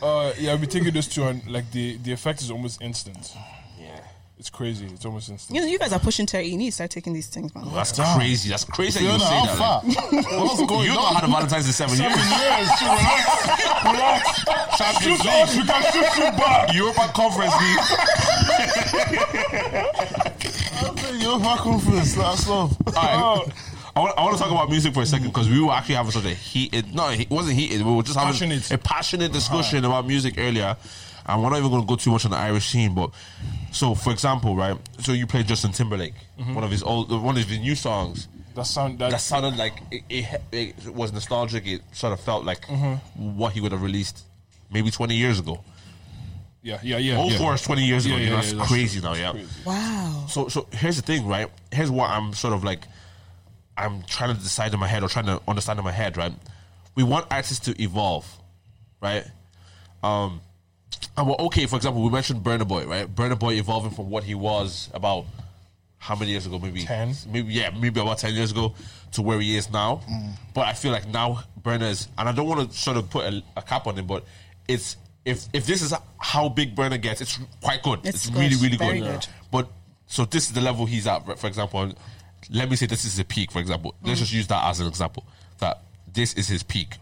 D: Uh, yeah, I've been taking those two, and like the the effect is almost instant.
C: Yeah.
D: It's crazy. It's almost instant.
B: You know, you guys are pushing to it. You need to start taking these things, man.
C: That's crazy. That's crazy that you
A: Fiona,
C: would say
A: how
C: that.
A: far? *laughs*
C: Like,
A: What's going
C: you don't
A: on?
C: had a Valentine's in seven years.
D: Yes, relax, relax. Shoot us, we can shoot you back.
C: Europa Conference
D: *laughs*
C: League.
A: *laughs* You're back on first. That's love.
C: All right. I want, I want to talk about music for a second because we were actually having such a heated, no, it wasn't heated. We were just having
D: Passionate. Uh-huh.
C: a passionate discussion about music earlier. And we're not even going to go too much on the Irish scene, but so for example, right? So you played Justin Timberlake,
D: Mm-hmm.
C: one of his old, one of his new songs
D: That sound that,
C: that sounded like it, it, it was nostalgic. It sort of felt like
D: Mm-hmm.
C: what he would have released maybe 20 years ago.
D: yeah yeah yeah.
C: Old
D: yeah.
C: Forest 20 years ago.
D: Yeah,
C: you
D: yeah,
C: know,
D: yeah,
C: that's
D: that's-
C: crazy now, yeah.
D: crazy.
B: Wow.
C: So, so here's the thing, right? Here's what I'm sort of like, I'm trying to decide in my head or trying to understand in my head, right? We want artists to evolve, right? Um, and we're okay. For example, we mentioned Burner Boy, right? Burner Boy evolving from what he was about how many years ago? Maybe
D: 10.
C: Maybe yeah, maybe about ten years ago to where he is now. But I feel like now Burner is, and I don't want to sort of put a, a cap on him, but it's if if this is how big Burner gets, it's quite good. It's,
B: It's good.
C: really really
B: Very
C: good.
B: good.
C: But so this is the level he's at. right? For example, let me say this is a peak. For example, let's just use that as an example. That this is his peak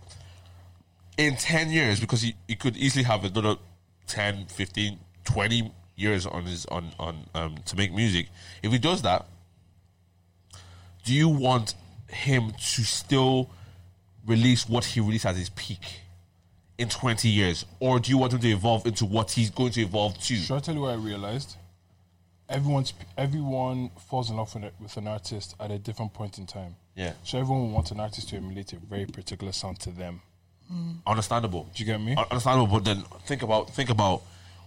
C: in 10 years because he, he could easily have another 10 15 20 years on his on on um, to make music if he does that do you want him to still release what he released at his peak in 20 years or do you want him to evolve into what he's going to evolve to
D: Should I tell you what I realized? Everyone's everyone falls in love with, a- with an artist at a different point in time.
C: Yeah.
D: So everyone wants an artist to emulate a very particular sound to them.
C: understandable
D: Do you get me?
C: Un- understandable but then think about think about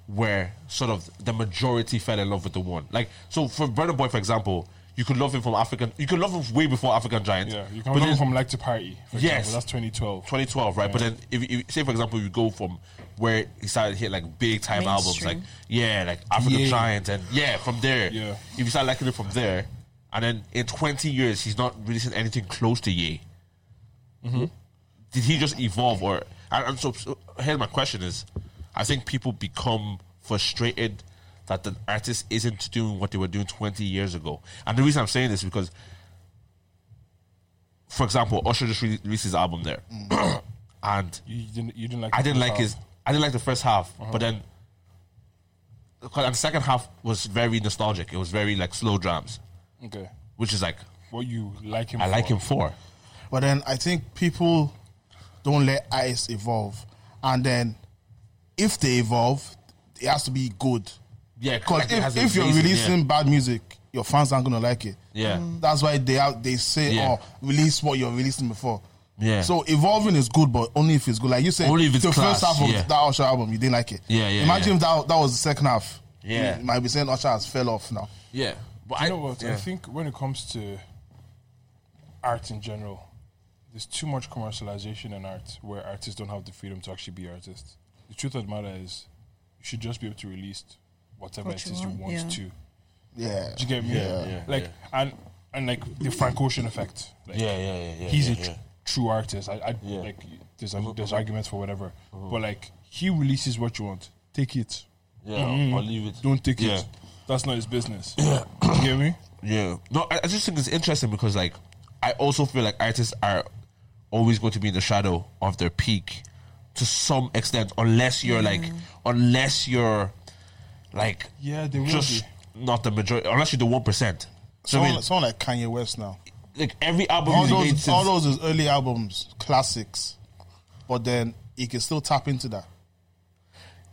C: where sort of the majority fell in love with the one like so for Burna Boy for example you could love him from African you could love him way before African Giant
D: Yeah, you can
C: but
D: remember
C: then-
D: from Like to Party. For
C: Yes.
D: example, that's 2012.
C: 2012, right? But then, if, if say for example, you go from where he started hit like big time albums, like
B: Mainstream.
C: yeah, like African
D: Yeah.
C: Giant, and yeah, from there,
D: Yeah.
C: If you start liking it from there, and then in 20 years he's not releasing anything close to Ye. Did he just evolve, or and, and so, so here's my question: Is I think people become frustrated that the artist isn't doing what they were doing 20 years ago, and the reason I'm saying this is because for example, Usher just re- released his album there, *clears throat* and
D: You didn't, you didn't like
C: I
D: the
C: didn't
D: first
C: like his.
D: half.
C: I didn't like the first half,
D: Uh-huh.
C: but then, and the second half was very nostalgic. It was very like slow drums,
D: Okay.
C: which is like
D: What you like him
C: I like
D: for.
C: him for.
A: But then I think people don't let artists evolve, and then if they evolve, it has to be good.
C: Yeah,
A: because
C: like it has
A: if,
C: to
A: if
C: be
A: you're
C: amazing,
A: releasing bad music, your fans aren't gonna like it.
C: Yeah. Mm.
A: that's why they have, they say,
C: Yeah.
A: "Oh, release what you're releasing before."
C: Yeah.
A: So evolving is good, but only if it's good. Like you said,
C: Only if it's
A: the
C: class,
A: first half of
C: yeah.
A: that Usher album, you didn't like it.
C: Yeah, yeah,
A: Imagine
C: yeah.
A: if that that was the second half.
C: Yeah.
A: you might be saying Usher has fell off now.
C: Yeah, but
D: You
C: I
D: know what?
C: yeah.
D: I think when it comes to art in general, there's too much commercialization in art where artists don't have the freedom to actually be artists. The truth of the matter is, you should just be able to release whatever
B: What
D: it
B: you
D: is you
B: want,
D: want
B: yeah.
D: to.
A: Yeah,
D: Do you get me?
A: Yeah,
C: yeah,
D: like
C: yeah.
D: and and like the Frank Ocean effect. Like,
C: Yeah, yeah, yeah, yeah,
D: He's
C: yeah,
D: a tr-
C: yeah.
D: true artist. I, I
C: Yeah. Mm-hmm.
D: like there's there's arguments for whatever, but like he releases what you want. Take it.
C: yeah, I'll leave it.
D: Mm-hmm. Don't take
C: Yeah.
D: it. That's not his
C: *coughs*
D: business. Yeah. you get me?
C: Yeah. No, I, I just think it's interesting because like I also feel like artists are always going to be in the shadow of their peak to some extent, unless you're like unless you're like
D: Yeah, they will
C: just not the majority unless you're the one percent. So I
A: someone,
C: mean
A: someone like Kanye West now.
C: like every album
A: all
C: he's made
A: those
C: since-
A: all those his early albums, classics, but then he can still tap into that.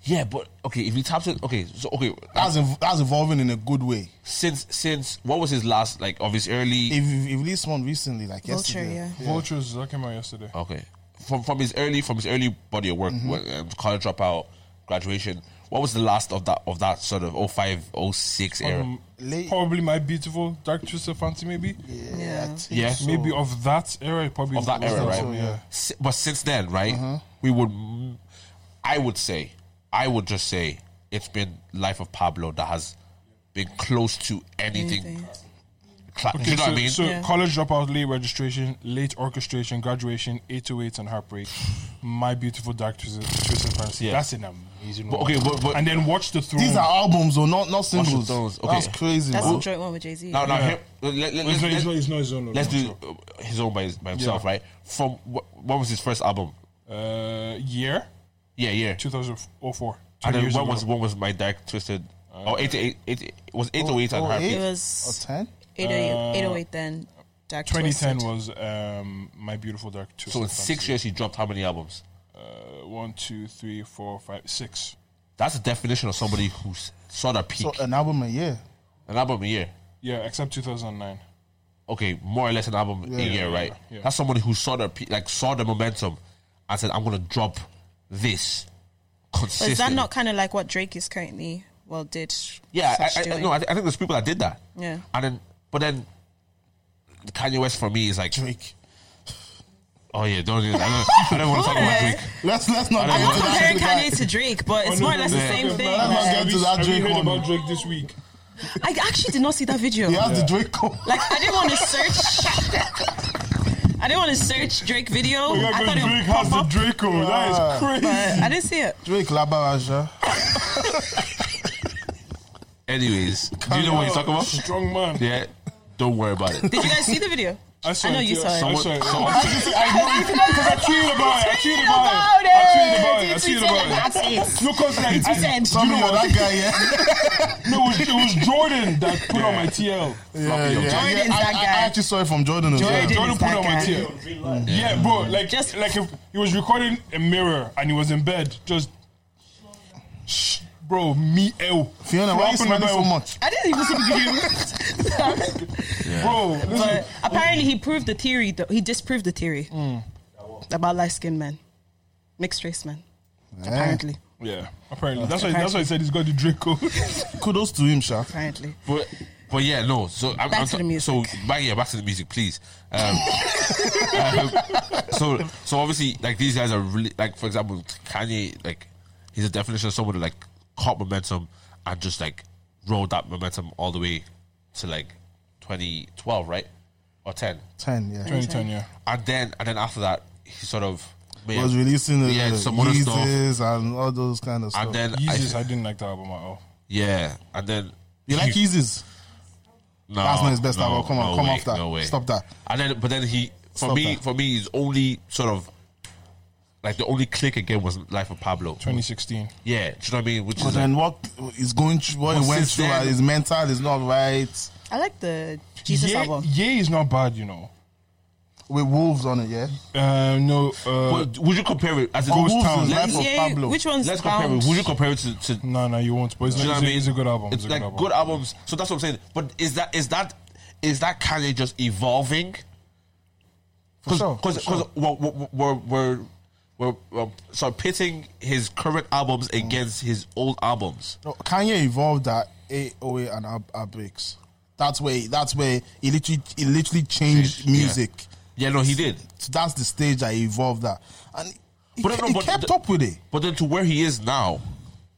C: Yeah, but okay, if he taps it okay, so okay
A: That's ev- that's evolving in a good way.
C: since since what was his last like of his early
A: If you released one recently, like
B: Vulture,
A: yesterday,
B: yeah.
D: Vultures that came out yesterday.
C: Okay. From from his early from his early body of work,
D: Mm-hmm.
C: when, um, college dropout, graduation. What was the last of that of that sort of 05, 06 era?
D: Um,
A: Late-
D: probably my beautiful dark twisted fancy, maybe.
A: yeah,
B: Yeah.
A: I think
C: Yeah.
A: so.
D: Maybe of that era, it probably
C: of that
D: was
C: era, right?
D: so, yeah. Uh-huh.
C: Si- But since then, right? We would, I would say, I would just say it's been life of Pablo that has been close to anything.
B: Anything.
C: Cla- do
D: Okay,
C: you know
D: so,
C: what I mean?
D: so
B: Yeah.
D: college dropout, late registration, late orchestration, graduation, 808s and heartbreak. My beautiful dark twisted, twisted fantasy.
C: Yeah.
D: That's an amazing
C: But
D: one.
C: okay, but- but-
D: and then watch the throne.
A: These are albums, or not not
C: of
A: singles.
C: those, okay.
A: That's crazy,
B: That's
A: man.
B: the joint one with Jay Z.
C: now, now,
D: Yeah.
C: here, let, let,
D: Well, it's
C: let-
D: not- it's
C: let-
D: not- it's not his own, no,
C: let's
D: no,
C: do uh, his own by, his- by himself,
D: Yeah.
C: right? From wh- what was his first album?
D: uh, year
C: Yeah, yeah.
D: 2004.
C: And
D: 20
C: then
D: years
C: one
D: ago.
C: was one was my dark twisted.
B: Uh,
C: Oh, 88, 88 it was eight oh eight
A: oh,
C: and
A: eight?
C: heartbeat.
B: it
A: Or
B: was
A: ten?
C: Uh,
B: 808, 808 then. Dark
D: 2010
B: Twisted.
D: was um, My Beautiful Dark Twisted
C: So in
D: Fantasy.
C: six years, he dropped how many albums?
D: Uh, one, two, three, four, five, six.
C: That's the definition of somebody who s- saw that peak.
A: So
D: uh,
A: an album a year.
C: an album a year.
D: Yeah, except 2009.
C: Okay, more or less an album a year, right?
D: yeah.
C: That's somebody who saw their pe- like saw the momentum and said, "I'm gonna drop this
B: But
C: consistently."
B: is that not kind of like what Drake is currently, well, did?
C: Yeah, I,
B: such
C: I- I,
B: doing?
C: no, I, thi- I think there's people that did that.
B: Yeah.
C: and then but then Kanye West for me is like,
A: Drake.
C: oh yeah, don't even- I don't, I don't want to talk about
B: *laughs*
C: Drake.
A: Let's let's not get
B: I'm not
A: into
B: comparing
A: that.
B: Kanye to Drake, but it's
D: Oh, no,
B: more or
D: no,
B: less
D: no,
B: the
D: no,
B: same
D: no,
B: thing.
D: no, no,
A: Let's
D: no,
A: not get
D: have
A: to
D: you-
A: that
D: have you
A: Drake
D: heard
A: one.
D: about Drake this week?
B: I actually did not see that video.
A: He has the Drake code.
B: Like I didn't want to search. *laughs* I didn't want to search Drake video.
D: Oh, yeah,
B: I thought
D: because
B: it
D: Drake
B: would
D: has
B: pop
D: the
B: up,
D: Draco.
A: Yeah.
D: That is
B: but
D: crazy.
B: I didn't see it.
A: Drake Labaraja.
C: Anyways, do you know what he's talking about?
D: Strong man.
C: Yeah, don't worry about
A: *laughs*
C: it.
B: Did you guys see the video?
D: I, saw
B: I know you
D: yeah.
B: saw it.
D: I saw it.
C: Someone-
D: I saw it. I know because I tweeted about it. I tweeted about it. I tweeted about it. I tweeted about it. No, because like, I,
B: tweeted.
D: do you
A: Tommy,
D: know
A: you're
D: what?
A: that guy,
C: *laughs*
A: yeah.
D: No, it was, it was Jordan that put on my TL.
A: yeah, yeah.
B: Jordan's
A: I,
B: that
A: I- I
B: guy.
A: actually saw it from Jordan as
D: Yeah,
A: well.
B: Jordan
D: Jordan
B: is
D: put
B: that
D: on my
B: guy.
D: TL. Yeah, bro. Like,
B: Just-
D: like if he was recording a mirror and he was in bed, just shh, bro, me ew.
A: Fiona, why are you
D: Flop in the
A: smiling so
D: bed.
A: much?
B: I didn't even see the video.
D: Bro, listen,
B: *laughs* but apparently, he proved the theory. Though he disproved the theory about light-skinned men, mixed race men.
A: Eh.
B: Apparently,
D: yeah. Apparently, that's why that's why I said he's got the Draco.
A: *laughs* Kudos to him, Sha.
B: apparently.
C: But but yeah, no. So I'm,
B: Back
C: I'm
B: to the music.
C: So back yeah, back to the music, please. Um, *laughs* um, so so obviously, like these guys are really like, for example, Kanye. Like he's a definition of someone who like caught momentum and just like rode that momentum all the way to like 2012, right, or 10,
A: 10, yeah.
D: 2010, yeah.
C: and then and then after that, he sort of made-
A: was releasing the
C: yeah
A: the
C: some other stuff, and
A: Yeezys and all those kind of stuff.
C: then I,
D: Jesus, I didn't like that album at all.
C: yeah, and then
A: you
C: *laughs*
A: like
C: he-
A: Yeezys?
C: No,
A: That's not his best album. Come on, come
C: way,
A: off that.
C: No way.
A: Stop that.
C: And then, but then he, for
A: Stop
C: me,
A: that.
C: for me, his only sort of like the only click again was Life of Pablo.
D: 2016.
C: Yeah, do you know what I mean? Which
A: But
C: is
A: then
C: like,
A: what is going through, what
C: But
A: he went
C: since
A: through,
C: then-
A: uh, his mental is not right.
B: I like the Jesus
D: yeah,
B: album.
D: yeah, is not bad, you know.
A: With wolves on it, yeah.
D: Uh, no, uh,
C: but would you compare it as a
A: Or
C: ghost
A: Wolves
C: town?
A: is
C: Let's,
A: Life of
B: Yeah,
A: Pablo.
B: Which one's
C: let's compare it.
B: bound?
C: Would you compare it to? to do
D: no, no, you won't. But it's,
C: you know
D: not,
C: what I
D: it's,
C: mean?
D: a, it's a good album.
C: It's
D: a
C: like
D: good album.
C: albums. So that's what I'm saying. But is that is that is that Kanye just evolving? Because
A: sure, for sure.
C: we're, we're, we're, we're, we're, we're sort of pitting his current albums against his old albums.
A: No, Kanye evolved at 808 and Ab- Abix. That's where that's where he literally he literally changed
C: Yeah.
A: music.
C: Yeah, no, he did.
A: So that's the stage that he evolved at, and he,
C: But
A: ke-
C: no,
A: he
C: but
A: kept
C: the-
A: up with it.
C: But then to where he is now,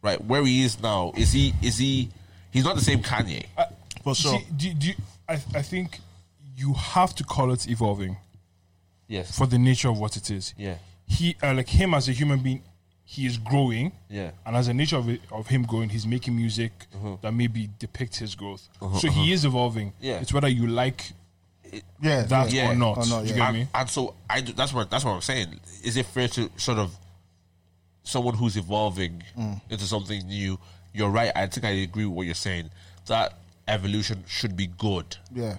C: right? Where he is now, is he? Is he? He's not the same Kanye.
D: I-
A: For sure.
D: see, do, do, I, I think you have to call it evolving
C: Yes.
D: for the nature of what it is.
C: Yeah.
D: He, uh, like him as a human being, he is growing.
C: Yeah. Uh-huh.
D: And as a nature of, it, of him growing, he's making music that maybe depicts his growth. so he is evolving.
C: Yeah.
D: It's whether you like
A: Yeah,
D: that
A: yeah.
D: or
C: Yeah.
D: not.
A: Or not,
D: Do you
A: yeah.
D: get me?
C: and, and so I. do- That's what. That's what I'm saying. Is it fair to sort of someone who's evolving
D: Mm.
C: into something new? You're right. I think I agree with what you're saying. That evolution should be good.
A: yeah.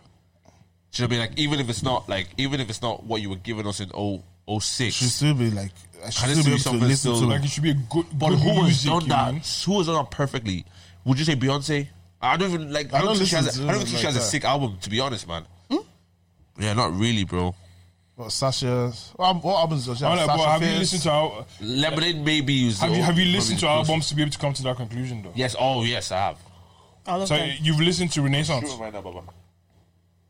C: Do you know what I mean? Like even if it's not like even if it's not what you were giving us in oh, 0, 06.
A: Should still be like I should
C: Can
A: still be
C: it be
A: able to
C: something
A: listen
C: still-
A: to.
D: Like it should be a good,
C: But
D: good
C: who has
D: music,
C: done
D: you
C: that?
D: know?
C: Who has done that perfectly? Would you say Beyonce? I don't even like. I don't,
A: don't
C: think she
A: listen
C: has. A,
A: to
C: I don't think she
A: like
C: has a
A: that.
C: sick album. To be honest, man.
D: Hmm?
C: Yeah, not really, bro.
A: But Sasha, what, what albums does she have?
D: I'm like,
A: Sasha
D: bro, have
A: Fierce?
D: you listened to our,
C: Lemonade maybe is. the
D: have you
C: old-
D: have you listened to
C: probably
D: our
C: the
D: albums to be able to come to that conclusion though?
C: closest. Yes. Oh, yes, I have.
B: All of
D: So uh,
B: them.
D: you've listened to Renaissance.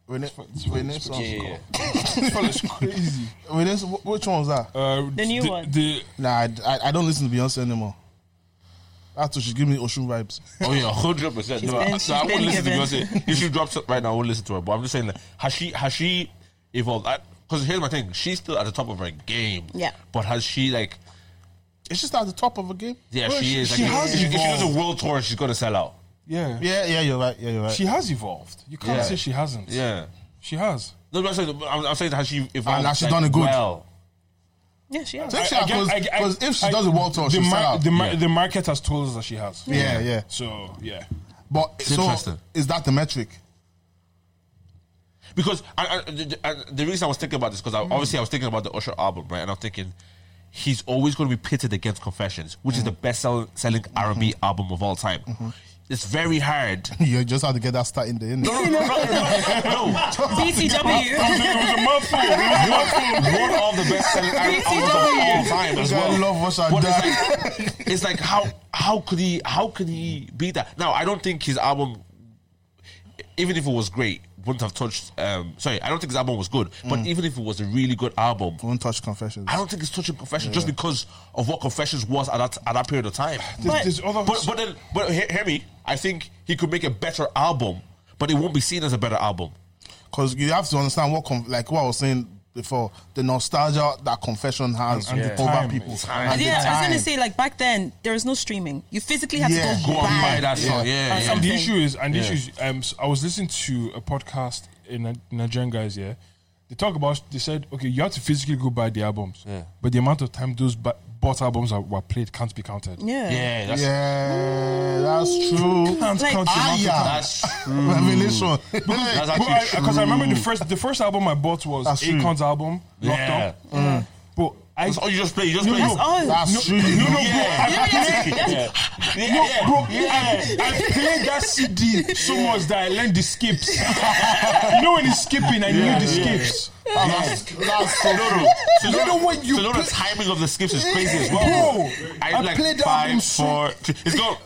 A: Rene- Renaissance.
C: Yeah,
D: Fella's crazy.
A: Renaissance- wh- Which one was that?
D: Uh,
B: The new one.
D: The,
A: Nah, I, I- I don't listen to Beyonce anymore. That's what she give me Ocean vibes.
C: Oh yeah, hundred percent. No,
B: been-
C: I-
B: she's
C: so I won't
B: been
C: listen
B: given.
C: to Beyonce. If she drops it right now, I won't listen to her. But I'm just saying, like, has she has she evolved? Because here's my thing: she's still at the top of her game.
B: Yeah.
C: But has she like?
A: It's just at the top of a game.
C: Yeah,
D: Bro,
C: she,
D: she-
C: is. Like,
D: she
C: if-
D: has
C: if, if she does a
D: evolved.
C: world tour, she's gonna sell out.
D: yeah.
A: Yeah, yeah, you're right. Yeah, you're right.
D: She has evolved. You can't
C: Yeah.
D: say she hasn't.
C: Yeah.
D: She has.
C: No, but I'm saying, I'm, I'm saying has Ah, she evolved?
A: And has she
C: like,
A: done it good?
C: Well,
B: yeah,
A: *laughs*
B: she has.
A: Take
D: I- I get- I- I-
A: because if she
D: I-
A: does a world tour,
D: the,
A: she'll
D: mar-
A: sell out.
D: The, mar-
C: Yeah.
D: the market has told us that she has.
A: yeah, yeah.
D: So, yeah.
A: But so
C: interesting.
A: is that the metric?
C: because I, I, the- the- the reason I was thinking about this because I, obviously I was thinking about the Usher album, right? And I'm thinking he's always going to be pitted against Confessions, which is the best sell, selling R&B album of all time. It's very hard.
A: *laughs* You just have to get that start in the end.
C: *laughs* No, no, no, no, *laughs* no.
B: BTW.
D: was a mouthful. It was a mouthful.
C: one of the best selling albums of all time as
A: You gotta
C: well.
A: love what I've
C: But
A: done.
C: it's like, it's like how how could he how could he be that? Now I don't think his album, even if it was great, wouldn't have touched. Um, sorry, I don't think his album was good. But
A: Mm.
C: even if it was a really good album,
A: Don't touch confessions.
C: I don't think it's touching Confessions just because of what Confessions was at that at that period of time.
D: There's- there's other-
C: But but then but hear, hear me. I think he could make a better album, but it won't be seen as a better album.
A: Because you have to understand what, conf- like what I was saying before, the nostalgia that confession has
D: And- and the
A: over
D: time.
A: people.
C: Time.
A: And the
B: *laughs* Yeah, I was gonna
A: time.
B: say like back then there was no streaming. You physically had
A: Yeah.
B: to
C: Go
B: go,
C: and buy that song.
B: Or
C: Yeah, yeah.
B: something.
D: The issue is, and the
C: Yeah.
D: issue is, um, s- I was listening to a podcast in Ni- Nigerian guys. Yeah, they talk about. They said, okay, you have to physically go buy the albums,
C: Yeah.
D: but the amount of time those bu- bought albums are, were played can't be counted.
B: Yeah.
C: Yeah, that's
A: Yeah, that's true.
B: Like-
D: Can't count the amount of time.
A: Aya. *laughs*
C: that's
A: Revelation.
C: that's
D: But
C: actually
D: I-
C: true.
D: Because I, remember the first, the first album I bought was
A: That's true.
D: Akon's album, Locked
C: Yeah.
D: Up. But I,
C: That's all you just play. You just play.
B: That's
A: *laughs*
B: all.
A: That's true.
D: no,
C: Yeah.
D: no, bro, I, I played,
C: Yeah. Yeah.
D: No,
C: yeah.
D: bro, I, I played that CD so much that I learned the skips. *laughs* you know when it's skipping, I knew the skips. Ah.
A: That's, that's so
C: No,
A: true.
C: no. So you
D: know when you
C: so the timing of the skips is crazy as well.
D: Bro,
C: I,
D: I
C: like
D: played that album
C: five,
D: so-
C: four, three. It's gone.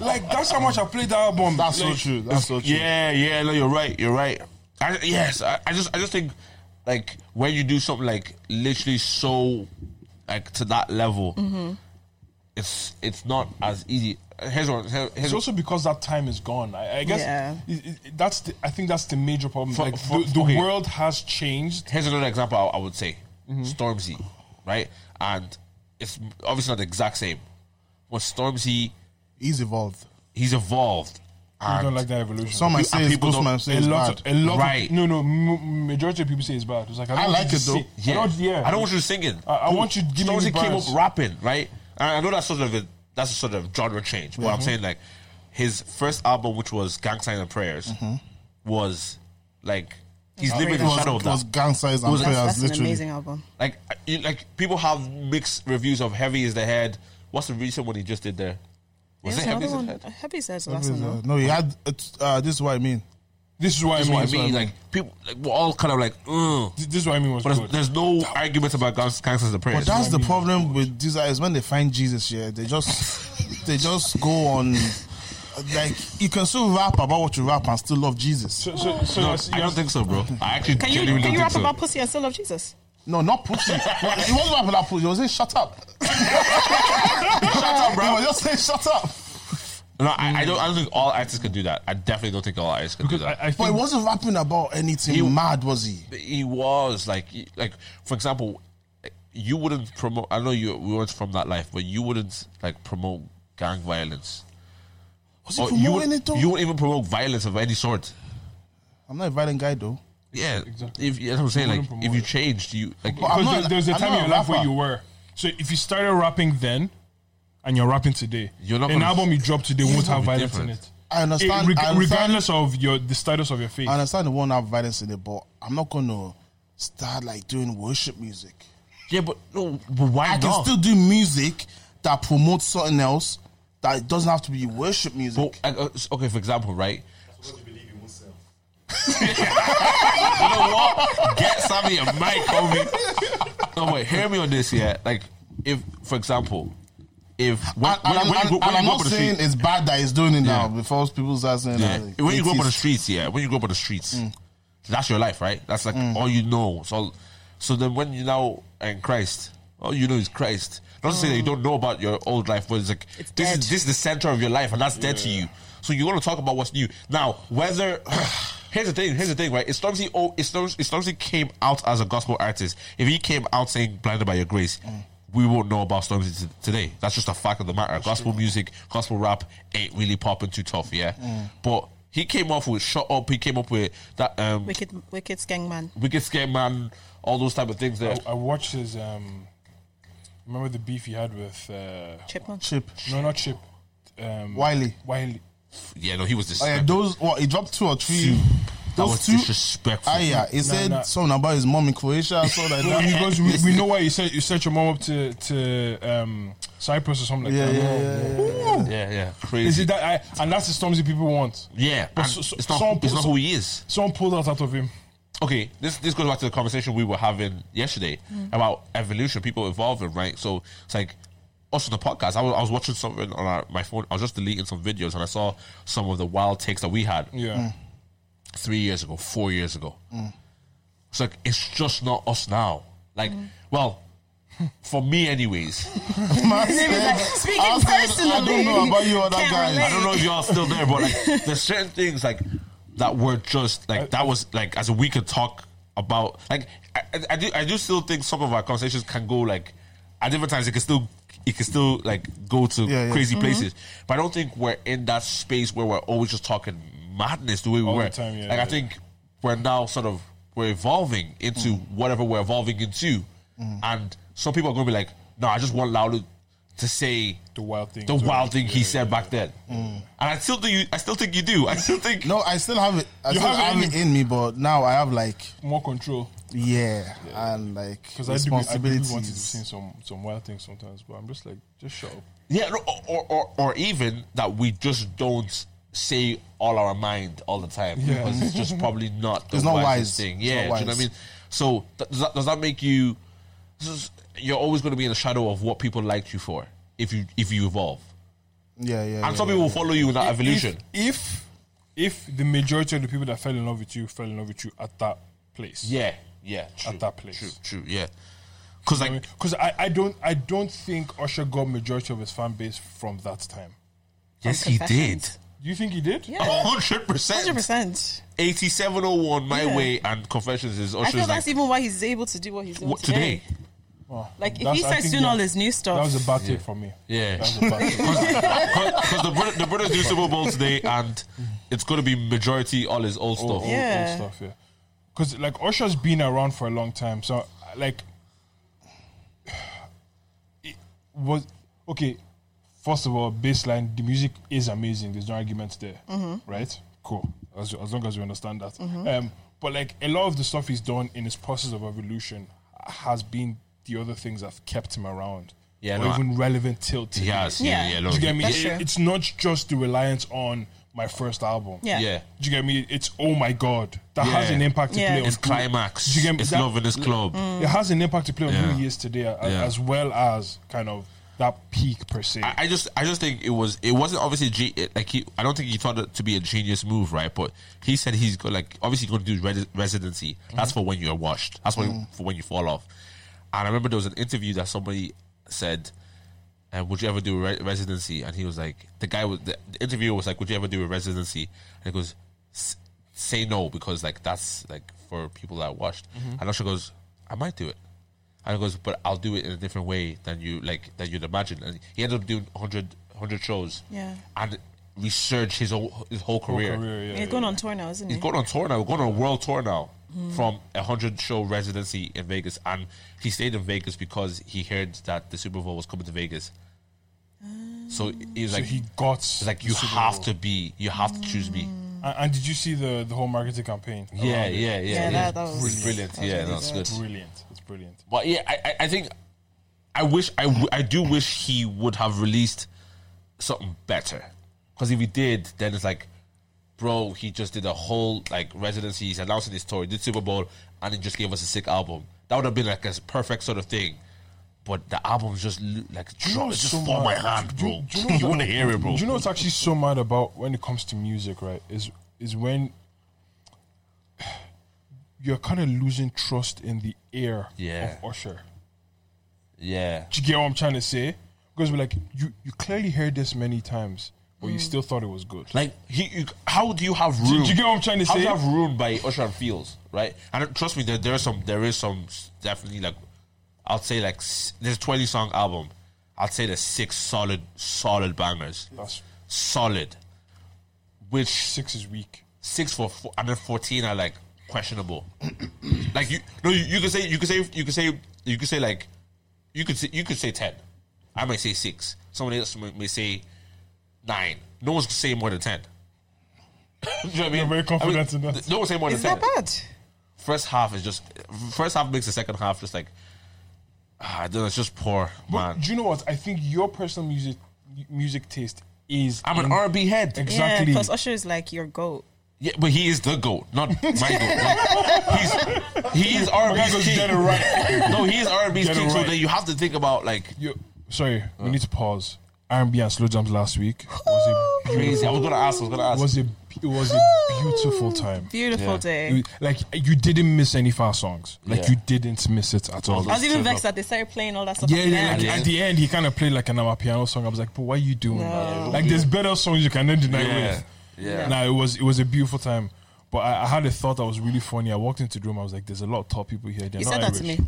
D: Like that's how much I played that album.
A: That's so
D: Like,
A: true. That's so true.
C: Yeah, yeah. No, you're right. You're right. I, yes, I, I just, I just think, like, when you do something like literally so, like to that level,
D: Mm-hmm.
C: it's it's not as easy. Here's what. here- Here's
D: It's also because that time is gone. I, I guess
B: Yeah.
D: it- it- that's the, I think that's the major problem.
C: For-
D: like
C: for-
D: the, the
C: okay.
D: world has changed.
C: here's another example I, I would say Stormzy, right? And it's obviously not the exact same. But Stormzy,
A: He's evolved.
C: he's evolved.
D: I
C: And
D: don't like that evolution.
A: Some might
C: And
A: say it's
C: people
A: good, some
C: don't-
A: might say
D: a
A: it's
D: lot,
A: bad.
D: of, a lot.
C: Right.
D: Of, no, no. M- majority of people say it's bad. It's like I, don't
A: I
D: want
A: like
D: you
A: it
D: to
A: though.
D: say-
C: yeah.
D: I don't, yeah.
C: I don't want you to sing it.
D: I- I want you to give me
C: Stormzy
D: the
C: came up
D: bars.
C: rapping, right? And I know that's sort of a, that's a sort of genre change, but I'm
D: Mm-hmm.
C: saying like his first album, which was Gang Sign and Prayers,
D: Mm-hmm.
C: was like he's living in
A: It
C: the
A: was,
C: shadow of
A: it
C: that.
A: was gang size and
C: was-
A: prayers,
B: That's an
A: literally.
B: amazing album.
C: Like you, like people have mixed reviews of Heavy is the Head. What's the recent one he just did there? Was
B: There's
C: it Heavy
B: another
C: is the
B: one.
C: Head?
B: Happy says the
A: It
B: last
A: was,
B: one.
A: uh,
B: though.
A: No, he had. it's, Uh, this is what I mean.
D: This is what I
C: That's
D: mean.
C: what I mean. Like people, like, we're all kind of like, mm.
D: This is what I mean was
C: but
D: good.
C: there's, there's no arguments about Gangs, Gangs as a Prayer.
A: But that's the problem with these guys. When they find Jesus, yeah, they *laughs* just they just go on. Like you can still rap about what you rap and still love Jesus.
D: So, so, so you're-
C: I
D: you're-
C: don't think so, bro. I actually
B: Can you
C: genuinely
B: can you
C: don't
B: rap
C: think
B: about pussy and still love Jesus?
A: No, not *laughs* pussy. he wasn't rapping about pussy. He was saying shut *laughs* up. shut up, bro. He was just saying shut up.
C: so. No, I, I don't. I don't think all artists can do that. I definitely don't think all artists can
D: because
C: do
D: I,
C: that.
D: I
A: But he
D: think
A: wasn't rapping about anything mad, was he?
C: he was like, he- like for example, like, you wouldn't promote. I know you we weren't from that life, but you wouldn't like promote gang violence.
A: Was he
C: Or you
A: promoting it
C: wouldn't,
A: though?
C: you wouldn't even promote violence of any sort.
A: I'm not a violent guy though.
C: Yeah,
D: Exactly.
C: If you know what I'm saying,
D: wouldn't
C: like
D: promote
C: if you
D: it.
C: changed, you
A: I'm
C: like
D: Because
A: not-
D: there, there's a
A: I'm
D: time in
A: not a
D: your life where
A: rapper.
D: you were. So if you started rapping then, and you're rapping today,
C: You're not
D: an
C: gonna-
D: album you drop today won't have
C: be
D: violence in
C: different.
D: it.
A: I understand.
D: It- reg-
A: I understand-
D: regardless of your the status of your faith.
A: I understand the one have violence in it, but I'm not gonna start like doing worship music.
C: yeah, but no, but why
A: I
C: not?
A: can still do music that promotes something else that doesn't have to be worship music.
C: But, like, uh, s- okay, for example, right? *laughs* you know what? Get Sammy a mic, homie. No, wait, hear me on this, yeah. Like, if, for example, if when,
A: and,
C: when,
A: and-
C: when you go,
A: and-
C: when
A: and
C: you
A: I'm
C: go up
A: not
C: on the
A: saying
C: street,
A: it's bad that he's doing it now
C: Yeah.
A: before people start saying
C: yeah,
A: that. like,
C: when you go up on the
A: atheist.
C: streets, yeah, when you go up on the streets,
A: Mm.
C: that's your life, right? That's like all you know. So, so then when you now are in Christ, all you know is Christ. Not to say
A: Mm.
C: that you don't know about your old life, but it's like this
B: dead.
C: is this is the center of your life, and that's dead to you. So you want to talk about what's new now? Whether *sighs* here's the thing, here's the thing, right? It's Stormzy. Oh, it's Stormzy, it's Stormzy came out as a gospel artist. If he came out saying "Blinded by Your Grace,"
A: Mm.
C: we won't know about Stormzy t- today. That's just a fact of the matter. gospel music, gospel rap ain't really popping too tough, yeah.
A: Mm.
C: But he came off with "Shut Up." He came up with that um,
B: Wicked Wicked Skeng Man.
C: Wicked Scare Man, all those type of things. There,
A: Oh,
D: I watched his. Um, remember the beef he had with. Uh,
B: Chipmunk.
A: Chip
D: no, not Chip. Um,
A: Wiley.
D: Wiley.
C: Yeah, no, he was
A: Oh, yeah,
C: disrespectful.
A: those what he dropped two or three.
C: that
A: Those
C: was
A: two.
C: disrespectful.
A: Ah, yeah, he said
D: nah.
A: something about his mom in Croatia. So like
D: No,
A: that.
D: because we, we know why you sent you sent your mom up to to um, Cyprus or something like
A: Yeah,
D: that.
A: yeah, yeah, yeah.
D: Ooh.
C: Yeah, yeah,
D: Is
C: crazy.
D: it that? I, and that's the Stormzy people want.
C: yeah,
D: But
C: and
D: so- so-
C: it's not.
D: some-
C: it's not who he is.
D: Someone pulled that out of him.
C: okay, this this goes back to the conversation we were having yesterday about evolution, people evolving, right? So it's like also the podcast. I was, I was watching something on our, my phone. I was just deleting some videos, and I saw some of the wild takes that we had
D: Yeah.
A: Hmm.
C: three years ago, four years ago. It's like it's just not us now. Like, well, *laughs* for me, anyways.
A: *laughs* Man
B: David's like,
A: said,
B: speaking
A: I said,
B: personally.
A: I don't know about you other
B: Can't
A: guys.
B: relate.
C: I don't know if y'all still there, but like there's certain things like that were just like that was like as we could talk about like I, I- I do I do still think some of our conversations can go like at different times it can still it can still like go to
A: Yeah, yeah.
C: crazy places, but I don't think we're in that space where we're always just talking madness the way we
D: All the
C: were.
D: time, yeah,
C: like
D: yeah.
C: I
D: Mm.
C: think we're now sort of we're evolving into whatever we're evolving into, and some people are gonna be like, no, I just want Laulu to say
D: The wild thing.
C: the wild thing he said back then. And I still think you. I still think you do. I still think.
A: Mm. No, I still have it. I
D: You
A: still have,
D: have it
A: it
D: in
A: in me, but now I have like
D: More control.
A: yeah, and like
D: Because I do, be- I do be wanting to
A: responsibilities.
D: sing some, some wild things sometimes, but I'm just like, just shut up.
C: Yeah. No, or, or or even that we just don't say all our mind all the time
D: Yeah.
C: because
A: *laughs*
C: it's just probably not. The
A: It's not
C: wisest
A: wise.
C: Thing.
A: It's
C: Yeah.
A: not
C: Do you know what I
A: wise.
C: mean? So th- does that does that make you? this is- You're always going to be in the shadow of what people liked you for if you if you evolve.
A: yeah, yeah.
C: And some
A: yeah.
C: people will follow you in that evolution.
D: If, if if the majority of the people that fell in love with you fell in love with you at that place.
C: Yeah. Yeah. True,
D: At that place.
C: True. True. Yeah. Because like
D: Because I, I don't I don't think Usher got majority of his fan base from that time.
C: yes, he did. *laughs*
B: Confessions.
D: Do you think he did?
B: Yeah.
C: Hundred
B: Hundred
C: percent.
B: percent.
C: 8701 My
B: Yeah.
C: Way and Confessions is
B: I feel
C: Usher's like
B: that's even why he's able to do what he's doing
C: what,
B: today.
C: today.
B: Like if
D: Oh. That's-
B: he
D: I
B: starts
D: think
B: doing
D: that-
B: all his new stuff,
D: That was a bad take from me.
B: *laughs*
C: Yeah.
D: That was a
C: *laughs*
D: bad take.
C: Because the, Brit- the brothers do Super Bowl today and it's going to be majority all his old stuff.
B: Yeah.
D: stuff, Oh. yeah. Because like Usher's been around for a long time, so like it was okay. First of all, baseline the music is amazing. There's no arguments there,
B: Mm-hmm.
D: right? Cool. As, as long as you understand that. Um, but like a lot of the stuff he's done in his process of evolution has been the other things that have kept him around,
C: Yeah,
D: or
C: no, I-
D: even relevant till today.
C: He has. Yeah,
B: Yeah.
C: yeah.
D: Do you get
C: no,
D: me?
B: That's
D: It-
B: true.
D: it's not just the reliance on my first album.
B: yeah.
C: yeah.
D: Do you get me? It's oh my god, that has
C: Yeah.
D: an impact to
B: Yeah.
D: play on
C: It's
D: who- Do
C: climax.
D: you get me?
C: It's
D: That- Mm.
C: love in this club.
D: It has an impact to play on
C: Yeah.
D: who he is today, a-
C: Yeah.
D: as well as kind of that peak per se.
C: I, I just, I just think it was, it wasn't obviously ge- it- like he. I don't think he thought it to be a genius move, right? But he said he's going like obviously going to do res- residency.
D: Mm-hmm.
C: That's for when you're washed. That's when
D: Mm.
C: for when you fall off. And I remember there was an interview that somebody said, uh, "Would you ever do a re- residency?" And he was like, the guy was the the interviewer was like, "Would you ever do a residency?" And he goes, "S- "Say no because like that's like for people that are washed."
D: Mm-hmm.
C: And Usher goes, "I might do it." And he goes, but I'll do it in a different way than you like than you'd imagine. And he ended up doing 100, 100 shows.
B: Yeah.
C: And resurged his whole his whole
D: Whole
C: career.
D: career, yeah.
B: He's going on tour now, isn't he?
C: He's going on tour now. We're going on a world tour now from a hundred show residency in Vegas, and he stayed in Vegas because he heard that the Super Bowl was coming to Vegas. So he was
D: So
C: like,
D: he got
C: he's like
D: the
C: you
D: Super
C: have
D: Bowl.
C: to be, you have to choose
B: Mm.
C: me.
D: And, and did you see the the whole marketing campaign?
C: Yeah, yeah,
D: around it?
C: yeah,
B: Yeah, that- that was-
C: It's brilliant.
B: that was
C: yeah,
B: really
C: that's
B: good.
C: good.
D: brilliant. It's brilliant.
C: But yeah, I, I- I think I wish I, w- I do wish he would have released something better. Because if he did, then it's like, bro, he just did a whole like residency. He's announcing his tour, he did Super Bowl, and he just gave us a sick album. That would have been like a s- perfect sort of thing. But the album's just l- like
D: you know
C: drop, it just
D: so
C: fall my
D: much-
C: hand,
D: do you-
C: bro.
D: do
C: *laughs*
D: you
C: You,
D: know that-
C: want to hear it, bro?
D: Do you know what's actually so mad about when it comes to music, right? Is is when *sighs* you're kind of losing trust in the air
C: Yeah.
D: of Usher.
C: yeah,
D: Do you get what I'm trying to say? Because we're like, you, you clearly heard this many times, but you still thought it was good.
C: Mm. like he. You, how do you have
D: do
C: room?
D: you get what I'm trying to
C: How do
D: say?
C: you have room by Usher and Fields, right? And trust me, there, there are some. There is some s- definitely like, I'd say like s- there's 20 song album. I'd say there's six solid, solid bangers,
D: That's-
C: solid. Which
D: Six is weak.
C: six for four, and then 14 are like questionable. *clears throat* like you, no, you, you could say you could say you could say you could say like, you could say you could say 10. I might say six. Somebody else may, may say nine. no one's saying more than ten. *laughs* Do you know what I mean?
D: You're very confident
C: I mean,
D: in that.
C: th- No one's saying more than
B: It's
C: ten.
B: not bad.
C: First half is just first half makes the second half just like ah, dude, it's just poor,
D: But
C: man.
D: do you know what? I think your personal music music taste is.
C: I'm an
D: in-
C: R&B head.
B: Yeah,
D: Exactly.
B: because Usher is like your goat.
C: Yeah, but he is the goat, not my goat. Like, he's
D: *laughs*
C: he is R&B's
D: goes
C: king.
D: Jenna Wright.
C: No, he is R&B's
D: Jenna
C: king. So
D: Wright.
C: then you have to think about like
D: Yo,
C: Uh.
D: sorry, we need to pause. R&B and slow jams last week was a
C: crazy. I
D: beautiful,
C: was gonna ask. I was gonna ask.
D: was a it was a beautiful time.
B: Beautiful
C: Yeah.
B: day.
D: It- Like you didn't miss any fast songs. Like
C: Yeah.
D: you didn't miss it at all.
B: I was even
C: Shut
B: vexed
C: up.
B: that they started playing all that stuff.
D: Yeah,
B: at the
D: yeah.
B: end.
D: Like at the end, he kind of played like an Amapiano piano song. I was like, "But what are you doing?
B: No.
D: Like, there's better songs you can then deny
C: yeah,
D: with."
C: yeah.
D: Nah, it was it was a beautiful time. But I, I had a thought that was really funny. I walked into the room. I was like, "There's a lot of tall people here. They're
B: He
D: not
B: said that
D: Irish.
B: to me.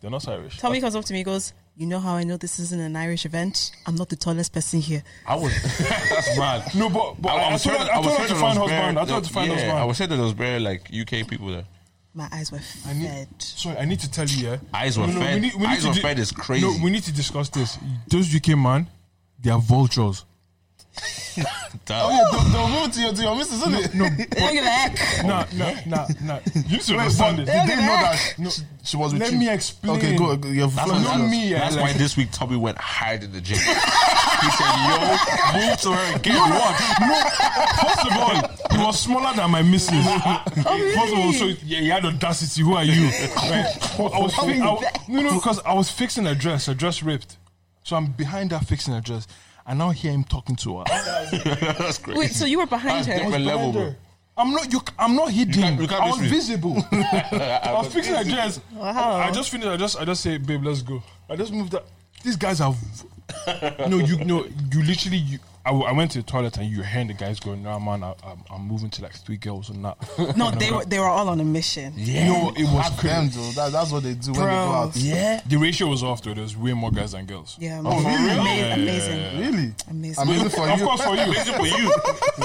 D: They're not Irish."
B: Tommy comes up to me, he goes, "You know how I know this isn't an Irish event? I'm not the tallest person here."
C: I
D: *laughs*
C: was. that's mad.
D: No, but but I, I, told, her- I told her to find husband. I told her to find
C: yeah, I
D: husband.
C: was saying that there was very like UK people there.
B: My eyes were
D: need-
B: fed.
D: Sorry, I need to tell you. Yeah,
C: Eyes were fed. Eyes were fed is crazy.
D: No, we need to discuss this. Those UK man, they are vultures.
A: Oh yeah, they'll, they'll move to your to your *laughs* missus, isn't it?
D: No,
B: Look at that.
D: nah, nah, nah, nah. You need to
A: Wait, but
D: understand
A: did
D: it.
A: they know *laughs* that sh-
D: No.
A: sh- she was with
D: Let
A: you?
D: me explain.
A: Okay, go. go, You're
C: That's,
A: fluent.
D: not
C: that's-
D: me, yeah,
C: that's
D: like-
C: why this week Tommy went hard in the
D: *laughs*
C: gym. he said, "Yo, move to her and get one."
D: First of all, he was smaller than my missus.
C: *laughs* Oh,
D: First of all, so yeah, he had audacity. Who are you? Right?
C: *laughs*
D: But I was fi- I w- no, no, because I was fixing a dress. A dress ripped, so I'm behind her fixing a dress. I now hear him talking to her.
C: that's crazy.
B: Wait, so you were behind
C: That's
B: her?
C: different level, bro.
D: I'm not. You, c- I'm not hidden.
C: can't- you can't
D: I was
C: miss me. *laughs*
D: visible. I was fixing a dress.
B: Wow.
D: I just finished. I just. I just say, babe, let's go. I just moved. Up. These
C: *laughs*
D: guys have. no, you no. You literally. You, I, w- I went to the toilet and you hear the guys going, "Nah, man, I, I'm, I'm moving to like three girls and that."
B: No, they were they were all on a mission.
C: Yeah,
D: No, it was
A: That's
D: crazy.
A: them, though. That, that's what they do when they go
B: Bro.
A: out.
C: yeah.
D: The ratio was off though. There was way more guys than girls.
B: Yeah,
A: Oh,
B: amazing,
A: really?
B: amazing,
D: Yeah, yeah,
B: amazing,
A: Really?
B: Amazing.
A: Amazing for
D: of
A: you.
D: course, for *laughs*
C: for you.
D: you.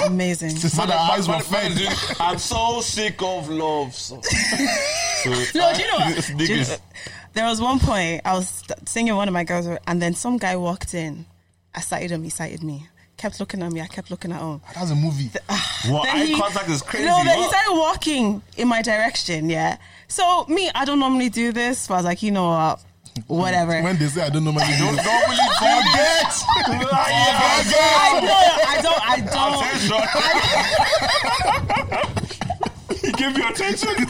B: amazing.
A: *laughs* She said her eyes were
C: Man, man,
A: fed.
C: dude, I'm so sick of love. So.
B: No, do you know
C: This
B: what? Do you-
C: niggas.
B: there was one point I was st- singing one of my girls, and then some guy walked in. I sighted him. He sighted me. Kept looking at me. I kept looking at him.
A: That's a movie.
C: Well,
B: Then
C: eye
B: he-
C: contact is crazy.
B: No, then he
C: huh?
B: started walking in my direction. Yeah. So me, I don't normally do this, but I was like, you know what? Whatever.
A: When they say I don't know my
C: Don't normally do this.
B: *laughs* I don't. I don't. I don't.
C: Attention.
D: Give you attention.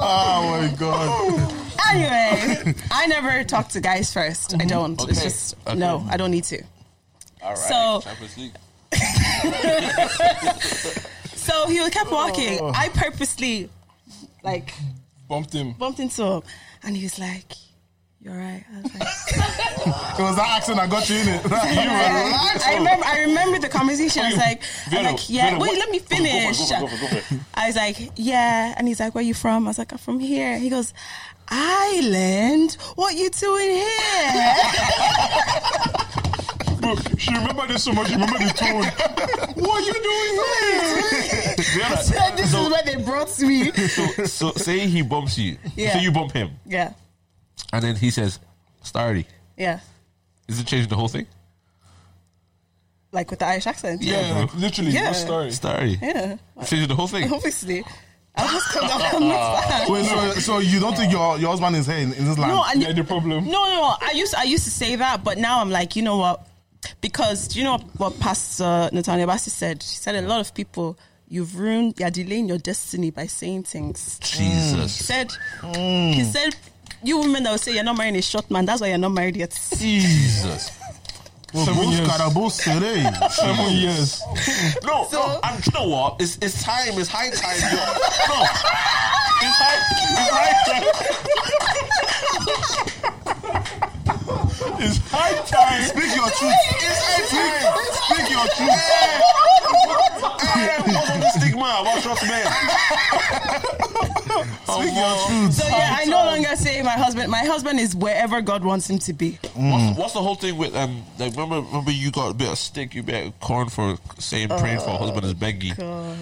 A: Oh my god.
C: *laughs*
B: Anyway, I never talk to guys first. I don't. It's
C: Mm-hmm. Okay.
B: just no. I don't need to.
C: All right.
B: So-
C: Champions League.
B: So he kept walking.
C: Oh.
B: I purposely, like,
D: Bumped
B: *laughs*
D: him.
B: bumped into him, and he was like, "You're right." I
C: *laughs*
B: was like,
A: It was that accent that got you in it. You were
B: I,
C: Oh.
B: I remember. I remember the conversation. I was
D: *laughs*
B: like, I'm
C: Vero,
B: like, yeah.
C: Vero,
B: wait,
C: what-
B: let me
C: go for it,
B: finish.
C: go for it, go for it, go for it.
B: I was like, yeah, and he's like, where you from? I was like, I'm from here. He goes, Island. What you doing here? *laughs*
D: Bro, she remembered this so much. She remembered
C: *laughs*
D: the tone. What are you doing? here? *laughs*
B: So this is where they brought me. *laughs*
C: So say he bumps you.
B: Yeah.
C: So you bump him,
B: yeah,
C: and then he says, "Starry."
B: yeah.
C: Is it changing the whole thing?
B: Like with the Irish accent.
D: Yeah, like, literally.
B: Yeah.
D: What story?
C: Starry.
B: yeah. Oh.
C: Changing the whole thing.
B: Obviously, I just come down and mix that.
A: Wait, *laughs* so, so you don't think your, your husband is here in, in this land?
B: No, I,
D: Yeah, the problem.
B: No, no, no. I used I used to say that, but now I'm like, you know what? Because do you know what Pastor Nathaniel Bassi said? She said a lot of people you've ruined, you're delaying your destiny by saying things. He
C: Jesus.
B: said he said you women that will say you're not marrying a short man, that's why you're not married yet.
C: Jesus.
A: Well,
D: Seven
A: both
D: years.
A: Carabos today.
D: *laughs* Seven years.
C: No,
B: So-
C: no, and you know what? It's, it's time. It's high time. yo. No, it's high. It's high time.
D: It's high time.
A: Speak your truth.
C: It's high time.
A: Speak your truth.
C: Hey, what's on the stigma about trust men?
A: Speak your truth.
B: So yeah, I no longer say my husband. My husband is wherever God wants him to be.
A: Mm.
C: What's, what's the whole thing with um? Like remember, remember you got a bit of stick, you bit of corn for saying praying for husband is beggy.
B: God.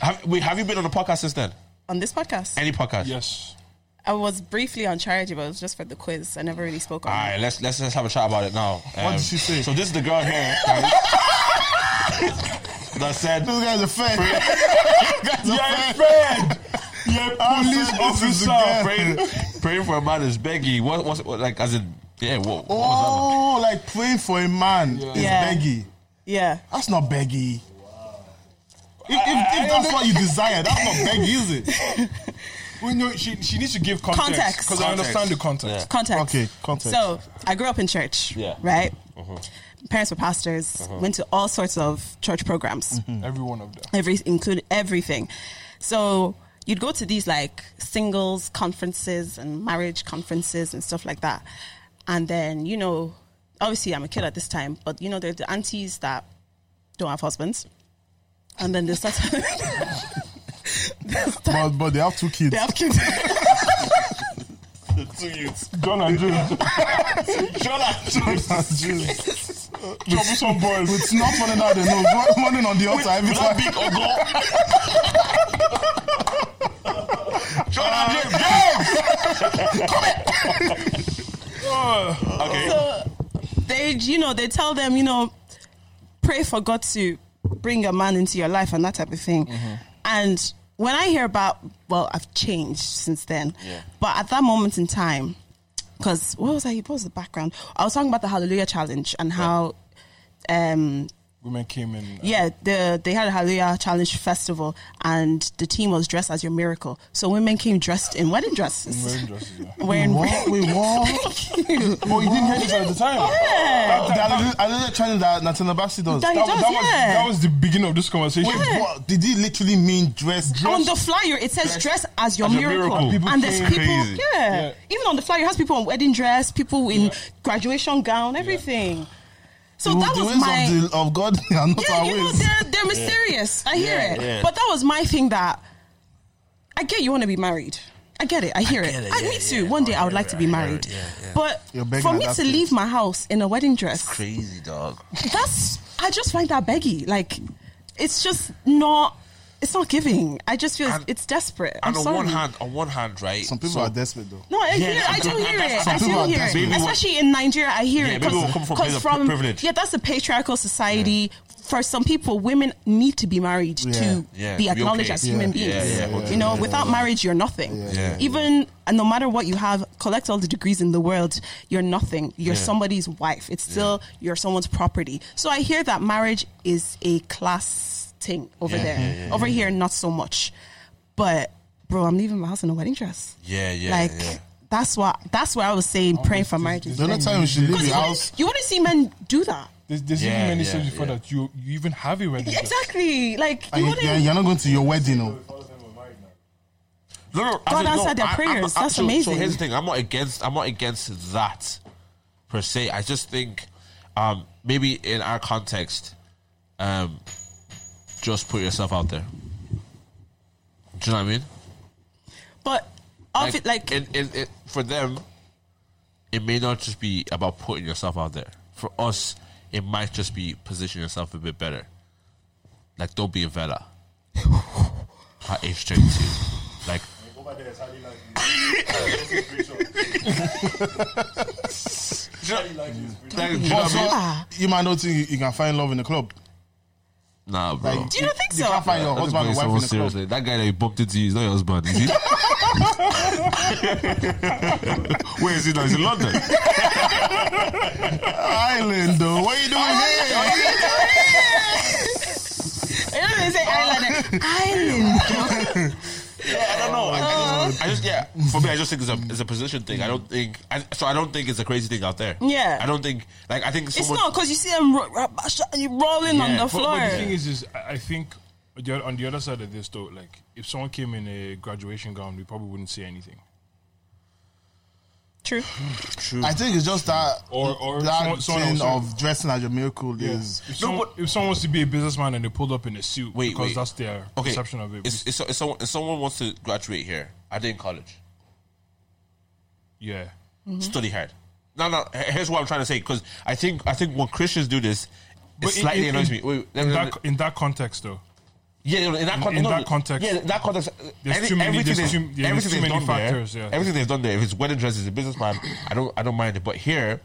C: Have, wait, have you been on a podcast since then?
B: On this podcast,
C: Any podcast?
D: Yes.
B: I was briefly on charity, but it was just for the quiz. I never really spoke on
C: All
B: it.
C: right, let's let's let's have a chat about it now. Um,
A: did she say?
C: So this is the girl here *laughs* that said *laughs*
A: This guy's a *laughs* fan.
D: You're a friend. You're a
A: I
D: police
A: said this is the
D: officer.
C: praying, praying for a man is begging. What what's what, like as in yeah? What, what was
A: Oh, like praying for a man is
B: Yeah.
A: beggy.
B: Yeah.
A: That's not beggy. If, if, if that's what you desire, that's not
C: *laughs*
A: beggy, is it?
D: We know she, she needs to give context
B: Context.
D: because I understand the context.
B: Context.
A: Okay, context.
B: So I grew up in church.
C: Yeah.
B: Right? Parents were pastors, went to all sorts of church programs.
A: Mm-hmm.
D: Every one of them.
B: every include everything. So you'd go to these like singles conferences and marriage conferences and stuff like that, and then you know, obviously I'm a kid at this time, but you know there are the aunties that don't have husbands, and then *laughs* they start. they start-
A: But, but they have two kids.
B: they have kids.
D: *laughs*
A: *laughs*
D: John and Jude.
A: *laughs* Jeez.
D: Troublesome boys.
A: It's not running out the nose, run- running on the altar every time.
C: that? Oh, God.
B: so they, you know, they tell them, you know, pray for God to bring a man into your life and that type of thing. And when I hear about, well, I've changed since then. But at that moment in time, because what was I? What was the background? I was talking about the Hallelujah Challenge and how, um,
D: Women came in. uh,
B: yeah, the they had a Hallelujah Challenge festival and the team was dressed as your miracle. So women came dressed in wedding dresses,
D: Wearing dresses, yeah.
B: *laughs* wearing.
A: What? Wait, what?
D: But you didn't hear this at the time.
A: The Hallelu- Hallelujah challenge that Nathaniel Bassi does.
B: That he
D: That,
B: does,
D: that, was,
B: yeah.
D: that was the beginning of this conversation.
A: Wait, what? Did he literally mean dress?
B: on the flyer it says dress as your
C: as a
B: miracle,
C: miracle.
D: People
B: and there's
D: came
B: people
C: crazy.
B: Yeah.
D: Yeah.
B: even on the flyer it has people in wedding dress people in graduation gown everything so
A: The-
B: that
A: the
B: was
A: ways
B: my
A: of, the, of God *laughs* are not
B: yeah
A: our
B: you know
A: ways.
B: they're, they're mysterious I hear it
C: yeah.
B: but that was my thing that I get you want to be married I get it I hear it,
C: get it,
B: I
C: yeah,
B: me too
C: yeah.
B: one day
C: I
B: I would
C: hear
B: like
C: it,
B: to
C: I
B: be
C: hear
B: married
C: it, yeah, yeah.
A: You're
B: but
A: begging
B: for
A: at
B: me
A: that
B: to
A: stage.
B: leave my house in a wedding dress
C: Crazy dog.
B: that's I just find that beggy. Like it's just not it's not giving. I just feel
C: And-
B: it's desperate. I'm
C: And on
B: sorry.
C: one hand, on one hand, right?
A: Some people
C: so-
A: are desperate though.
B: no, I,
C: Yeah,
B: hear- I do
C: some-
B: hear it.
C: some
B: I
A: people
B: do
A: are
B: hear
A: desperate.
B: it.
C: Maybe we-
B: Especially in Nigeria, I hear
C: Yeah,
B: it.
C: maybe we come from a
B: 'cause
C: place of privilege.
B: Yeah, that's a patriarchal society. For some people, women need to be married to
C: Yeah,
B: be
C: be
B: acknowledged
C: okay.
B: as
C: Yeah,
B: human
C: yeah,
B: beings.
C: yeah, yeah,
B: you know, without marriage, you're nothing.
C: yeah.
B: Even and no matter what you have, collect all the degrees in the world, you're nothing. You're somebody's wife. It's still you're someone's property. So I hear that marriage is a class thing over there. over here, not so much. But bro, I'm leaving my house in a wedding dress.
C: Yeah, yeah,
B: like
C: yeah.
B: that's what that's what I was saying. praying for marriage is
A: The only
B: very-
A: time you should leave
B: Because
A: your
B: you
A: house.
B: wouldn't, you wouldn't see men do that.
D: There's, there's
C: Yeah,
D: even many
C: yeah,
D: stages before
C: yeah.
D: that you you even have a wedding. dress.
B: Exactly. Like
A: and
B: you
A: you-
B: wouldn't.
A: yeah, you're not going to your wedding, oh.
C: No, no,
B: God
C: as in,
B: answered their
C: I'm- I'm-
B: prayers.
C: I'm-
B: That's
C: so-
B: amazing.
C: So here's the thing: I'm not against. I'm not against that per se. I just think um, maybe in our context, um, just put yourself out there. Do you know what I mean?
B: But of it, like
C: it, it, it, for them, it may not just be about putting yourself out there. For us, it might just be position yourself a bit better. Like, don't be a
B: *laughs*
C: Vela at age thirty-two. Like, like, do you know what
B: *laughs*
C: I mean?
A: Also, you might not think you, you can find love in the club.
C: Nah, bro.
A: Like,
B: do you not think
A: you
B: so?
A: can't find your
C: That's
A: husband
C: going
A: and wife in
C: so
A: the club.
C: seriously. That guy that you bumped into is not your husband,
B: *laughs*
C: is he? *laughs* Where is he now? He's in London.
A: Island, though. What are you doing here?
B: You know they say
A: *laughs* Oh.
B: island. Island.
C: I don't know. Oh, I,
B: Uh.
C: I just, I just- yeah. For me, I just think it's a it's a position thing. I don't think I, so. I don't think it's a crazy thing out there.
B: Yeah.
C: I don't think like I think
B: It's
C: someone.
B: not because you see them ro- ro- and you rolling on
C: Yeah,
B: the
C: but- but
B: floor.
D: But the thing is, is I I think the oth- on the other side of this though, like if someone came in a graduation gown, we probably wouldn't say anything.
B: True.
A: I think it's just that
D: Or- or
A: that
D: someone- someone
A: thing
D: else.
A: of dressing as your miracle
B: *laughs*
A: is.
D: If, someone, if someone wants to be a businessman and they pulled up in a suit,
C: Wait,
D: because
C: wait.
D: that's their
C: okay.
D: perception of it.
C: It's, it's, so- if someone if someone wants to graduate here, I did in college,
D: yeah,
B: Mm-hmm.
C: study hard. No, no. he- Here's what I'm trying to say because I think I think when Christians do this, it
D: But in-
C: slightly
D: in-
C: annoys
D: in-
C: me. Wait, let
D: in
C: me-
D: that, in that context though,
C: Yeah, in that, con-
D: in
C: no,
D: that context, uh,
C: Yeah, in that context.
D: there's
C: any-
D: too many-
C: everything
D: there's
C: they-
D: too- yeah, there's
C: everything they've
D: too many
C: done there-
D: factors, yeah.
C: Everything they've done there. If it's wedding dress, it's a businessman. I don't, I don't mind it. But here,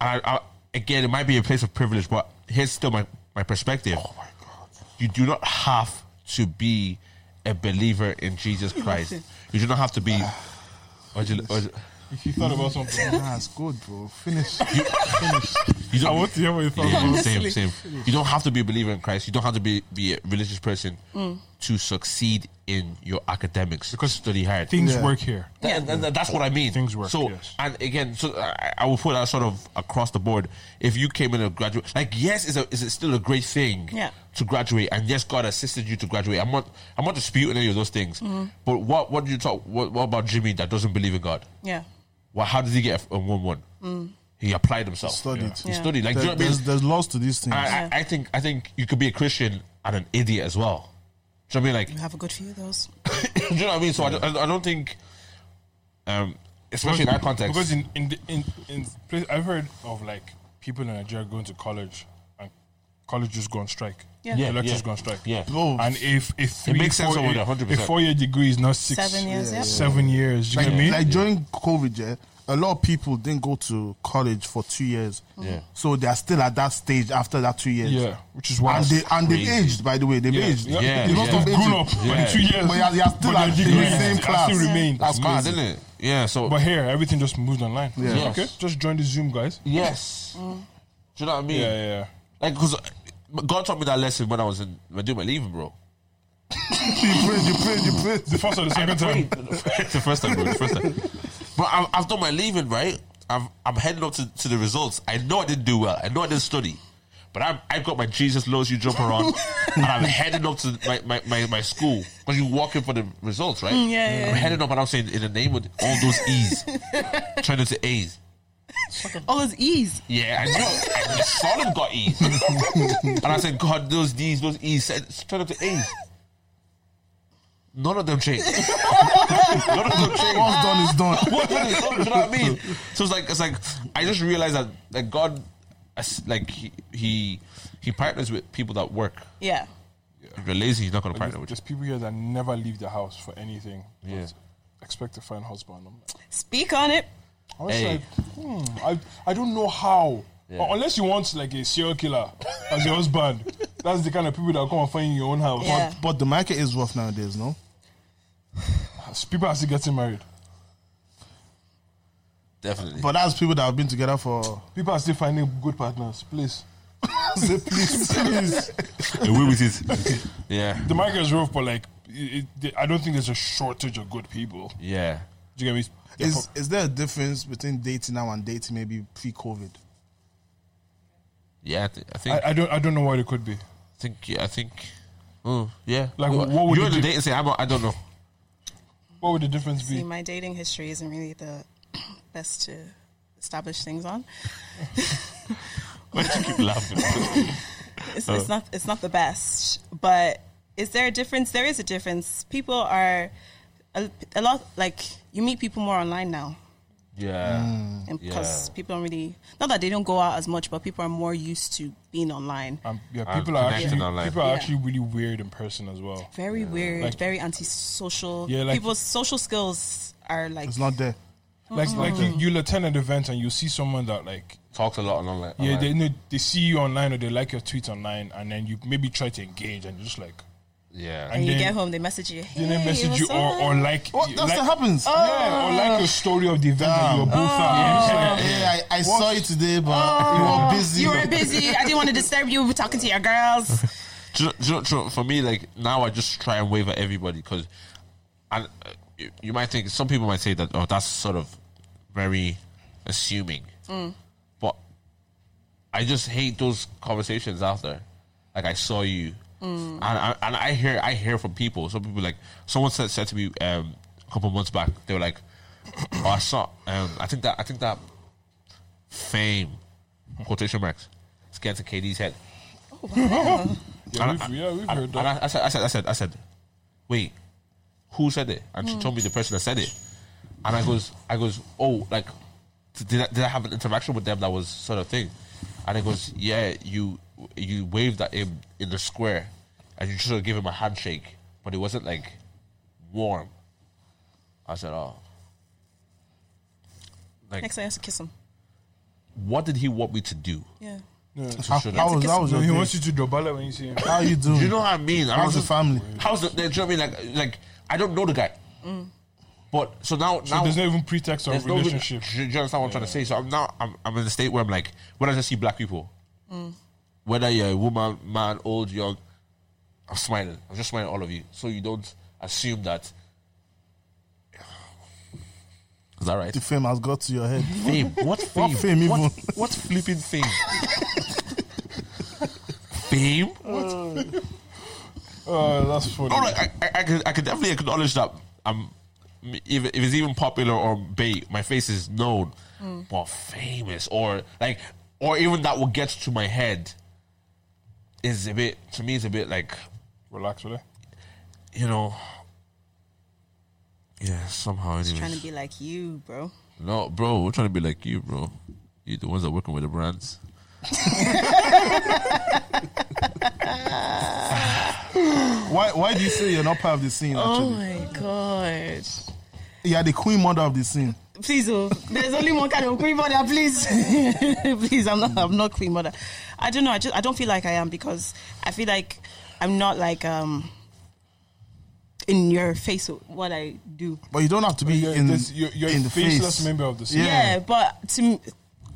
C: I, I, again, it might be a place of privilege. But here's still my, my perspective. Oh my god! You do not have to be a believer in Jesus
D: *laughs*
C: Christ. You do not have to be. or do you- or do-
D: If you thought
C: *laughs*
D: about something,
A: Nah, it's good, bro. Finish. Finish.
C: you
D: I
C: don't,
D: want to hear what you thought.
C: yeah,
D: about.
C: same, same. You don't have to be a believer in Christ. You don't have to be, be a religious person
B: Mm.
C: to succeed in your academics. Because study hard.
D: Things
A: Yeah.
D: work here.
C: Th- and- and that's what I mean.
D: Things work,
C: So
D: yes.
C: and again, so I, I will put that sort of across the board. If you came in a graduate, like yes, is a, is it still a great thing?
B: Yeah.
C: To graduate, and yes, God assisted you to graduate. I'm not I'm not disputing any of those things.
B: Mm-hmm.
C: But what what do you talk? What, what about Jimmy that doesn't believe in God?
B: Yeah.
C: Well, how did he get a one one? He applied himself.
A: Studied.
C: He
B: Mm. Yeah.
C: studied. Like do you
A: There-
C: know what I mean?
A: there's, there's laws to these things.
C: I,
B: Yeah.
C: I, I think I think you could be a Christian and an idiot as well. Do you know what I mean?
B: You have a good few of those.
C: Like, *laughs* do you know what I mean? So I don't- I, don't- I don't think, um, especially in that context,
D: Because in in the, in, in place, I've heard of like people in Nigeria going to college and colleges go on strike.
B: Yeah. Yeah,
D: The lecturers
C: yeah.
D: go on strike.
C: Yeah.
A: Bro.
D: And if if three,
C: makes sense
D: four
C: over
D: year-
C: there, 100%.
D: A four year degree is not six
B: Seven years, yeah.
D: Seven years. You
A: like,
D: get me?
A: like during COVID, yeah, a lot of people didn't go to college for two years.
C: Yeah.
A: So they are still at that stage after that two years.
D: yeah, which is why
A: And they and they've
C: crazy.
A: aged, by the way, they've
D: yeah.
A: aged.
C: Yeah,
D: Yeah.
A: They
D: They've
A: don't
C: yeah.
A: stop aging.
D: grown up
C: Yeah.
D: in two years.
A: But you're- you're still
D: their
A: at the
D: degrees
A: same
D: still
A: class.
D: remain.
A: That's
C: it's mad,
A: crazy.
C: isn't it? Yeah. So
D: But here, everything just moved online.
A: Yeah.
D: Okay,
C: Yes.
D: just join the Zoom, guys.
C: yes, do you know what I mean?
D: Yeah, yeah.
C: Like, because God taught me that lesson when I was in when doing my leaving, bro.
A: You prayed, you prayed, you prayed.
D: The first or the
C: *laughs*
D: second time.
C: the first time, bro, the first time. But I've, I've done my leaving, right? I've, I'm heading up to, to the results. I know I didn't do well. I know I didn't study. But I'm, I've got my Jesus loves you jumper on. and I'm heading up to my, my, my, my school. Because you walk in for the results, right?
B: Mm, yeah, yeah,
C: I'm heading up and I'm saying, in the name of all those E's, turn into A's.
B: All those E's.
C: Yeah, I know. I saw them got E's. and I said, God, those D's, those E's, said, turn up to A's. None of them changed. None of them changed.
A: What's done is done.
C: *laughs* What do you know what I mean? So it's like it's like I just realized that like God, as- like he he, he partners with people that work.
B: Yeah.
C: If you're lazy, he's not going to partner with you.
D: There's people here that never leave the house for anything. but
C: Yeah.
D: Expect to find husband. I'm like,
B: Speak on it.
D: I was
C: Hey.
D: like, hmm, I, I don't know how. Uh, Unless you want like a serial killer as your
C: *laughs*
D: husband, that's the kind of people that will come and find you in your own house.
B: Yeah.
A: But the market is rough nowadays, no?
D: But people are still getting married.
C: Definitely.
A: But that's people that have been together for. *laughs*
D: People are still finding good partners. Please,
A: Say, please, please.
C: Away with it. yeah.
D: the market is rough, but like, it, it, I don't think there's a shortage of good people.
C: Yeah.
D: Do you get me? They're
A: Is is there a difference between dating now and dating maybe pre-COVID?
C: Yeah. I, thi- I think.
D: prob-
C: I,
D: I, I don't. I don't know what it could be.
C: think. Yeah. I think. Oh yeah.
D: Like, what
C: you're
D: would you
C: in the
D: do?
C: dating scene? I'm. not- I don't know. *laughs*
D: What would the difference
B: See,
A: Mm.
D: be?
B: my dating history isn't really the *clears throat* best to establish things on.
C: Why do you keep laughing? *laughs*
B: It's,
D: Oh.
B: it's not. It's not the best. But is there a difference? There is a difference. People are a, a lot like you meet people more online now.
C: yeah.
B: because
C: Yeah.
B: people don't really not that they don't go out as much, but people are more used to being online.
D: Um, yeah,
C: I'm
D: people are
C: connected
D: actually
C: online.
D: people are
B: Yeah.
D: actually really weird in person as well.
B: Very weird,
D: Like-
B: very antisocial.
D: Yeah, like-
B: People's social skills are like
A: It's not there.
D: Like
B: Mm-hmm.
D: like you, you'll attend an event and you see someone that like
C: Talks a lot on online.
D: yeah
C: online.
D: they know they see you online or they like your tweets online and then you maybe try to engage and you're just like
C: yeah.
B: and you
D: then-
B: get home, they message you. Hey,
D: then they message
B: what's
D: you or, or
B: up?" Ah.
D: like
A: What?
D: you-
A: That's
D: like,
A: what happens.
D: yeah or like your story of the event that you were both at. Yeah.
A: Hey, I, I saw you today, but you were busy.
B: *laughs* you were busy. I didn't want to disturb you. We're talking to your
D: *laughs*
B: girls.
C: Do you know- do you know- do you know, for me, like now, I just try and wave at everybody because, and uh, you- you might think some people might say that oh that's sort of very assuming, but I just hate those conversations out there. Like I saw you, and I, and I hear I hear from people. Some people like someone said said to me um, a couple months back. They were like, *clears throat* oh, I saw. Um, I think that I think that fame quotation marks is getting to KD's head.
D: we've, yeah we've heard
C: And
D: that
C: I, I said, I said, I said, I said, wait, who said it? And
D: Hmm.
C: she told me the person that said it. And I goes, I goes, oh, like, d- did I, did I have an interaction with them that was sort of thing? And it goes, yeah, you you waved at him in the square, and you should have given him a handshake, but it wasn't like warm. I said, oh. Like,
B: Next time I have to kiss him.
C: what did he want me to do?
B: Yeah.
A: How,
C: Should
A: how
C: I-
A: was, how was
D: No,
A: your
D: he
A: day?
D: wants you to dobala when you see him.
A: How you doing?
C: Do you know what I mean? I
A: Mm. How's
C: was
A: the
C: just-
A: family?
C: How's the? Do you know what I mean? Like, like I don't know the guy, but so now
D: So
C: now
D: there's no even pretext of
C: there's no-
D: relationship.
C: do you do you understand what I'm trying to say? So I'm now I'm, I'm in the state where I'm like, when I just see black people, whether you're a woman, man, old, young, I'm smiling. I'm just smiling at all of you, so you don't assume that. Is that right?
A: The fame has got to your head.
C: Fame. What fame?
A: fame
C: What-
A: even?
C: what flipping fame? fame?
D: Oh, that's funny.
C: No, like, I, I, I, could, I could definitely acknowledge that I'm, if, if it's even popular or bait, my face is known
B: Hmm.
C: or famous or like, or even that what gets to my head is a bit, to me, it's a bit like,
D: Relax, will I?
C: you know, yeah, somehow. Anyways.
B: Trying to be like you, bro.
C: no, bro, we're trying to be like you, bro. you the ones that working with the brands.
A: Why, why do you say you're not part of the scene,
B: Oh.
A: actually?
B: my god.
A: You're the queen mother of the scene.
B: Please, oh, there's only one kind of queen mother. Please, *laughs* please, I'm not, I'm not queen mother. I don't know. I just, I don't feel like I am because I feel like I'm not like um in your face with what I do.
A: But you don't have to be
D: You're,
A: in,
D: this, you're, you're
A: in
D: a
A: the
D: faceless
A: face.
D: member of the
A: Yeah.
D: scene.
B: Yeah, but to m-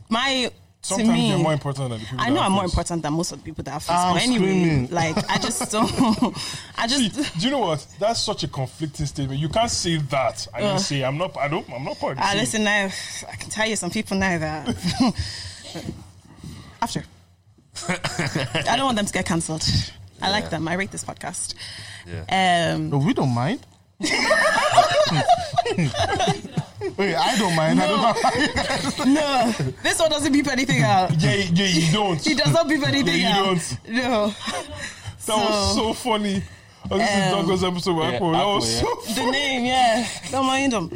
B: my
D: Sometimes
B: to me,
D: you're more important than Ah, the people.
B: I
D: that
B: know
D: are
B: I'm more
D: face.
B: important than most of the people that are face.
A: I'm
B: But anyway,
A: screaming.
B: like I just don't. *laughs* I just
D: Do you know what? That's such a conflicting statement. You can't say that and you say I'm not. I don't. I'm not part of the
B: Uh. Ah,
D: scene."
B: listen, now I can tell you some people now that *laughs*
D: *laughs*
B: after. I don't want them to get cancelled. I like them. I rate this podcast. Um,
D: *laughs*
A: No, we don't
B: *laughs*
A: mind. Wait, I don't mind. I don't mind.
B: no, this one doesn't beep anything out.
D: Yeah,
B: *laughs*
D: yeah, you don't.
B: He does not beep anything
D: Yeah, you
B: out.
D: don't.
B: No,
D: that was so funny. Oh, this is
B: Um,
D: Douglas episode. with Apple. That
C: Apple,
D: was
C: yeah.
D: so.
B: the name, yeah, don't mind him.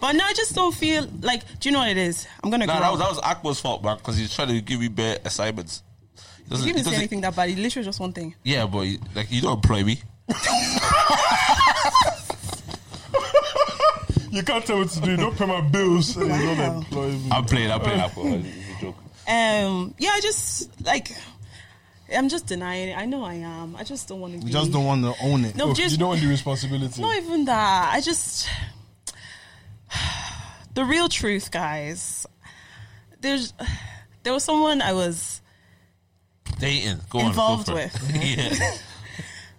B: But no, I just don't feel like. Do you know what it is? I'm gonna
C: Nah,
B: grow
C: that was,
B: up.
C: that was Akbar's fault, man, because he's trying to give you bare assignments. He doesn't,
B: He
C: he
B: didn't say
C: doesn't,
B: anything that bad. He literally just one thing.
C: Yeah, but like you don't employ me.
D: *laughs* You can't tell what to do. You don't pay my bills. and You don't
B: Wow.
D: employ me.
C: I'm playing. I'm
B: *laughs*
C: playing. Apple. It's a joke.
B: Um, yeah, I just like. I'm just denying it. I know I am. I just don't want to.
A: You just don't want to own it.
B: No,
D: Oh,
B: just
D: you don't want the responsibility.
B: not even that. I just *sighs* the real truth, guys. There's there was someone I was,
C: Dating. Go
B: Involved
C: on. go for *laughs* it. yeah.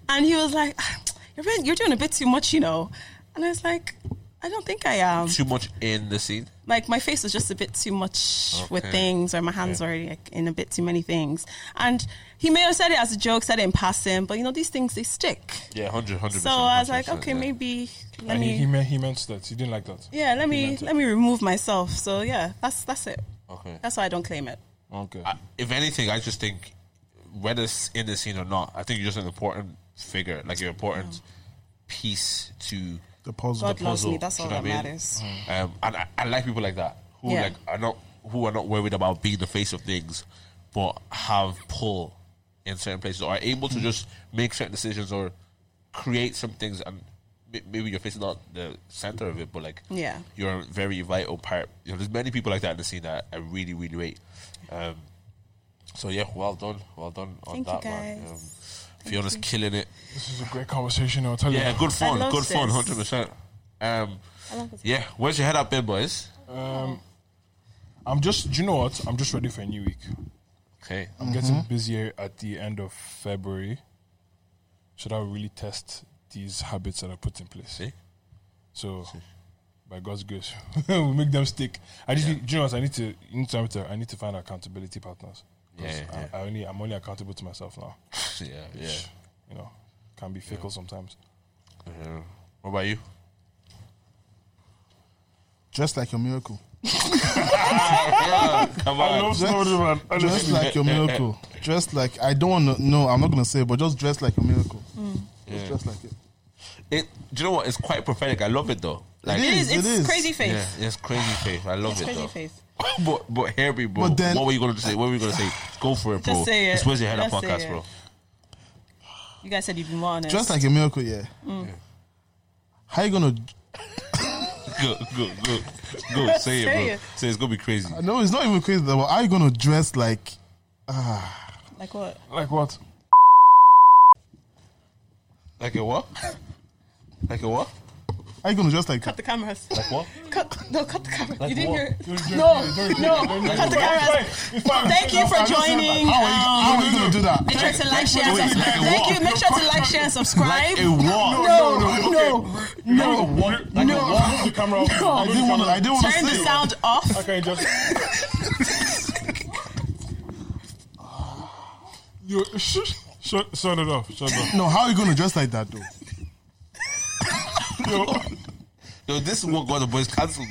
B: and he was like, *sighs* "You're been, you're doing a bit too much, you know." And I was like, "I don't think I am."
C: Too much in the scene.
B: Like my face was just a bit too much with
C: Okay.
B: things, or my hands already like, in a bit too many things. And he may have said it as a joke, said it in passing, but you know these things they stick.
C: Yeah, 100 100
B: So I was like, "Okay, maybe let
D: And he,
B: me."
D: he, meant, he meant that. He didn't like that.
B: yeah, let me
D: meant it.
B: let me remove myself. So yeah, that's that's it.
C: Okay.
B: That's why I don't claim it.
D: Okay.
C: I, if anything, I just think whether it's in the scene or not, I think you're just an important figure, like you're an important
B: Mm.
C: piece to
A: The puzzle.
B: God
A: The
B: loves
C: puzzle.
B: me. That's
C: you
B: all
C: know
B: that
C: what I mean?
B: matters.
C: Um, and I, I like people like that who
B: Yeah.
C: like are not who are not worried about being the face of things, but have pull in certain places or are able
B: Hmm.
C: to just make certain decisions or create some things. And may- maybe your face is not the center of it, but like
B: Yeah.
C: you're a very vital part. You know, there's many people like that in the scene that I really really rate. Um, so yeah, well done, well done on
B: Thank you,
C: that man.
B: guys.
C: Um, Fiona's killing it.
D: This is a great conversation. I'll
B: *laughs*
D: tell
C: Yeah,
D: you.
C: good fun,
B: love
C: good fun,
B: this.
C: hundred percent. Um,
B: love this.
C: yeah, where's your head up, there, boys?
D: I'm just. Do you know what? I'm just ready for a new week.
C: Okay.
D: I'm getting busier at the end of February. Should I really test these habits that I put in place?
C: See?
D: So, by God's grace, *laughs* we'll make them stick. I just, need, do you know what? I need to, you need to, uh, I need to find accountability partners. 'Cause
C: Yeah, yeah,
D: I,
C: yeah.
D: I only, I'm only accountable to myself now.
C: Yeah, yeah.
D: *laughs* You know, can be fickle sometimes.
C: yeah. Uh, What about you?
A: Just like your miracle.
C: Come on.
A: Just like your miracle. Just like I don't want to. No, I'm not gonna say, it, but just dress like your miracle.
B: Mm.
A: Just dress like it.
C: It, do you know what? It's quite prophetic. I love it though. Like,
A: It
B: It
A: is,
B: is. It's
A: it is.
B: crazy faith.
C: yeah, it's crazy faith. I love
B: It's
C: it
B: crazy
C: though.
B: faith.
C: *laughs* but but hear me, bro.
A: But then-
B: *sighs*
C: what were you gonna say? What were you gonna say? Go for it, bro.
B: Just say it.
C: It's where's your head up
B: Just say
C: podcast,
B: it.
C: bro.
B: You guys said you'd be more honest.
A: Just like a miracle, yeah.
B: Mm.
A: How you gonna?
C: Go, go, go, go. Say it,
B: Say
C: bro.
B: it.
C: Say it's gonna be crazy.
A: No, it's not even crazy. But how you gonna dress like?
B: Like what?
D: Like what?
C: Like a what? Like a what?
A: How you gonna dress like?
B: Cut the cameras.
C: Like what?
B: Cut. No, cut the camera. you didn't
C: what?
B: hear.
D: Don't- don't-
B: No,
D: don't-
B: no.
D: don't- don't-
B: Cut the
D: don't-
B: cameras.
D: It's fine, it's fine.
B: Thank you for joining. Uh,
A: How are you, how are you gonna do that?
B: Make sure to like, share, and
C: wait,
B: subscribe.
C: like a
B: Thank
C: what?
B: you. Make sure to like, share, and subscribe.
C: Like a what?
B: No, no.
D: no, No, what? Like
C: No.
D: what? The *laughs* camera off.
A: I didn't want to. I didn't want to
B: Turn the
A: say. it.
B: sound off.
D: Okay, *laughs* just. you sh- *laughs* shut, shut it off. Shut it off.
A: No, how are you gonna dress like that though?
C: Yo, this is what got the boys cancelled.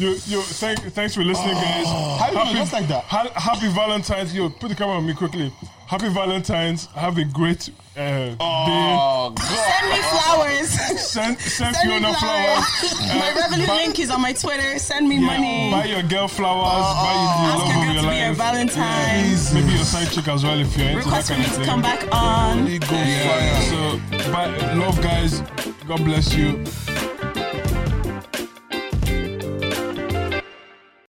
D: Yo, yo, thank, thanks for listening, guys. *sighs* *laughs*
A: you doing just like that?
D: ha- happy Valentine's. Yo, put the camera on me quickly. Happy Valentine's. Have a great uh,
C: Oh god.
B: Send me flowers.
D: day. Send, send,
B: Send me
D: Fiona
B: *laughs*
D: flowers.
B: my Revolut link is on my Twitter. Send me *laughs* money. Oh,
D: Buy your girl flowers.
B: Ask
D: buy
B: your
D: you the
B: girl to
D: love
B: be your
D: of your life.
B: Valentine.
D: Maybe your side chick as well if you're into
B: Request
D: that
B: for
D: kind
B: me
D: of
B: to
D: thing.
B: come back on.
D: 예.
A: He go fire.
D: So, bye, love, guys. God bless you.